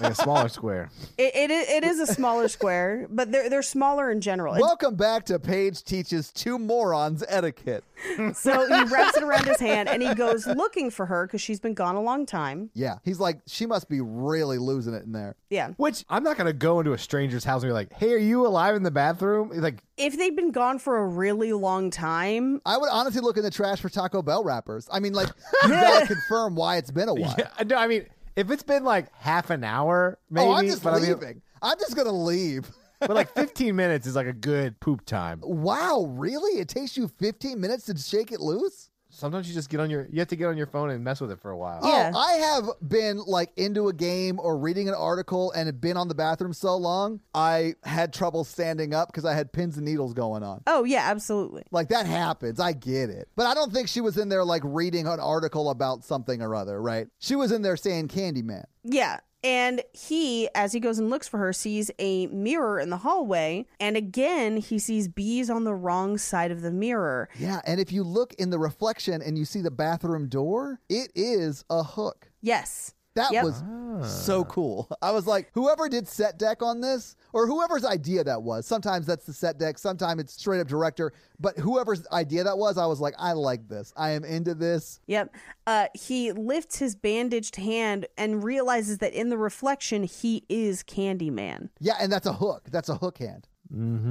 like a smaller square.
it it, i- it is a smaller square, but they're they're smaller in general. It's-
Welcome back to Paige Teaches Two Morons Etiquette.
So he wraps it around his hand and he goes looking for her because she's been gone a long time.
Yeah, he's like, she must be really losing it in there.
Yeah,
Which I'm not gonna go into a stranger's house and be like, hey, are you alive in the bathroom? It's Like,
if they've been gone for a really long time,
I would honestly look in the trash for Taco Bell wrappers. I mean, like, you gotta confirm why it's been a while. Oh,
yeah, no, I mean, if it's been like half an hour, maybe.
oh, I'm just
but I mean-
leaving. I'm just gonna leave.
but like 15 minutes is like a good poop time.
Wow, really? It takes you 15 minutes to shake it loose?
Sometimes you just get on your, you have to get on your phone and mess with it for a while.
Yeah.
Oh, I have been like into a game or reading an article and had been on the bathroom so long, I had trouble standing up because I had pins and needles going on.
oh yeah, absolutely.
Like that happens. I get it. But I don't think she was in there like reading an article about something or other, right? She was in there saying Candyman.
Yeah. And he, as he goes and looks for her, sees a mirror in the hallway. And again, he sees bees on the wrong side of the mirror.
Yeah. And if you look in the reflection and you see the bathroom door, it is a hook.
Yes.
That
Yep.
was so cool. I was like, whoever did set deck on this, or whoever's idea that was. Sometimes that's the set deck, sometimes it's straight up director. But whoever's idea that was, I was like, I like this. I am into this.
Yep. Uh, he lifts his bandaged hand and realizes that in the reflection, he is Candyman.
Yeah, and that's a hook. That's a hook hand.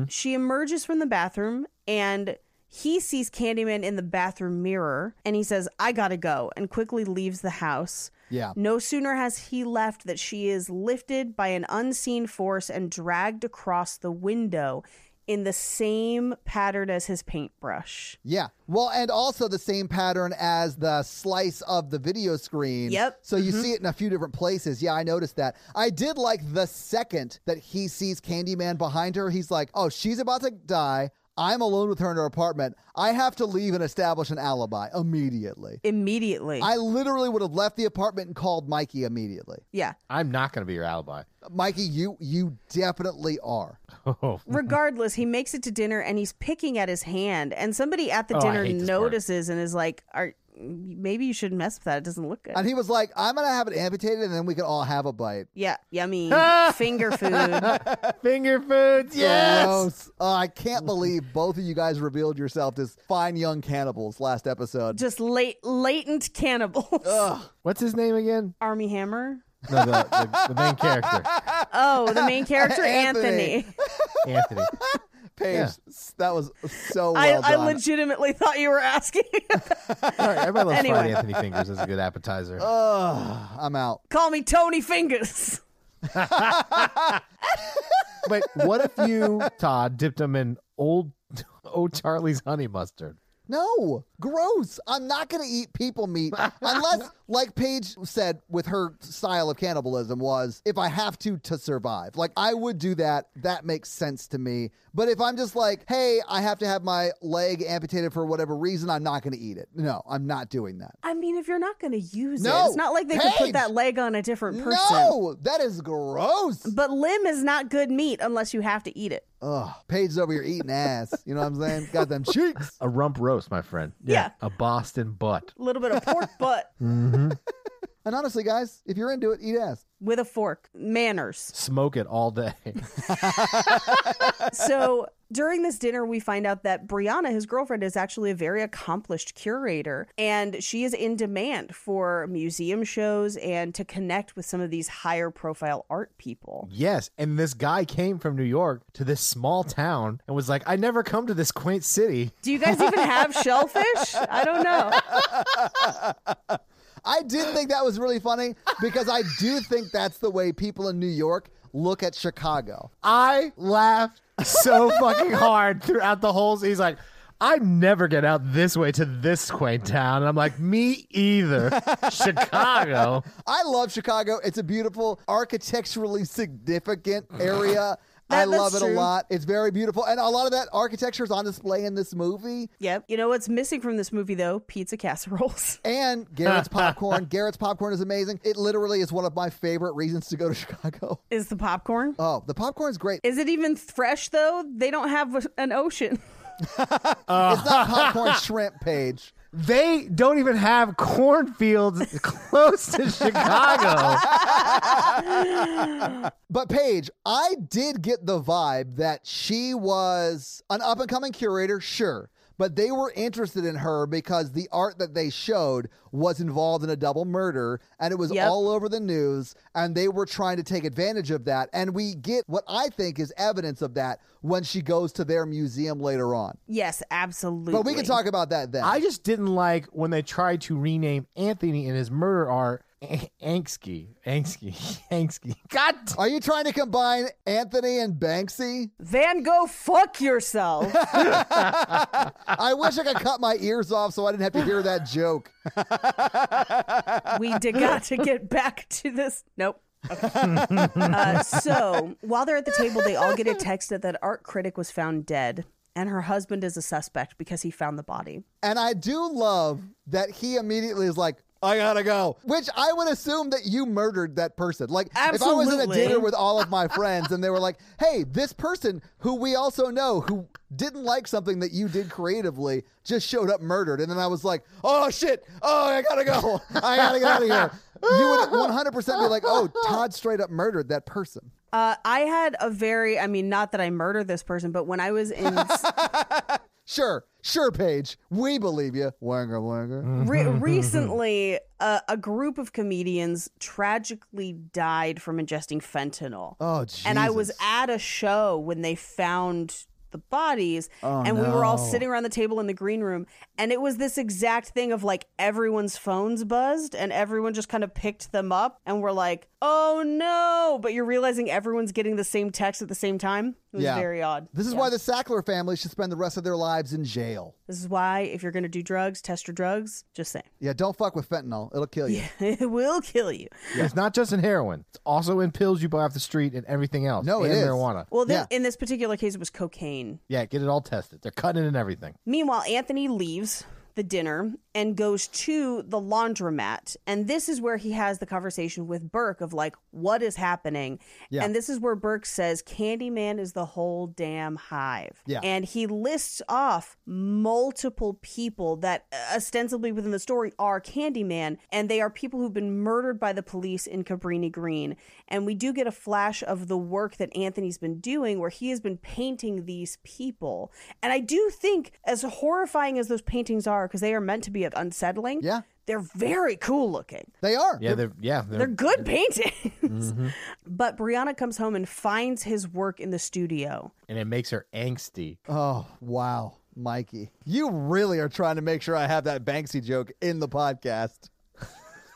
She emerges from the bathroom and he sees Candyman in the bathroom mirror. And he says, I gotta go, and quickly leaves the house.
Yeah.
No sooner has he left that she is lifted by an unseen force and dragged across the window in the same pattern as his paintbrush.
Yeah. Well, and also the same pattern as the slice of the video screen.
Yep.
So you see it in a few different places. Yeah, I noticed that. I did like the second that he sees Candyman behind her, he's like, oh, she's about to die. I'm alone with her in her apartment. I have to leave and establish an alibi immediately.
Immediately.
I literally would have left the apartment and called Mikey immediately.
yeah.
I'm not going to be your alibi.
Mikey, you you definitely are.
Oh,
Regardless, he makes it to dinner and he's picking at his hand, and somebody at the
Oh, I
dinner
hate this part.
notices and is like, "Are maybe you should mess with that? It doesn't look good."
And he was like, "I'm gonna have it amputated, and then we can all have a bite."
yeah, yummy
Ah!
finger food.
finger foods. Yes.
Gross. Uh, I can't believe both of you guys revealed yourself as fine young cannibals last episode.
Just late, latent cannibals.
What's his name again?
Army Hammer.
No, the, the, the main character,
Oh, the main character
Anthony.
Anthony.
Anthony.
Paige,
Yeah.
s- that was so
I,
well
I
done.
legitimately thought you were asking.
All right, everybody loves
Anyway.
fried Anthony fingers as a good appetizer.
Ugh, I'm out.
Call me Tony Fingers.
but what if you, Todd, dipped them in old old Charlie's honey mustard?
No, gross. I'm not going to eat people meat unless, like Paige said with her style of cannibalism, was if I have to to survive. Like, I would do that. That makes sense to me. But if I'm just like, hey, I have to have my leg amputated for whatever reason, I'm not going to eat it. No, I'm not doing that.
I mean, if you're not going to use
No,
it, it's not like they could
Paige!
put that leg on a different person.
No, that is gross.
But limb is not good meat unless you have to eat it.
Ugh, Paige's over here eating ass. You know what I'm saying? Got them cheeks.
A rump roast, my friend.
Yeah.
A Boston butt.
A little bit of pork butt
And honestly, guys, if you're into it, eat ass.
with a fork. Manners.
Smoke it all day.
So during this dinner, we find out that Brianna, his girlfriend, is actually a very accomplished curator, and she is in demand for museum shows and to connect with some of these higher profile art people.
yes. And this guy came from New York to this small town and was like, I never come to this quaint city.
Do you guys even have shellfish? I don't know.
I did think that was really funny because I do think that's the way people in New York look at Chicago.
I laughed so fucking hard throughout the whole He's like, I never get out this way to this quaint town. And I'm like, me either. Chicago.
I love Chicago. It's a beautiful, architecturally significant area.
That-
I love it
that's
a
true.
lot. It's very beautiful. And a lot of that architecture is on display in this movie.
Yep. You know what's missing from this movie though? Pizza casseroles.
And Garrett's popcorn. Garrett's popcorn is amazing. It literally is one of my favorite reasons to go to Chicago.
Is the popcorn?
Oh, the popcorn's great.
Is it even fresh though? They don't have a- an ocean.
It's not popcorn shrimp, Paige.
They don't even have cornfields close to Chicago.
But Paige, I did get the vibe that she was an up and coming curator, sure, but they were interested in her because the art that they showed was involved in a double murder and it was
Yep.
all over the news and they were trying to take advantage of that. And we get what I think is evidence of that when she goes to their museum later on.
Yes, absolutely.
But we can talk about that then.
I just didn't like when they tried to rename Anthony and his murder art A- Anksky. Anksky. Anksky. God. d-
Are you trying to combine Anthony and Banksy?
Van Gogh, fuck yourself.
I wish I could cut my ears off so I didn't have to hear that joke.
we did got to get back to this. Nope. Okay. uh, so while they're at the table, they all get a text that that art critic was found dead, and her husband is a suspect because he found the body.
And I do love that he immediately is like, I gotta go. Which I would assume that you murdered that person. Like, if I was in a
Absolutely.
dinner with all of my friends and they were like, hey, this person who we also know who didn't like something that you did creatively just showed up murdered. And then I was like, oh shit, oh, I gotta go. I gotta get out of here. You would 100% be like, oh, Todd straight up murdered that person.
Uh, I had a very, I mean, not that I murdered this person, but when I was in
Sure, sure, Paige. We believe you. Wanger, wanger.
Re-
mm-hmm.
recently, uh, a group of comedians tragically died from ingesting fentanyl.
Oh, Jesus.
and I was at a show when they found the bodies,
Oh,
and we were all
no.
sitting around the table in the green room, and it was this exact thing of like everyone's phones buzzed, and everyone just kind of picked them up, and we're like, "Oh no!" But you're realizing everyone's getting the same text at the same time. It was
Yeah.
very odd.
This is
Yeah.
why the Sackler family should spend the rest of their lives in jail.
This is why if you're going to do drugs, test your drugs. Just saying.
Yeah, don't fuck with fentanyl. It'll kill you.
it will kill you.
It's not just in heroin. It's also in pills you buy off the street and everything else.
No, it
and
is.
marijuana.
Well, thi-
Yeah.
in this particular case, it was cocaine.
Yeah, get it all tested. They're cutting it and everything.
Meanwhile, Anthony leaves the dinner and goes to the laundromat. And this is where he has the conversation with Burke of like, what is happening?
Yeah.
And this is where Burke says, Candyman is the whole damn hive.
Yeah.
And he lists off multiple people that uh, ostensibly within the story are Candyman. And they are people who've been murdered by the police in Cabrini Green. And we do get a flash of the work that Anthony's been doing where he has been painting these people. And I do think, as horrifying as those paintings are, because they are meant to be unsettling,
Yeah.
they're very cool looking.
They are.
Yeah, they're yeah, they're,
They're good paintings. But Brianna comes home and finds his work in the studio.
and it makes her angsty.
Oh, wow. Mikey, you really are trying to make sure I have that Banksy joke in the podcast.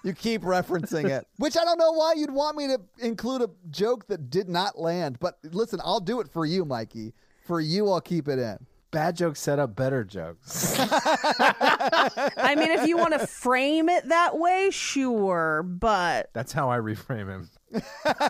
You keep referencing it, which I don't know why you'd want me to include a joke that did not land. But listen, I'll do it for you, Mikey. For you, I'll keep it in.
Bad jokes set up better jokes.
I mean, if you want to frame it that way, sure. But
That's how I reframe him.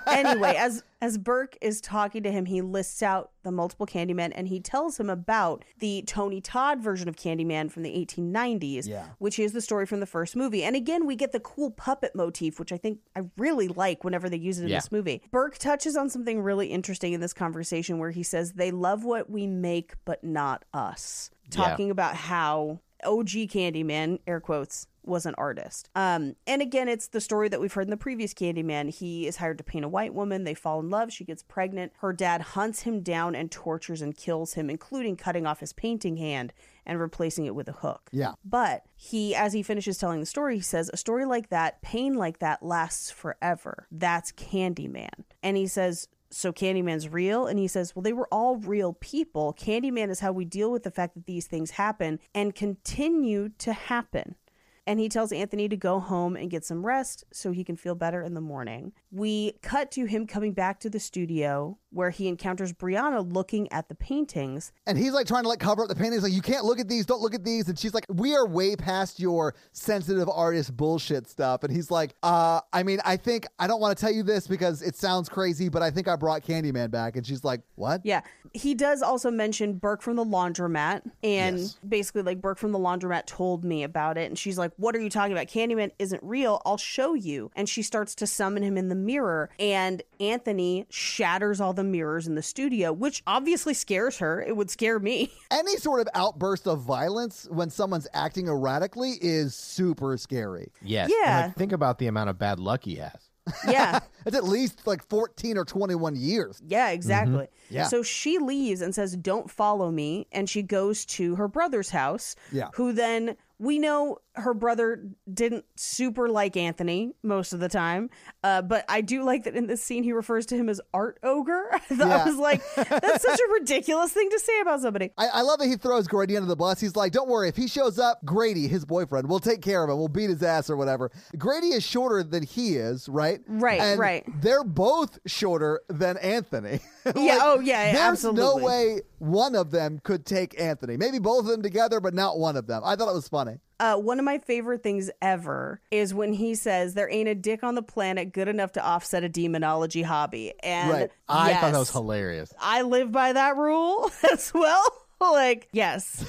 anyway, as as Burke is talking to him, he lists out the multiple Candyman and he tells him about the Tony Todd version of Candyman from the 1890s,
Yeah.
which is the story from the first movie. And again, we get the cool puppet motif, which I think I really like whenever they use it in
Yeah.
this movie. Burke touches on something really interesting in this conversation where he says they love what we make, but not us.
Yeah.
Talking about how OG Candyman, air quotes, was an artist. Um, and again, it's the story that we've heard in the previous Candyman. He is hired to paint a white woman. They fall in love. She gets pregnant. Her dad hunts him down and tortures and kills him, including cutting off his painting hand and replacing it with a hook.
Yeah.
But he, as he finishes telling the story, he says, A story like that, pain like that, lasts forever. That's Candyman. And he says, So Candyman's real? And he says, Well, they were all real people. Candyman is how we deal with the fact that these things happen and continue to happen. And he tells Anthony to go home and get some rest so he can feel better in the morning. We cut to him coming back to the studio where he encounters Brianna looking at the paintings.
And he's like trying to like cover up the paintings, like you can't look at these, don't look at these. And she's like, "We are way past your sensitive artist bullshit stuff." And he's like, "Uh, I mean, I think I don't want to tell you this because it sounds crazy, but I think I brought Candyman back." And she's like, "What?"
Yeah. He does also mention Burke from the laundromat. And
Yes.
basically, like, Burke from the laundromat told me about it. And she's like, What are you talking about? Candyman isn't real. I'll show you. And she starts to summon him in the mirror. And Anthony shatters all the mirrors in the studio, which obviously scares her. It would scare me.
Any sort of outburst of violence when someone's acting erratically is super scary.
Yes.
Yeah.
And, like, think about the amount of bad luck he has.
yeah.
It's at least like 14 or 21 years.
Yeah, exactly.
Mm-hmm. Yeah.
So she leaves and says, "Don't follow me," and she goes to her brother's house.
Yeah.
Who then we know her brother didn't super like Anthony most of the time, uh, but I do like that in this scene he refers to him as art ogre. I thought
Yeah.
I was like, that's such a ridiculous thing to say about somebody.
I, I love that he throws Grady under the bus. He's like, don't worry, if he shows up, Grady, his boyfriend, will take care of him. We'll beat his ass or whatever. Grady is shorter than he is, right?
Right,
And
right.
They're both shorter than Anthony. Like,
Yeah, oh, yeah,
There's
absolutely.
no way one of them could take Anthony. Maybe both of them together, but not one of them. I thought it was funny.
Uh, one of my favorite things ever is when he says, "There ain't a dick on the planet good enough to offset a demonology hobby." And
Right.
I thought that was
yes.
hilarious.
I live by that rule as well. Like, yes.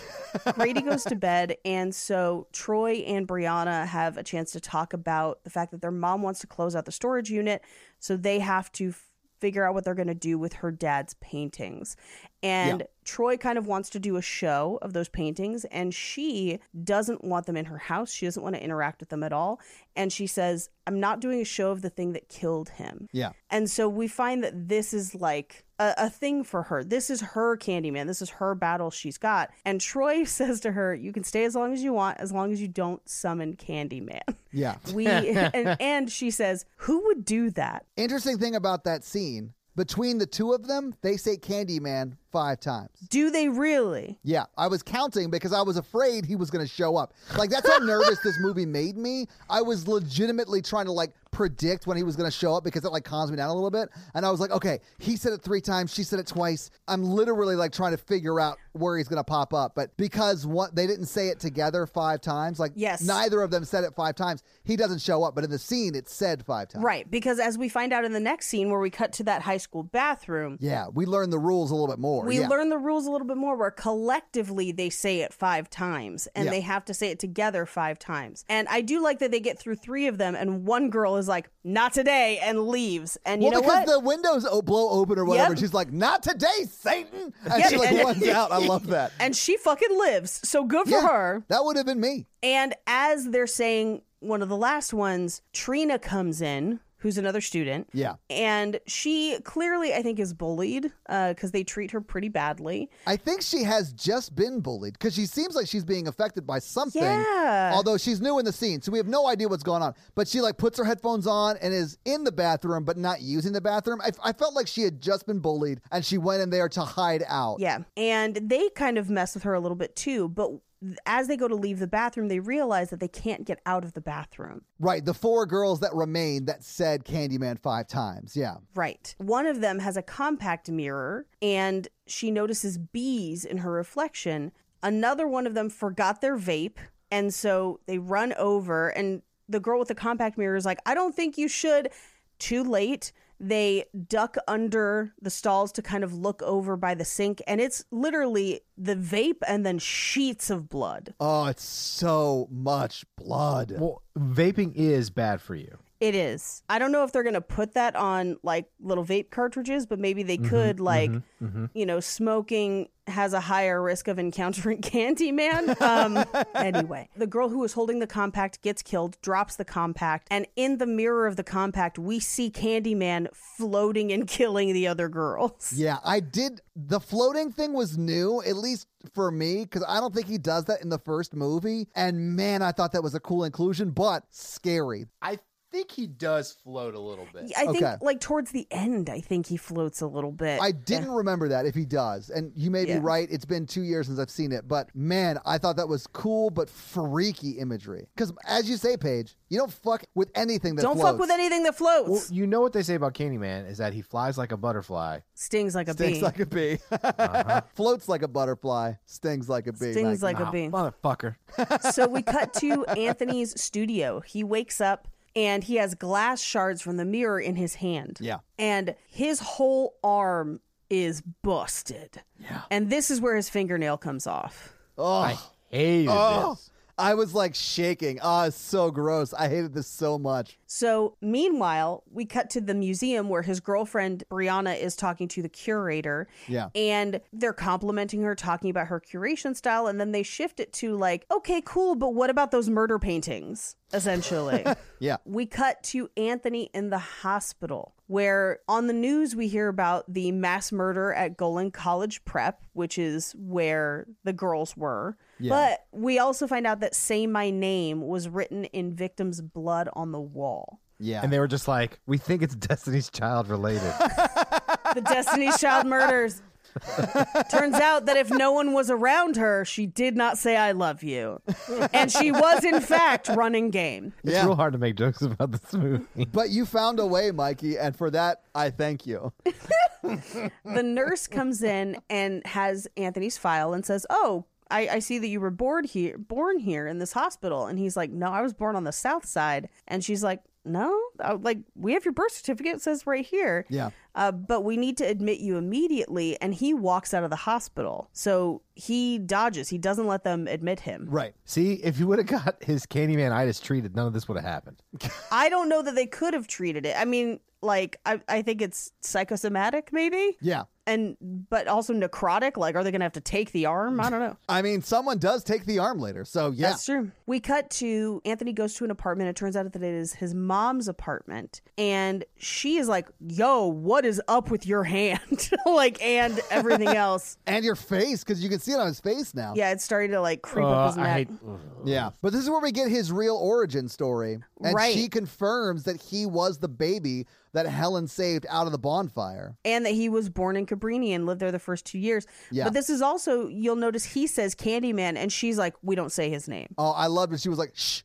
Brady goes to bed. And so Troy and Brianna have a chance to talk about the fact that their mom wants to close out the storage unit. So they have to f- figure out what they're going to do with her dad's paintings. And Troy kind of wants to do a show of those paintings. And she doesn't want them in her house. She doesn't want to interact with them at all. And she says, I'm not doing a show of the thing that killed him.
Yeah.
And so we find that this is like a, a thing for her. This is her Candyman. This is her battle she's got. And Troy says to her, You can stay as long as you want, as long as you don't summon Candyman.
Yeah.
We and, and she says, Who would do that?
Interesting thing about that scene between the two of them, they say Candyman five times.
Do they really?
Yeah, I was counting because I was afraid he was going to show up. Like that's how nervous this movie made me. I was legitimately trying to like predict when he was going to show up because it like calms me down a little bit. And I was like, okay, he said it three times, she said it twice. I'm literally like trying to figure out where he's going to pop up. But because what they didn't say it together five times, like
Yes.
neither of them said it five times, he doesn't show up. But in the scene, it's said five times.
Right, because as we find out in the next scene where we cut to that high school bathroom,
Yeah, we learn the rules a little bit more.
we
yeah.
learn the rules a little bit more where collectively they say it five times and
Yeah.
they have to say it together five times. And I do like that they get through three of them and one girl is like, not today, and leaves. And you
well,
know
because
what?
the windows o- blow open or whatever,
Yep.
and she's like, "Not today, Satan!" And
Yep,
she like
and-
runs out. I love that.
and she fucking lives. So good for
Yeah,
her.
That would have been me.
And as they're saying one of the last ones, Trina comes in, who's another student.
Yeah.
And she clearly, I think, is bullied because they treat her pretty badly.
I think she has just been bullied because she seems like she's being affected by something.
Yeah.
Although she's new in the scene, so we have no idea what's going on. But she like puts her headphones on and is in the bathroom, but not using the bathroom. I, I felt like she had just been bullied and she went in there to hide out.
Yeah. And they kind of mess with her a little bit too. But as they go to leave the bathroom, they realize that they can't get out of the bathroom.
Right. The four girls that remain that said Candyman five times. Yeah.
Right. One of them has a compact mirror and she notices bees in her reflection. Another one of them forgot their vape. And so they run over, and the girl with the compact mirror is like, I don't think you should. Too late. They duck under the stalls to kind of look over by the sink, and it's literally the vape and then sheets of blood.
Oh, it's so much blood.
Well, vaping is bad for you.
It is. I don't know if they're going to put that on like little vape cartridges, but maybe
Mm-hmm,
they could. Like, you know, smoking has a higher risk of encountering Candyman. Um, anyway, the girl who was holding the compact gets killed, drops the compact, and in the mirror of the compact, we see Candyman floating and killing the other girls.
Yeah, I did. The floating thing was new, at least for me, because I don't think he does that in the first movie. And man, I thought that was a cool inclusion, but scary.
I think he does float a little bit.
I think,
Okay.
like, towards the end, I think he floats a little bit.
I didn't remember that if he does. And you may
Eh, Yeah.
be right. It's been two years since I've seen it. But man, I thought that was cool, but freaky imagery. Because as you say, Paige, you don't fuck with anything that
don't
floats.
fuck with anything that floats.
Well, you know what they say about Candyman is that he flies like a butterfly.
Stings like a
Stings
bee.
like a bee. Floats like a butterfly. Stings like a bee.
Uh-huh. Stings like a
Ah,
bee.
motherfucker.
so we cut to Anthony's studio. He wakes up and he has glass shards from the mirror in his hand.
Yeah.
And his whole arm is busted. Yeah. And this is where his fingernail comes off.
Oh.
I hated
Oh,
this.
I was like shaking. Ah, it's so gross. I hated this so much.
So, meanwhile, we cut to the museum where his girlfriend Brianna is talking to the curator.
Yeah.
And they're complimenting her, talking about her curation style. And then they shift it to, like, okay, cool, but what about those murder paintings? Essentially.
Yeah.
we cut to Anthony in the hospital, where on the news we hear about the mass murder at Golan College Prep, which is where the girls were. But we also find out that Say My Name was written in victims' blood on the wall.
Yeah.
And they were just like, we think it's Destiny's Child related.
The Destiny's Child murders. Turns out that if no one was around her, she did not say I love you. And she was in fact running game.
It's
Yeah.
real hard to make jokes about this movie.
but you found a way, Mikey, and for that I thank you.
the nurse comes in and has Anthony's file and says, "Oh, I, I see that you were born here, born here in this hospital." And he's like, "No, I was born on the south side." And she's like, "No, I- like we have your birth certificate. It says right here."
Yeah.
Uh, but we need to admit you immediately. And he walks out of the hospital, so he dodges. He doesn't let them admit him.
Right.
See, if he would have got his Candyman itis treated, none of this would have happened.
I don't know that they could have treated it. I mean, like I, I think it's psychosomatic, maybe.
Yeah.
And but also necrotic. Like, are they gonna have to take the arm? I don't know.
I mean, someone does take the arm later, so yeah.
That's true. We cut to Anthony goes to an apartment. It turns out that it is his mom's apartment. And she is like, yo, what is up with your hand? like, and everything else.
and your face, because you can see it on his face now.
Yeah, it's starting to like creep
Uh,
up his neck.
I hate.
Yeah. But this is where we get his real origin story. And
Right.
she confirms that he was the baby that Helen saved out of the bonfire.
and that he was born in Cabrini and lived there the first two years.
Yeah.
But this is also, you'll notice he says Candyman, and she's like, we don't say his name.
Oh, I loved it. She was like, shh.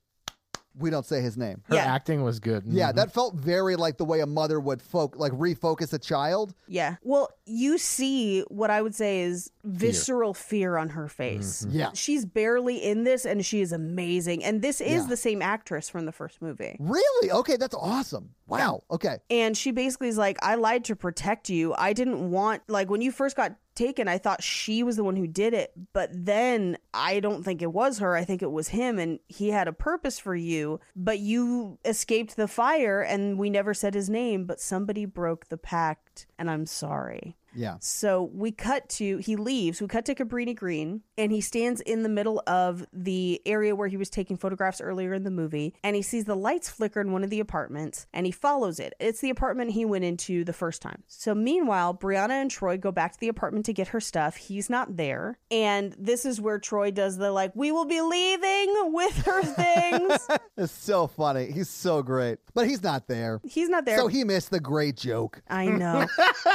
we don't say his name.
Her
Yeah.
acting was good.
Yeah,
Mhm.
that felt very like the way a mother would folk like refocus a child.
Yeah. Well, you see what I would say is visceral fear, on her face.
Yeah.
She's barely in this and she is amazing. And this is
Yeah.
the same actress from the first movie.
Really? Okay, that's awesome. Wow. Okay.
And she basically is like, I lied to protect you. I didn't want, like, when you first got taken, I thought she was the one who did it. But then I don't think it was her. I think it was him. And he had a purpose for you. But you escaped the fire and we never said his name. But somebody broke the pact. And I'm sorry.
Yeah.
So we cut to he leaves. We cut to Cabrini Green, and he stands in the middle of the area where he was taking photographs earlier in the movie, and he sees the lights flicker in one of the apartments, and he follows it. It's the apartment he went into the first time. So meanwhile, Brianna and Troy go back to the apartment to get her stuff. He's not there, and this is where Troy does the like, "We will be leaving with her things."
It's so funny. He's so great. But he's not there.
He's not there.
So he missed the great joke.
I know.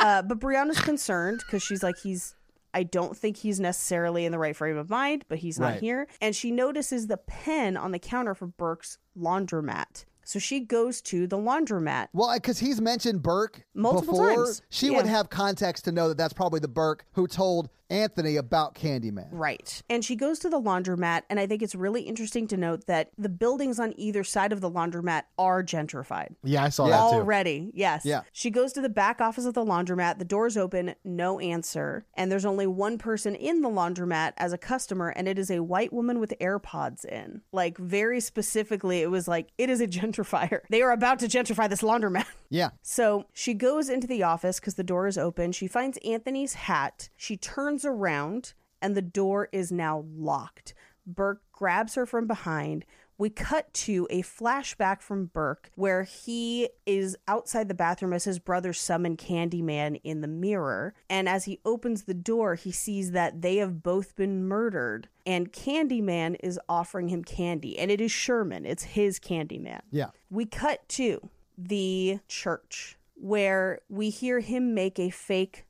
uh, but Brianna's concerned because she's like, he's. I don't think he's necessarily in the right frame of mind, but he's not
Right.
here. And she notices the pen on the counter for Burke's laundromat. So she goes to the laundromat.
Well, because he's mentioned Burke
Multiple
before.
times.
She
Yeah.
would have context to know that that's probably the Burke who told Anthony about Candyman.
Right. And she goes to the laundromat. And I think it's really interesting to note that the buildings on either side of the laundromat are gentrified.
Yeah, I saw that too.
Already, yes.
Yeah.
She goes to the back office of the laundromat. The door's open, no answer. And there's only one person in the laundromat as a customer, and it is a white woman with AirPods in. Like, very specifically, it was like, it is a gentrifier. They are about to gentrify this laundromat.
Yeah.
So she goes into the office because the door is open. She finds Anthony's hat. She turns around, and the door is now locked. Burke grabs her from behind. We cut to a flashback from Burke where he is outside the bathroom as his brother summoned Candyman in the mirror. And as he opens the door, he sees that they have both been murdered. And Candyman is offering him candy. And it is Sherman, it's his Candyman
Yeah.
we cut to the church where we hear him make a fake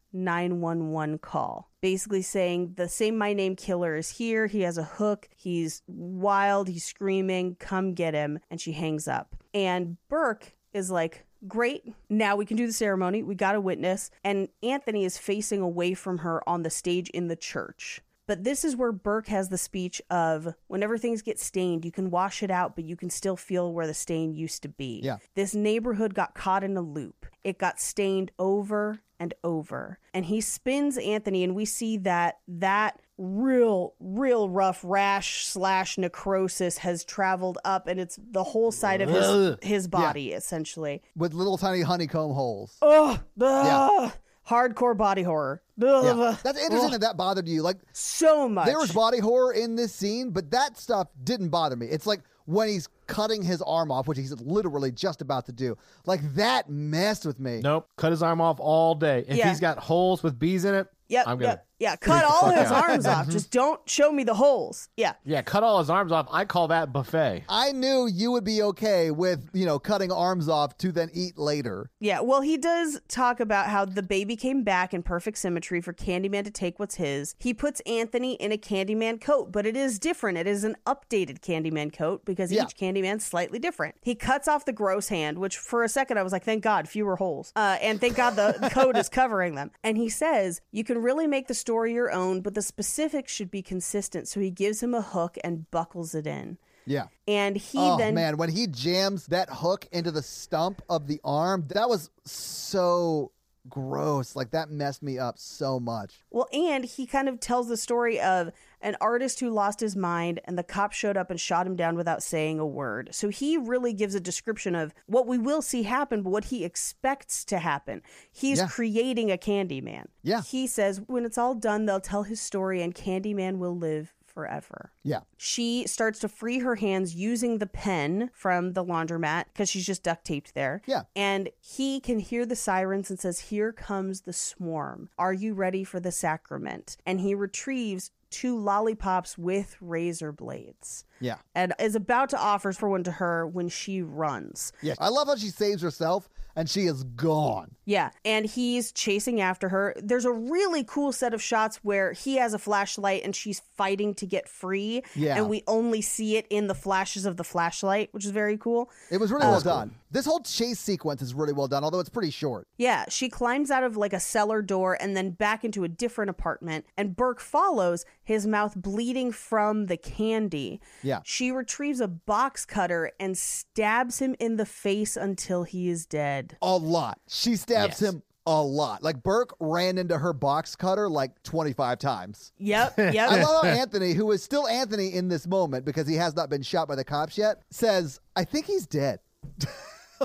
911 call basically saying the same my name killer is here he has a hook he's wild he's screaming come get him and she hangs up and burke is like great now we can do the ceremony we got a witness and anthony is facing away from her on the stage in the church but this is where Burke has the speech of whenever things get stained, you can wash it out, but you can still feel where the stain used to be.
Yeah.
This neighborhood got caught in a loop. It got stained over and over. And he spins Anthony, and we see that that real, real rough rash slash necrosis has traveled up, and it's the whole side of his,
Ugh.
his body, essentially.
With little tiny honeycomb holes.
Ugh, ugh, hardcore body horror. Ugh,
Yeah. That's interesting that that bothered you. Like,
So much.
there was body horror in this scene, but that stuff didn't bother me. It's like when he's cutting his arm off, which he's literally just about to do. Like that messed with me.
Nope. Cut his arm off all day. If
Yeah.
he's got holes with bees in it,
Yep.
I'm gonna
yep. Yeah. Cut all his arms off. Just don't show me the holes. Yeah.
Yeah, cut all his arms off. I call that buffet.
I knew you would be okay with, you know, cutting arms off to then eat later.
Yeah. Well, he does talk about how the baby came back in perfect symmetry for Candyman to take what's his. He puts Anthony in a Candyman coat, but it is different. It is an updated Candyman coat because
Yeah.
each Candyman's slightly different. He cuts off the gross hand, which for a second I was like, thank God, fewer holes. Uh, and thank God the coat is covering them. And he says, you can really make the story your own, but the specifics should be consistent. So he gives him a hook and buckles it in.
Yeah.
and he
oh
then
man, when he jams that hook into the stump of the arm, that was so gross. Like that messed me up so much.
well and he kind of tells the story of an artist who lost his mind and the cop showed up and shot him down without saying a word so he really gives a description of what we will see happen but what he expects to happen he's
Yeah.
creating a candy man
Yeah.
he says when it's all done they'll tell his story and candyman will live forever
Yeah.
she starts to free her hands using the pen from the laundromat because she's just duct taped there.
Yeah.
And he can hear the sirens and says, Here comes the swarm. Are you ready for the sacrament? And he retrieves two lollipops with razor blades
Yeah.
and is about to offer for one to her when she runs.
Yeah. I love how she saves herself and she is gone.
Yeah. And he's chasing after her. There's a really cool set of shots where he has a flashlight and she's fighting to get free.
Yeah.
And we only see it in the flashes of the flashlight, which is very cool.
It was really well done. This whole chase sequence is really well done, although it's pretty short.
Yeah, she climbs out of like a cellar door and then back into a different apartment, and Burke follows, his mouth bleeding from the candy.
Yeah.
She retrieves a box cutter and stabs him in the face until he is dead.
A lot. She stabs
Yes.
him a lot. Like Burke ran into her box cutter like 25 times.
Yep, yep.
I love how Anthony, who is still Anthony in this moment because he has not been shot by the cops yet, says, I think he's dead.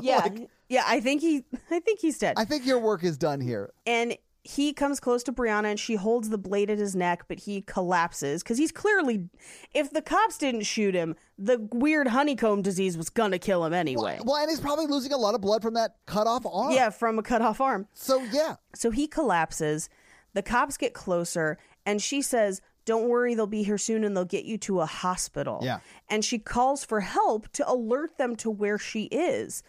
yeah. yeah, I think he I think he's dead.
I think your work is done here.
and he comes close to Brianna and she holds the blade at his neck, but he collapses because he's clearly. If the cops didn't shoot him, the weird honeycomb disease was gonna kill him anyway.
Well, and he's probably losing a lot of blood from that cut off arm.
Yeah, from a cut off arm.
So, yeah.
So he collapses. The cops get closer and she says, Don't worry, they'll be here soon and they'll get you to a hospital.
Yeah.
And she calls for help to alert them to where she is.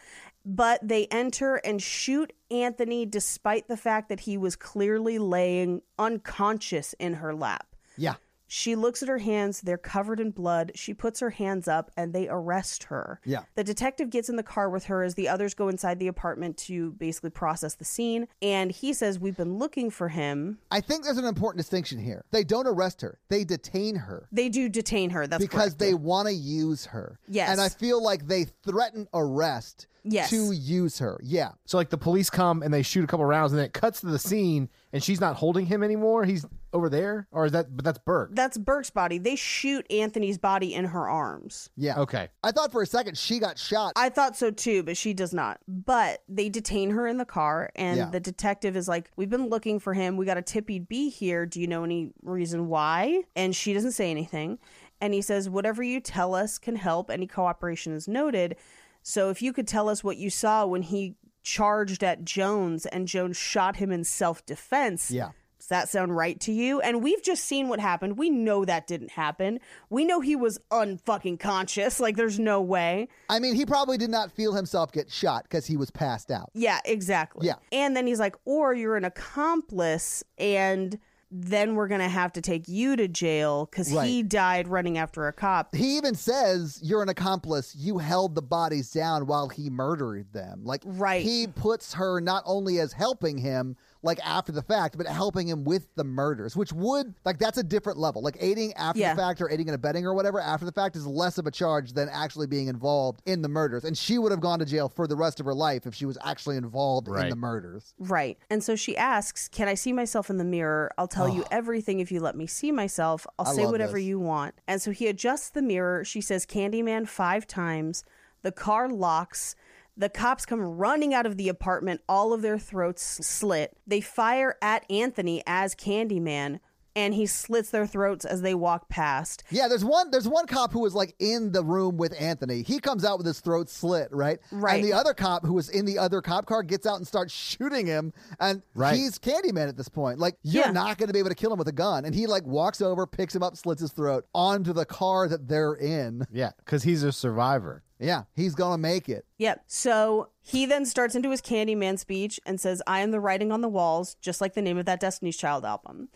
But they enter and shoot Anthony despite the fact that he was clearly laying unconscious in her lap.
Yeah.
She looks at her hands, they're covered in blood. She puts her hands up and they arrest her.
Yeah.
The detective gets in the car with her as the others go inside the apartment to basically process the scene. And he says, We've been looking for him.
I think there's an important distinction here. They don't arrest her, they detain her.
They do detain her. That's
because
correct.
they want to use her.
Yes.
And I feel like they threaten arrest
Yes.
to use her. Yeah.
So like the police come and they shoot a couple rounds and then it cuts to the scene and she's not holding him anymore. He's over there, or is that? But that's Burke.
That's Burke's body. They shoot Anthony's body in her arms.
Yeah.
Okay.
I thought for a second she got shot.
I thought so too, but she does not. But they detain her in the car, and
Yeah.
the detective is like, We've been looking for him. We got a tip he'd be here. Do you know any reason why? And she doesn't say anything. And he says, Whatever you tell us can help. Any cooperation is noted. So if you could tell us what you saw when he charged at Jones and Jones shot him in self defense.
Yeah.
Does that sound right to you? And we've just seen what happened. We know that didn't happen. We know he was unfucking conscious. Like, there's no way.
I mean, he probably did not feel himself get shot because he was passed out.
Yeah, exactly.
Yeah.
And then he's like, or you're an accomplice, and then we're going to have to take you to jail because he
Right.
died running after a cop.
He even says, You're an accomplice. You held the bodies down while he murdered them. Like,
Right.
he puts her not only as helping him, like after the fact, but helping him with the murders, which would, like, that's a different level. Like, aiding after
Yeah.
the fact or aiding and abetting or whatever after the fact is less of a charge than actually being involved in the murders. And she would have gone to jail for the rest of her life if she was actually involved in
Right.
the murders.
Right. And so she asks, Can I see myself in the mirror? I'll tell you everything if you let me see myself. I'll
I
say
love
whatever
this.
you want. And so he adjusts the mirror. She says Candyman five times. The car locks. The cops come running out of the apartment, all of their throats slit. They fire at Anthony as Candyman, and he slits their throats as they walk past.
Yeah, there's one there's one cop who was like in the room with Anthony. He comes out with his throat slit, right?
Right.
And the other cop who was in the other cop car gets out and starts shooting him and
Right.
he's Candyman at this point. Like you're
Yeah.
not going to be able to kill him with a gun. And he like walks over, picks him up, slits his throat onto the car that they're in.
Yeah, because he's a survivor.
Yeah, he's going to make it.
Yep. So he then starts into his Candyman speech and says, I am the writing on the walls, just like the name of that Destiny's Child album.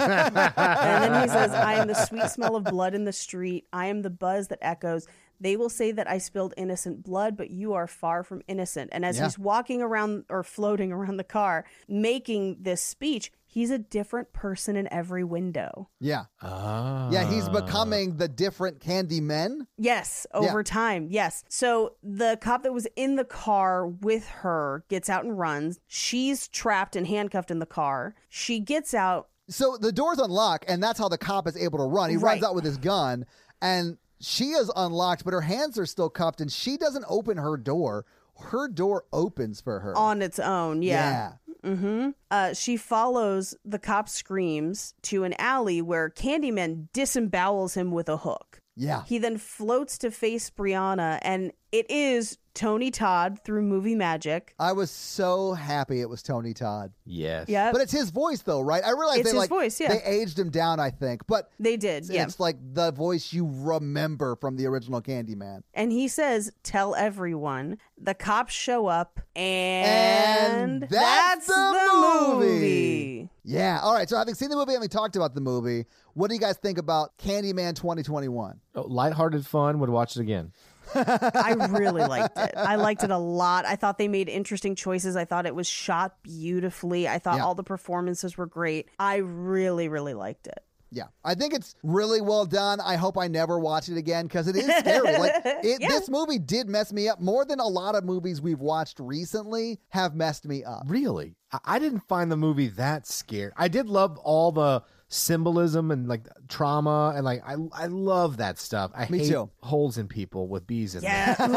and then he says, I am the sweet smell of blood in the street. I am the buzz that echoes. They will say that I spilled innocent blood, but you are far from innocent. And as
Yeah.
he's walking around or floating around the car making this speech, he's a different person in every window.
Yeah.
Ah.
Yeah, he's becoming the different Candymen.
Yes, over time. Yes. So the cop that was in the car with her gets out and runs. She's trapped and handcuffed in the car. She gets out.
So the doors unlock, and that's how the cop is able to run. He
Right.
runs out with his gun, and she is unlocked, but her hands are still cuffed, and she doesn't open her door. Her door opens for her.
On its own, Oh, yeah.
yeah.
Uh, she follows the cop's screams to an alley where Candyman disembowels him with a hook.
Yeah.
He then floats to face Brianna, and it is Tony Todd through movie magic.
I was so happy it was Tony Todd.
Yes.
Yep,
But it's his voice though, right? I realize
Uh, It's
they
his
like
voice, yeah.
they aged him down, I think. But
they did. Yeah.
it's like the voice you remember from the original Candyman.
And he says, "Tell everyone." The cops show up,
And
and,
that's the movie.
movie.
Yeah. All right. So having seen the movie, having talked about the movie, what do you guys think about Candyman 2021?
Oh, lighthearted fun. Would watch it again.
I really liked it. I liked it a lot. I thought they made interesting choices. I thought it was shot beautifully. I thought
Yeah.
all the performances were great. I really, really liked it.
Yeah, I think it's really well done. I hope I never watch it again because it is scary. like it, this movie did mess me up more than a lot of movies we've watched recently have messed me up.
Really, I, I didn't find the movie that scary. I did love all the symbolism and like trauma and like I I love that stuff. I
Me
hate
too.
holes in people with bees in them.
Yeah.
but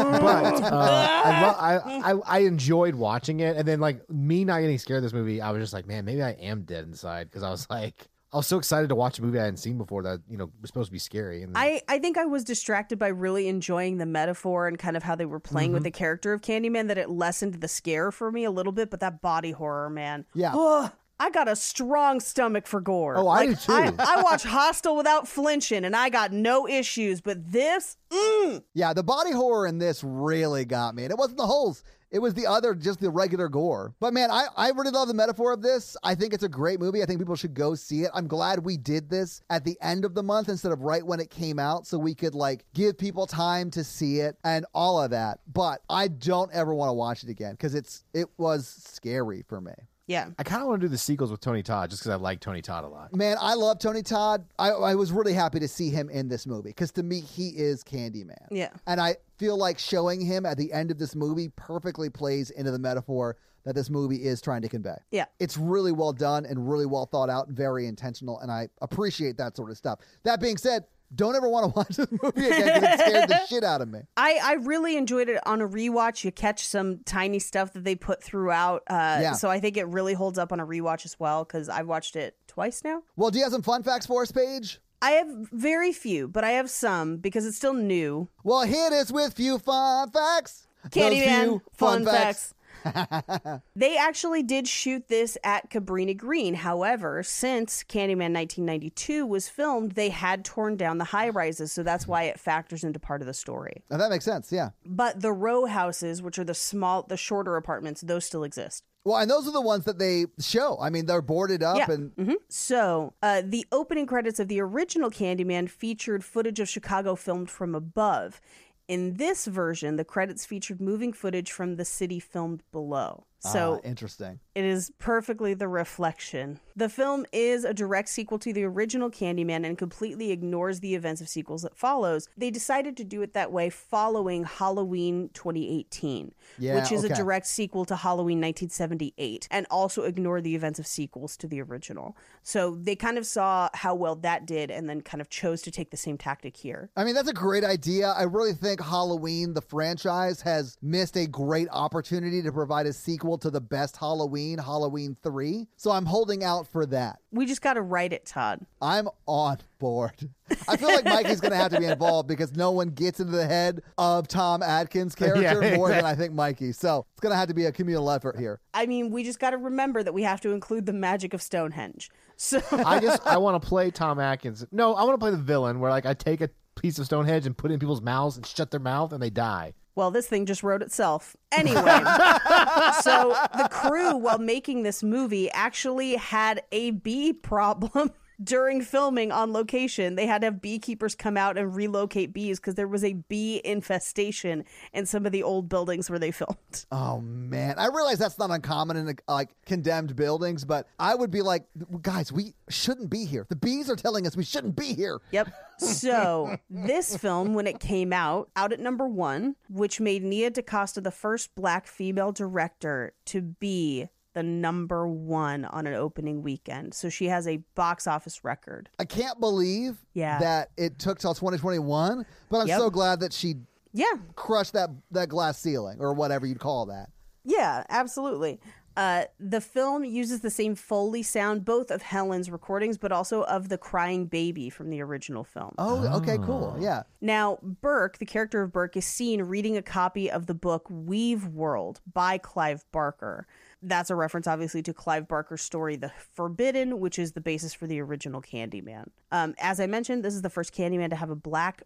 uh, I, lo- I, I I enjoyed watching it, and then like me not getting scared of this movie, I was just like, man, maybe I am dead inside because I was like, I was so excited to watch a movie I hadn't seen before that you know was supposed to be scary. And
I, I think I was distracted by really enjoying the metaphor and kind of how they were playing
Mm-hmm.
with the character of Candyman that it lessened the scare for me a little bit, but that body horror, man.
Yeah.
Ugh, I got a strong stomach for gore.
Oh, I do too.
I, I watch Hostel without flinching and I got no issues, but this, mm,
Yeah, the body horror in this really got me, and it wasn't the holes. It was the other, just the regular gore. But man, I, I really love the metaphor of this. I think it's a great movie. I think people should go see it. I'm glad we did this at the end of the month instead of right when it came out so we could like give people time to see it and all of that. But I don't ever want to watch it again because it's it was scary for me.
yeah.
I kind of want to do the sequels with Tony Todd just because I like Tony Todd a lot.
Man, I love Tony Todd. I, I was really happy to see him in this movie because to me, he is Candyman.
Yeah.
And I feel like showing him at the end of this movie perfectly plays into the metaphor that this movie is trying to convey.
Yeah.
It's really well done and really well thought out and very intentional. And I appreciate that sort of stuff. That being said, don't ever want to watch this movie again 'cause it scared the shit out of me.
I, I really enjoyed it on a rewatch. You catch some tiny stuff that they put throughout. Uh,
Yeah.
So I think it really holds up on a rewatch as well because I've watched it twice now.
Well, do you have some fun facts for us, Paige?
I have very few, but I have some because it's still new.
Well, hit us with few fun facts. Those
Candyman,
few
fun, facts. they actually did shoot this at Cabrini Green. However, since Candyman 1992 was filmed, they had torn down the high rises. So that's why it factors into part of the story.
Now, that makes sense. Yeah.
But the row houses, which are the small, the shorter apartments, those still exist.
Well, and those are the ones that they show. I mean, they're boarded up
Yeah.
and
Mhm. So, uh, the opening credits of the original Candyman featured footage of Chicago filmed from above. In this version, the credits featured moving footage from the city filmed below. So,
Ah, interesting.
it is perfectly the reflection. The film is a direct sequel to the original Candyman and completely ignores the events of sequels that follows. They decided to do it that way following Halloween 2018,
Yeah,
which is
okay.
a direct sequel to Halloween 1978, and also ignore the events of sequels to the original. So they kind of saw how well that did and then kind of chose to take the same tactic here.
I mean, that's a great idea. I really think Halloween, the franchise, has missed a great opportunity to provide a sequel to the best Halloween, Halloween 3. So I'm holding out for that.
We just got to write it, Todd.
I'm on board. I feel like Mikey's going to have to be involved because no one gets into the head of Tom Atkins' character
Yeah,
more than I think Mikey. So it's going to have to be a communal effort here.
I mean, we just got to remember that we have to include the magic of Stonehenge. So
I just I want to play Tom Atkins. No, I want to play the villain where like I take a piece of Stonehenge and put it in people's mouths and shut their mouth and they die.
Well, this thing just wrote itself. Anyway, so the crew, while making this movie, actually had a bee problem during filming on location. They had to have beekeepers come out and relocate bees because there was a bee infestation in some of the old buildings where they filmed.
Oh man, I realize that's not uncommon in like condemned buildings, but I would be like, guys, we shouldn't be here. The bees are telling us we shouldn't be here.
Yep. So this film, when it came out, out at number one, which made Nia DaCosta the first black female director to be the number one on an opening weekend. So she has a box office record.
I can't believe
Yeah.
that it took till 2021, but I'm
Yep.
so glad that she
Yeah.
crushed that that glass ceiling or whatever you'd call that.
Yeah, absolutely. Uh, the film uses the same Foley sound, both of Helen's recordings, but also of the crying baby from the original film.
Oh, okay, cool. Yeah.
Now, Burke, the character of Burke, is seen reading a copy of the book Weave World by Clive Barker. That's a reference, obviously, to Clive Barker's story, The Forbidden, which is the basis for the original Candyman. Um, as I mentioned, this is the first Candyman to have a black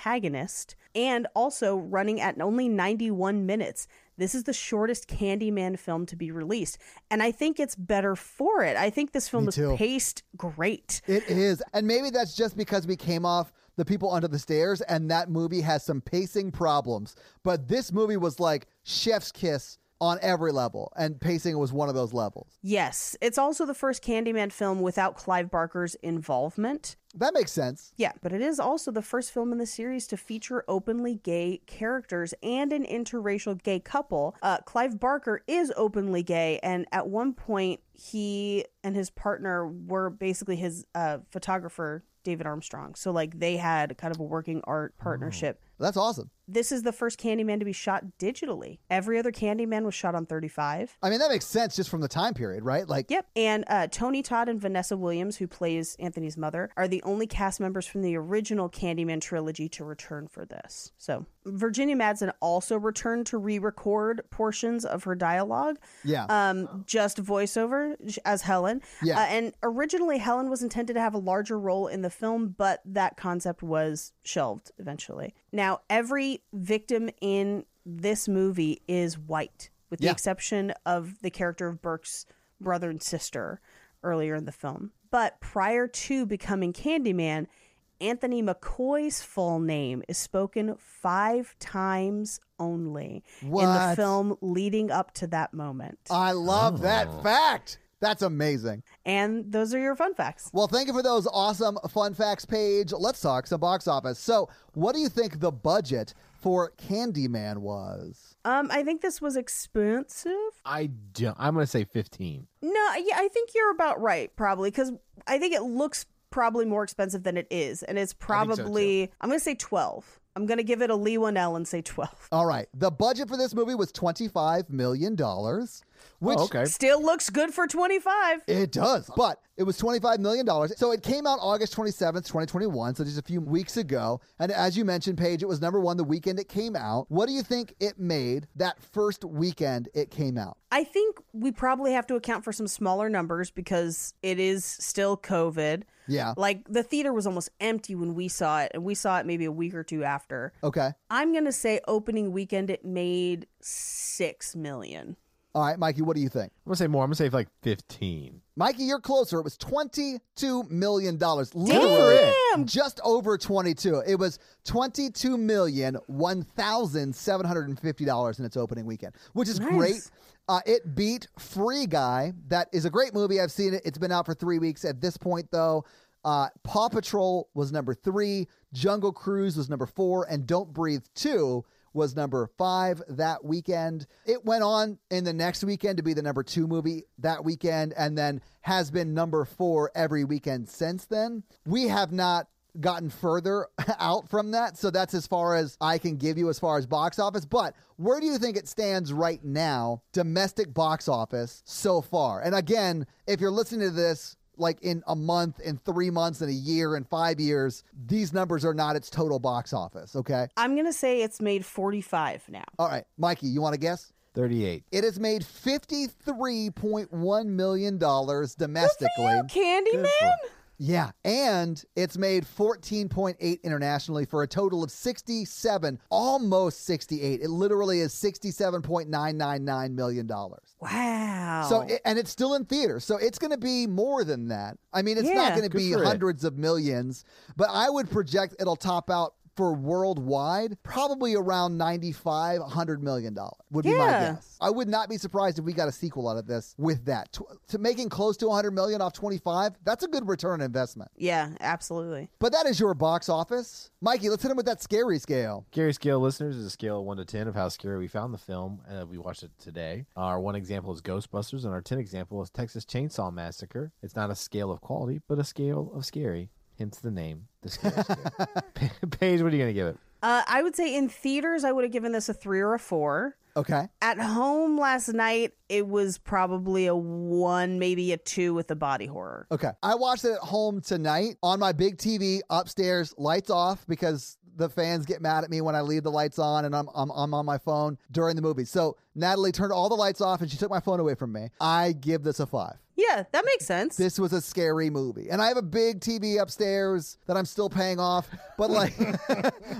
protagonist and also running at only 91 minutes. This is the shortest Candyman film to be released. And I think it's better for it. I think this film was
too.
paced great.
It is. And maybe that's just because we came off The People Under the Stairs and that movie has some pacing problems. But this movie was like chef's kiss on every level, and pacing was one of those levels.
Yes, it's also the first Candyman film without Clive Barker's involvement.
That makes sense.
Yeah, but it is also the first film in the series to feature openly gay characters and an interracial gay couple. Uh, Clive Barker is openly gay, and at one point, he and his partner were basically his uh, photographer, David Armstrong. So, like, they had kind of a working art partnership.
That's awesome.
This is the first Candyman to be shot digitally. Every other Candyman was shot on 35.
I mean, that makes sense just from the time period, right? Like,
Yep. And uh, Tony Todd and Vanessa Williams, who plays Anthony's mother, are the only cast members from the original Candyman trilogy to return for this. So Virginia Madsen also returned to re record portions of her dialogue,
yeah.
um, just voiceover sh- as Helen.
Yeah.
Uh, and originally, Helen was intended to have a larger role in the film, but that concept was shelved eventually. Now, every victim in this movie is white, with the
Yeah.
exception of the character of Burke's brother and sister earlier in the film. But prior to becoming Candyman, Anthony McCoy's full name is spoken five times only in the
What?
film leading up to that moment.
I love
Oh.
that fact. That's amazing.
and those are your fun facts.
Well, thank you for those awesome fun facts page. Let's talk some box office. So, what do you think the budget for Candyman was?
Um, I think this was expensive.
I don't, I'm gonna say 15.
No, yeah, I think you're about right, probably, because I think it looks probably more expensive than it is, and it's
think so,
probably I'm gonna say twelve. I'm gonna give it a Lee one L and say twelve.
All right. The budget for this movie was $25 million, which
Oh, okay.
Still looks good for twenty five.
It does, but it was $25 million. So it came out August 27th, 2021, so just a few weeks ago. And as you mentioned, Paige, it was number one the weekend it came out. What do you think it made that first weekend it came out?
I think we probably have to account for some smaller numbers because it is still COVID.
Yeah.
Like the theater was almost empty when we saw it, and we saw it maybe a week or two after.
Okay.
I'm gonna say opening weekend it made six million.
All right, Mikey, what do you think?
I'm gonna say more. I'm gonna say like 15.
Mikey, you're closer. It was $22 million. Literally
Damn!
just over 22. It was $22,001,750 in its opening weekend, which is great. Uh, it beat Free Guy. That is a great movie. I've seen it. It's been out for three weeks at this point, though. Uh, Paw Patrol was number three, Jungle Cruise was number four, and Don't Breathe 2 was number five that weekend. It went on in the next weekend to be the number two movie that weekend, and then has been number four every weekend since then. We have not gotten further out from that, so that's as far as I can give you as far as box office. But where do you think it stands right now, domestic box office so far? And again, if you're listening to this, like in a month, in three months, in a year, in five years, these numbers are not its total box office, okay?
I'm gonna say it's made 45 now.
All right, Mikey, you want to guess?
38.
It has made $53.1 million domestically.
Candyman.
Yeah. And it's made 14.8 internationally for a total of 67, almost 68. It literally is $67.999 million. dollars.
Wow.
So it, and it's still in theater. So it's going to be more than that. I mean, it's
Yeah.
not going to
Good
be
for it.
hundreds of millions, but I would project it'll top out for worldwide probably around 95 100 million dollars would be my
Yeah.
guess. I would not be surprised if we got a sequel out of this with that. Tw- to making close to 100 million off 25, that's a good return on investment.
yeah, absolutely.
But that is your box office. Mikey, let's hit him with that scary scale.
Scary scale listeners is a scale of one to ten of how scary we found the film. Uh, we watched it today. Our one example is Ghostbusters, and our ten example is Texas Chainsaw Massacre. It's not a scale of quality, but a scale of scary. Hence the name, the scary scale. Pa- Paige, what are you gonna give it?
Uh, I would say in theaters, I would have given this a three or a four.
Okay.
At home last night, it was probably a one, maybe a two with the body horror.
Okay. I watched it at home tonight on my big TV upstairs, lights off because the fans get mad at me when I leave the lights on and I'm, I'm, I'm on my phone during the movie. So Natalie turned all the lights off and she took my phone away from me. I give this a five.
Yeah, that makes sense.
This was a scary movie. And I have a big TV upstairs that I'm still paying off, but like,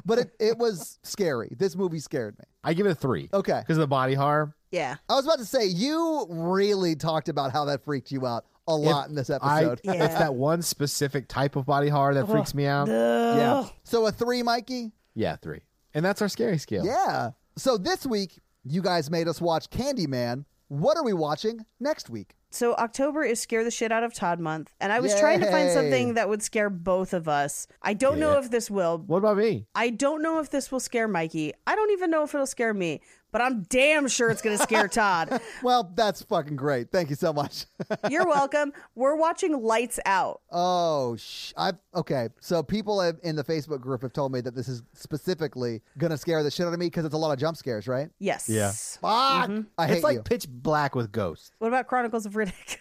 but it, it was scary. This movie scared me.
I give it a three.
Okay.
Because of the body horror.
yeah.
I was about to say, you really talked about how that freaked you out a lot in this
I,
episode.
Yeah.
It's that one specific type of body horror that freaks me out.
yeah. So a three, Mikey?
Yeah, three. And that's our scary scale.
Yeah. So this week, you guys made us watch Candyman. What are we watching next week?
So October is scare the shit out of Todd month, and I was trying to find
Yay.
something that would scare both of us. I don't know if this will.
What about me?
I don't know if this will scare Mikey. I don't even know if it'll scare me, but I'm damn sure it's going to scare Todd.
Well, that's fucking great. Thank you so much.
You're welcome. We're watching Lights Out.
oh, sh- I've okay. So people have, in the Facebook group have told me that this is specifically gonna scare the shit out of me because it's a lot of jump scares, right?
Yes.
Yeah.
Fuck! I hate
Mm-hmm. It's like
you.
pitch black with ghosts.
What about Chronicles of Riddick?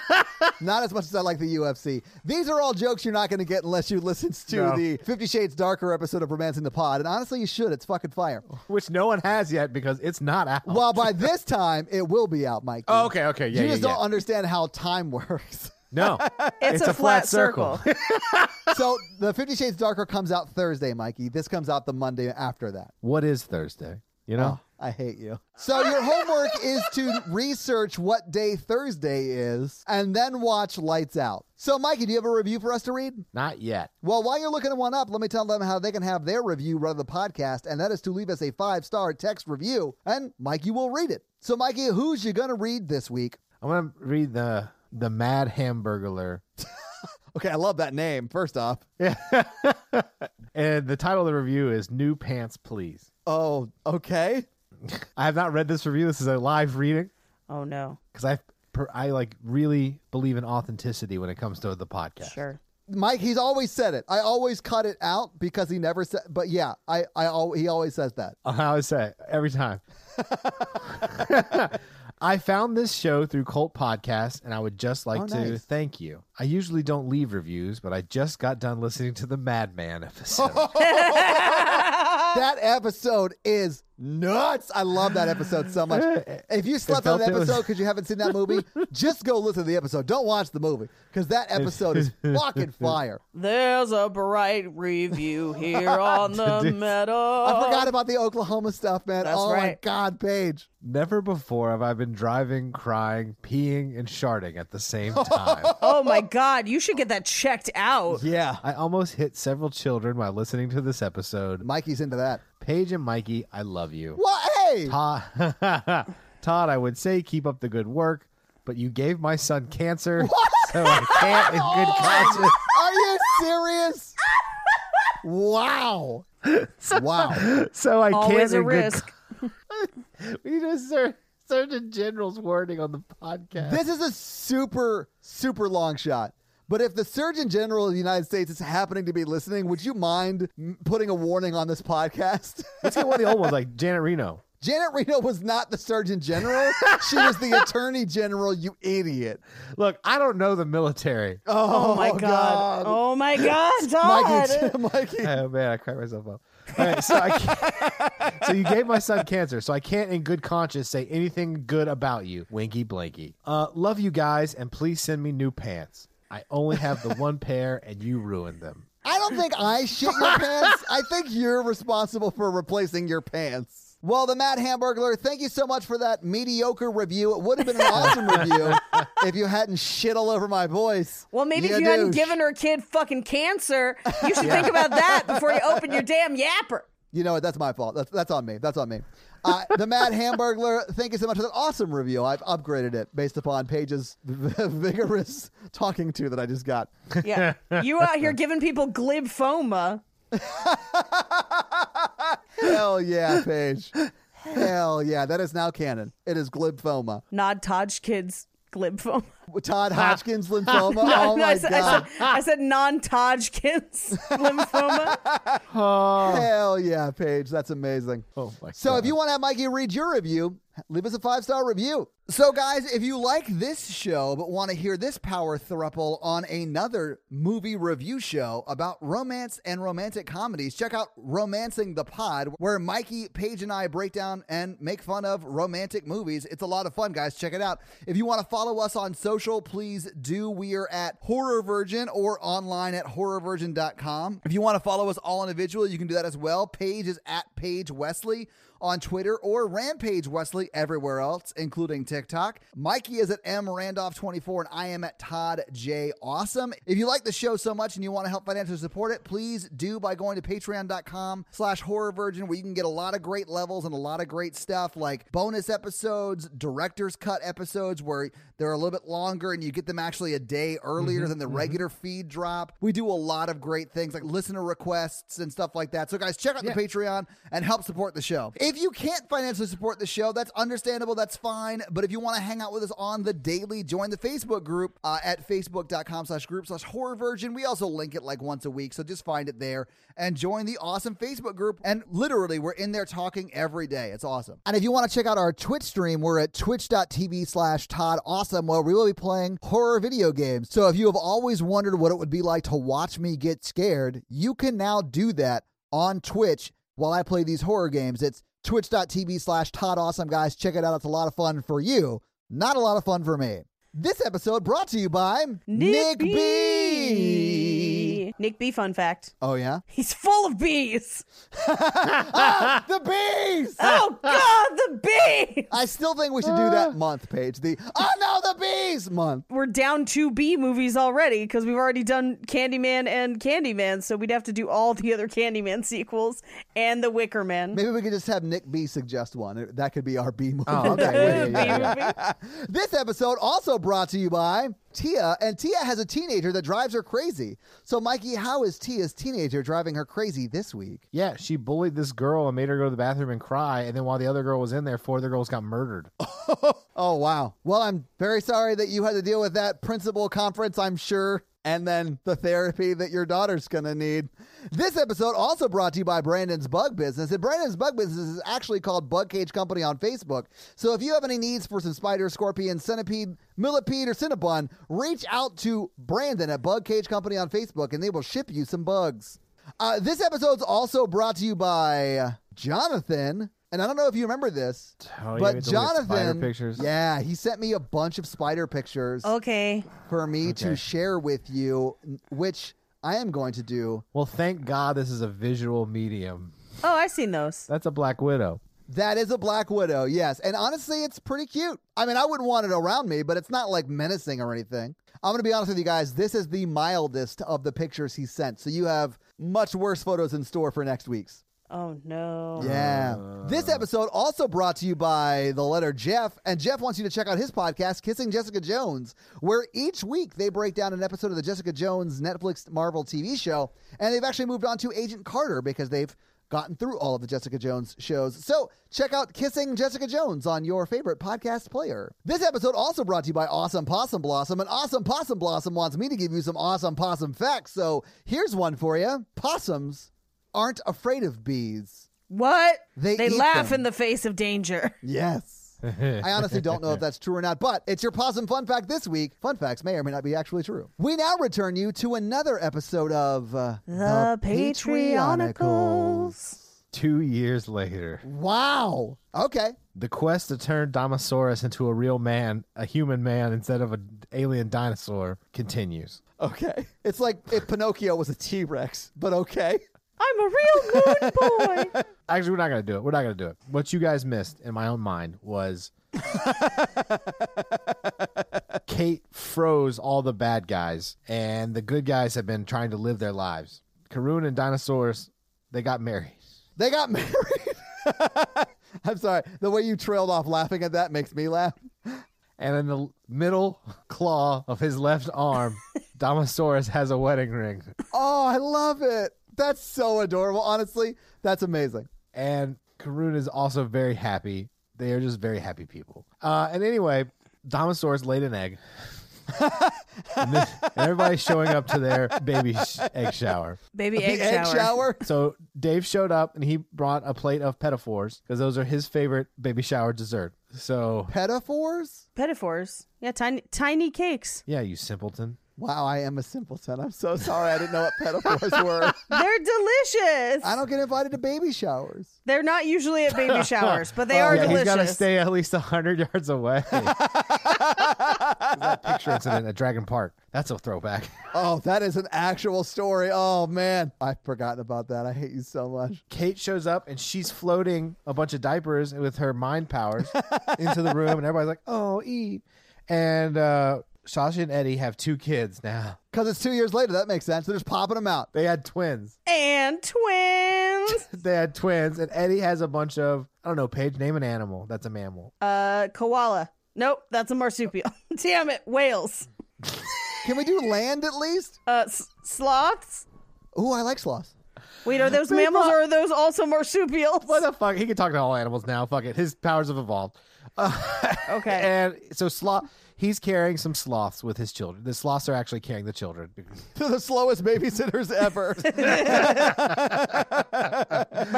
Not as much as I like the UFC. These are all jokes you're not gonna get unless you listen to
No.
the Fifty Shades Darker episode of Romancing the Pod. And honestly, you should. It's fucking fire.
Which no one has yet because it's not out.
Well, by this time, it will be out, Mikey.
Oh, okay, okay, yeah,
You
yeah,
just don't
yeah.
understand how time works.
No.
It's, a, flat, circle.
so the Fifty Shades Darker comes out Thursday, Mikey. This comes out the Monday after that.
what is Thursday? You know?
I hate you. So your homework is to research what day Thursday is and then watch Lights Out. So Mikey, do you have a review for us to read?
Not yet.
Well, while you're looking one up, let me tell them how they can have their review run the podcast, and that is to leave us a five-star text review, and Mikey will read it. So Mikey, who's you gonna read this week?
I'm gonna read the the Mad Hamburglar.
Okay, I love that name, first off.
And the title of the review is New Pants Please.
Oh, okay.
I have not read this review. This is a live reading
Oh no.
because I per- I like really believe in authenticity when it comes to the podcast.
Sure.
Mike, he's always said it. I always cut it out because he never said. But yeah, I, I, al- he always says that.
I always say it, every time. I found this show through Cult Podcast, and I would just like
Oh,
to
nice.
thank you. I usually don't leave reviews, but I just got done listening to the Madman episode. Uh,
That episode is nuts. I love that episode so much. If you slept on
felt
that
it was-
episode because you haven't seen that movie, just go listen to the episode. Don't watch the movie because that episode is fucking fire.
There's a bright review here on the meadow.
I forgot about the Oklahoma stuff, man.
Oh. That's
oh my
right.
God, Paige.
Never before have I been driving, crying, peeing, and sharding at the same time.
Oh my god, you should get that checked out.
Yeah.
I almost hit several children while listening to this episode.
Mikey's into that.
Paige and Mikey, I love you.
What? Hey.
Todd, Todd, I would say keep up the good work, but you gave my son cancer, so I can't in good conscience.
Are you serious? wow. Wow.
So I can't
Always a
in good
risk.
con- we need a sur- Surgeon General's wording on the podcast.
This is a super, super long shot. But if the Surgeon General of the United States is happening to be listening, would you mind m- putting a warning on this podcast?
Let's get one of the old ones, like Janet Reno.
Janet Reno was not the Surgeon General. she was the Attorney General, you idiot.
Look, I don't know the military. Oh,
Oh, my god. Oh my god, Todd.
Mikey, Mikey.
Oh, man, I cried myself up. All right, so, I can't- so you gave my son cancer, so I can't in good conscience say anything good about you, Winky Blanky. Uh, love you guys, and please send me new pants. I only have the one pair, and you ruined them.
I don't think I shit your pants. I think you're responsible for replacing your pants. Well, the Mad Hamburglar, thank you so much for that mediocre review. It would have been an awesome review if you hadn't shit all over my voice.
Well, maybe if you hadn't given her kid fucking cancer, you should think about that before you open your damn yapper.
You know what? That's my fault. That's, that's on me. That's on me. Uh, the Mad Hamburglar, thank you so much for that awesome review. I've upgraded it based upon Paige's vigorous talking to that I just got.
Yeah. You out here giving people glibphoma.
Hell yeah, Paige. Hell yeah. That is now canon. It is glibphoma.
Nod Taj kids glibphoma.
Todd Hodgkin's lymphoma. oh
No,
my
I, said, I
god!
said, I said non-Hodgkin's lymphoma.
Uh, Hell yeah, Paige, that's amazing.
Oh my
So
God.
if you want to have Mikey read your review, leave us a five star review. So guys, if you like this show but want to hear this power thruple on another movie review show about romance and romantic comedies, check out Romancing the Pod, where Mikey, Paige, and I break down and make fun of romantic movies. It's a lot of fun, guys. Check it out. If you want to follow us on social, please do. We are at Horror Virgin or online at horrorvirgin.com. If you want to follow us all individually, you can do that as well. Paige is at Paige Wesley on Twitter or Rampage Wesley everywhere else, including TikTok. Mikey is at M Randolph24 and I am at Todd J Awesome. If you like the show so much and you want to help financially support it, please do by going to patreon.com slash horror virgin where you can get a lot of great levels and a lot of great stuff like bonus episodes, director's cut episodes where they're a little bit longer and you get them actually a day earlier than the regular feed drop. We do a lot of great things like listener requests and stuff like that. So guys, check out the Patreon and help support the show. If you can't financially support the show, that's understandable. That's fine. But if you want to hang out with us on the daily, join the Facebook group uh, at facebook.com slash group slash horror virgin. We also link it like once a week. So just find it there and join the awesome Facebook group. And literally, we're in there talking every day. It's awesome. And if you want to check out our Twitch stream, we're at twitch.tv slash Todd Awesome, where we will be playing horror video games. So if you have always wondered what it would be like to watch me get scared, you can now do that on Twitch while I play these horror games. It's twitch.tv slash Todd Awesome, guys. Check it out. It's a lot of fun for you, not a lot of fun for me. This episode brought to you by Nick, B.
Nick B. Fun fact:
Oh, yeah?
He's full of bees.
Ah, the bees!
Oh God, the bees.
I still think we should do that month, Paige. The oh no, the bees month.
We're down two B movies already because we've already done Candyman and Candyman, so we'd have to do all the other Candyman sequels and the Wicker Man.
Maybe we could just have Nick B suggest one. That could be our B movie.
Oh, okay. Yeah, yeah, yeah,
B movie.
This episode also brought to you by Tia, and Tia has a teenager that drives her crazy. So, Mikey, how is Tia's teenager driving her crazy this week?
Yeah, she bullied this girl and made her go to the bathroom and cry. And then while the other girl was in there, four other girls got murdered.
Oh wow. Well, I'm very sorry that you had to deal with that principal conference. I'm sure. And then the therapy that your daughter's gonna need. This episode also brought to you by Brandon's Bug Business. And Brandon's Bug Business is actually called Bug Cage Company on Facebook. So if you have any needs for some spider, scorpion, centipede, millipede, or cinnabon, reach out to Brandon at Bug Cage Company on Facebook and they will ship you some bugs. Uh, this episode's also brought to you by Jonathan. And I don't know if you remember this,
Oh, yeah, we
but
had to look at
Jonathan,
spider pictures.
yeah, he sent me a bunch of spider pictures
Okay.
for me to
Okay.
share with you, n- which I am going to do.
Well, thank God this is a visual medium.
Oh, I've seen those.
That's a Black Widow.
That is a black widow, yes, and honestly, it's pretty cute. I mean, I wouldn't want it around me, but it's not like menacing or anything. I'm going to be honest with you guys. This is the mildest of the pictures he sent, so you have much worse photos in store for next week's.
Oh no.
Yeah. This episode also brought to you by the letter Jeff. And Jeff wants you to check out his podcast, Kissing Jessica Jones, where each week they break down an episode of the Jessica Jones Netflix Marvel TV show. And they've actually moved on to Agent Carter because they've gotten through all of the Jessica Jones shows. So check out Kissing Jessica Jones on your favorite podcast player. This episode also brought to you by Awesome Possum Blossom. And Awesome Possum Blossom wants me to give you some awesome possum facts. So here's one for you Possums aren't afraid of bees.
What?
They eat
laugh
them.
in the face of danger.
Yes. I honestly don't know if that's true or not, but it's your possum fun fact this week. Fun facts may or may not be actually true. We now return you to another episode of uh,
The
Patreonicals.
Patreonicals.
Two years later,
Wow. Okay.
the quest to turn Dinosaurus into a real man, a human man instead of an alien dinosaur, continues.
Okay. It's like if Pinocchio was a T Rex, but okay.
I'm a real good boy.
Actually, we're not going to do it. We're not going to do it. What you guys missed in my own mind was Kate froze all the bad guys, and the good guys have been trying to live their lives. Karun and Dinosaurs, they got married.
They got married. I'm sorry. The way you trailed off laughing at that makes me laugh.
And in the middle claw of his left arm, Dinosaurus has a wedding ring.
Oh, I love it. That's so adorable. Honestly, that's amazing.
and Karun is also very happy. They are just very happy people. Uh, and anyway, Domosaurus laid an egg. and, this, and everybody's showing up to their baby sh- egg shower.
Baby
the
egg, shower.
So Dave showed up and he brought a plate of pedophores because those are his favorite baby shower dessert. So
Pedophores?
Pedophores. Yeah, tiny tiny cakes.
yeah, you simpleton.
Wow, I am a simpleton. I'm so sorry. I didn't know what pedophores were.
They're delicious.
I don't get invited to baby showers.
They're not usually at baby showers, but they are
yeah, he's got to
delicious.
stay at least hundred yards away. that picture incident at Dragon Park. That's a throwback.
Oh, that is an actual story. Oh man, I've forgotten about that. I hate you so much.
Kate shows up and she's floating a bunch of diapers with her mind powers into the room, and everybody's like, "Oh, eat." And uh, Sasha and Eddie have two kids now.
Because it's two years later. That makes sense. They're just popping them out.
They had twins.
and twins.
They had twins, and Eddie has a bunch of I don't know. Paige, name an animal that's a mammal.
Uh, koala. Nope, that's a marsupial. Damn it, whales.
Can we do land at least?
Uh, s- sloths.
Ooh, I like sloths.
Wait, are those mammals or are those also marsupials?
What the fuck? He can talk to all animals now. Fuck it. His powers have evolved.
Okay.
And so sloth, he's carrying some sloths with his children. The sloths are actually carrying the children.
They're the slowest babysitters ever.
By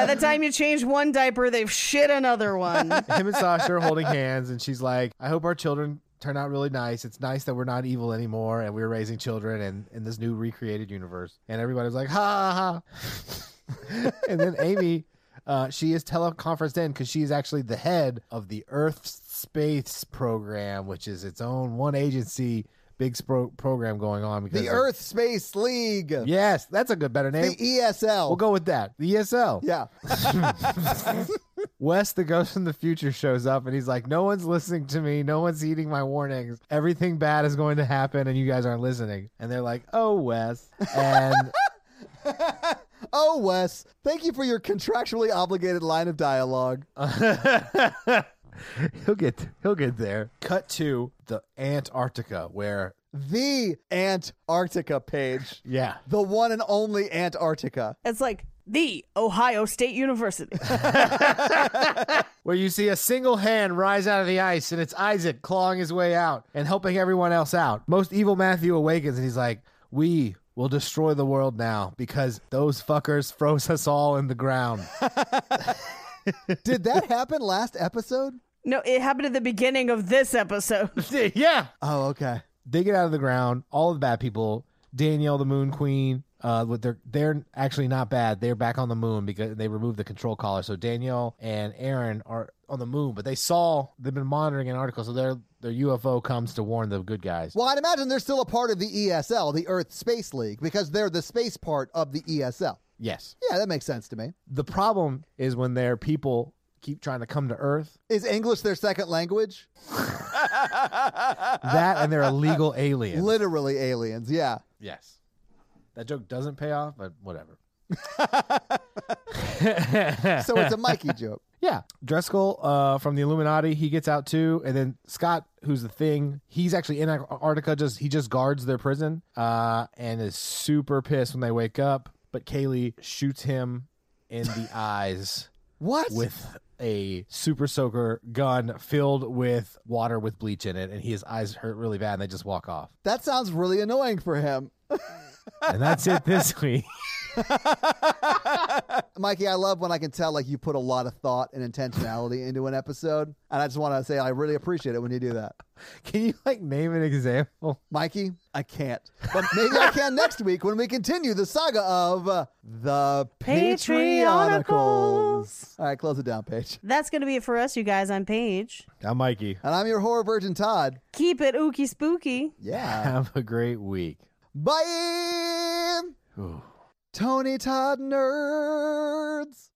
the time you change one diaper, they've shit another one.
Him and Sasha are holding hands, and she's like, "I hope our children." Turn out really nice. It's nice that we're not evil anymore and we're raising children and in this new recreated universe. And everybody's like, ha ha. ha." and then Amy, uh, she is teleconferenced in because she is actually the head of the Earth Space Program, which is its own one agency, big spro- program going on. Because
the
of-
Earth Space League.
Yes, that's a good, better name.
The ESL.
We'll go with that. The E ESL.
yeah.
Wes, the ghost from the future, shows up and he's like, No one's listening to me. No one's heeding my warnings. Everything bad is going to happen and you guys aren't listening. And they're like, Oh, Wes. And
Oh, Wes, thank you for your contractually obligated line of dialogue.
he'll get he'll get there. Cut to the Antarctica where
The Antarctica page.
yeah.
The one and only Antarctica.
It's like the Ohio State University.
Where you see a single hand rise out of the ice and it's Isaac clawing his way out and helping everyone else out. Most evil Matthew awakens and he's like, We will destroy the world now because those fuckers froze us all in the ground.
Did that happen last episode?
No, it happened at the beginning of this episode.
yeah.
Oh, okay.
They get out of the ground, all the bad people, Danielle the Moon Queen, uh with their they're actually not bad. They're back on the moon because they removed the control collar. So Danielle and Aaron are on the moon, but they saw they've been monitoring an article, so their their UFO comes to warn the good guys.
Well, I'd imagine they're still a part of the ESL, the Earth Space League, because they're the space part of the ESL.
Yes.
Yeah, that makes sense to me.
The problem is when their people keep trying to come to Earth,
Is English their second language?
that and they're illegal aliens.
Literally aliens, yeah.
yes. That joke doesn't pay off, but whatever.
So it's a Mikey joke.
Yeah, Dreskel uh, from the Illuminati, he gets out too, and then Scott, who's the thing, he's actually in Antarctica. Just he just guards their prison, uh, and is super pissed when they wake up. But Kaylee shoots him in the eyes
What?
with a super soaker gun filled with water with bleach in it, and his eyes hurt really bad, and they just walk off.
that sounds really annoying for him.
And that's it this week.
Mikey, I love when I can tell like you put a lot of thought and intentionality into an episode, and I just want to say I really appreciate it when you do that.
Can you like name an example?
Mikey, I can't. But maybe I can next week when we continue the saga of uh, the Patreonicals.
Patreonicals.
All right, close it down, Paige.
That's going to be it for us, you guys. I'm Paige.
I'm Mikey.
And I'm your horror virgin, Todd.
Keep it ooky spooky.
Yeah.
Have a great week.
Bye.
Ooh.
Tony Todd nerds.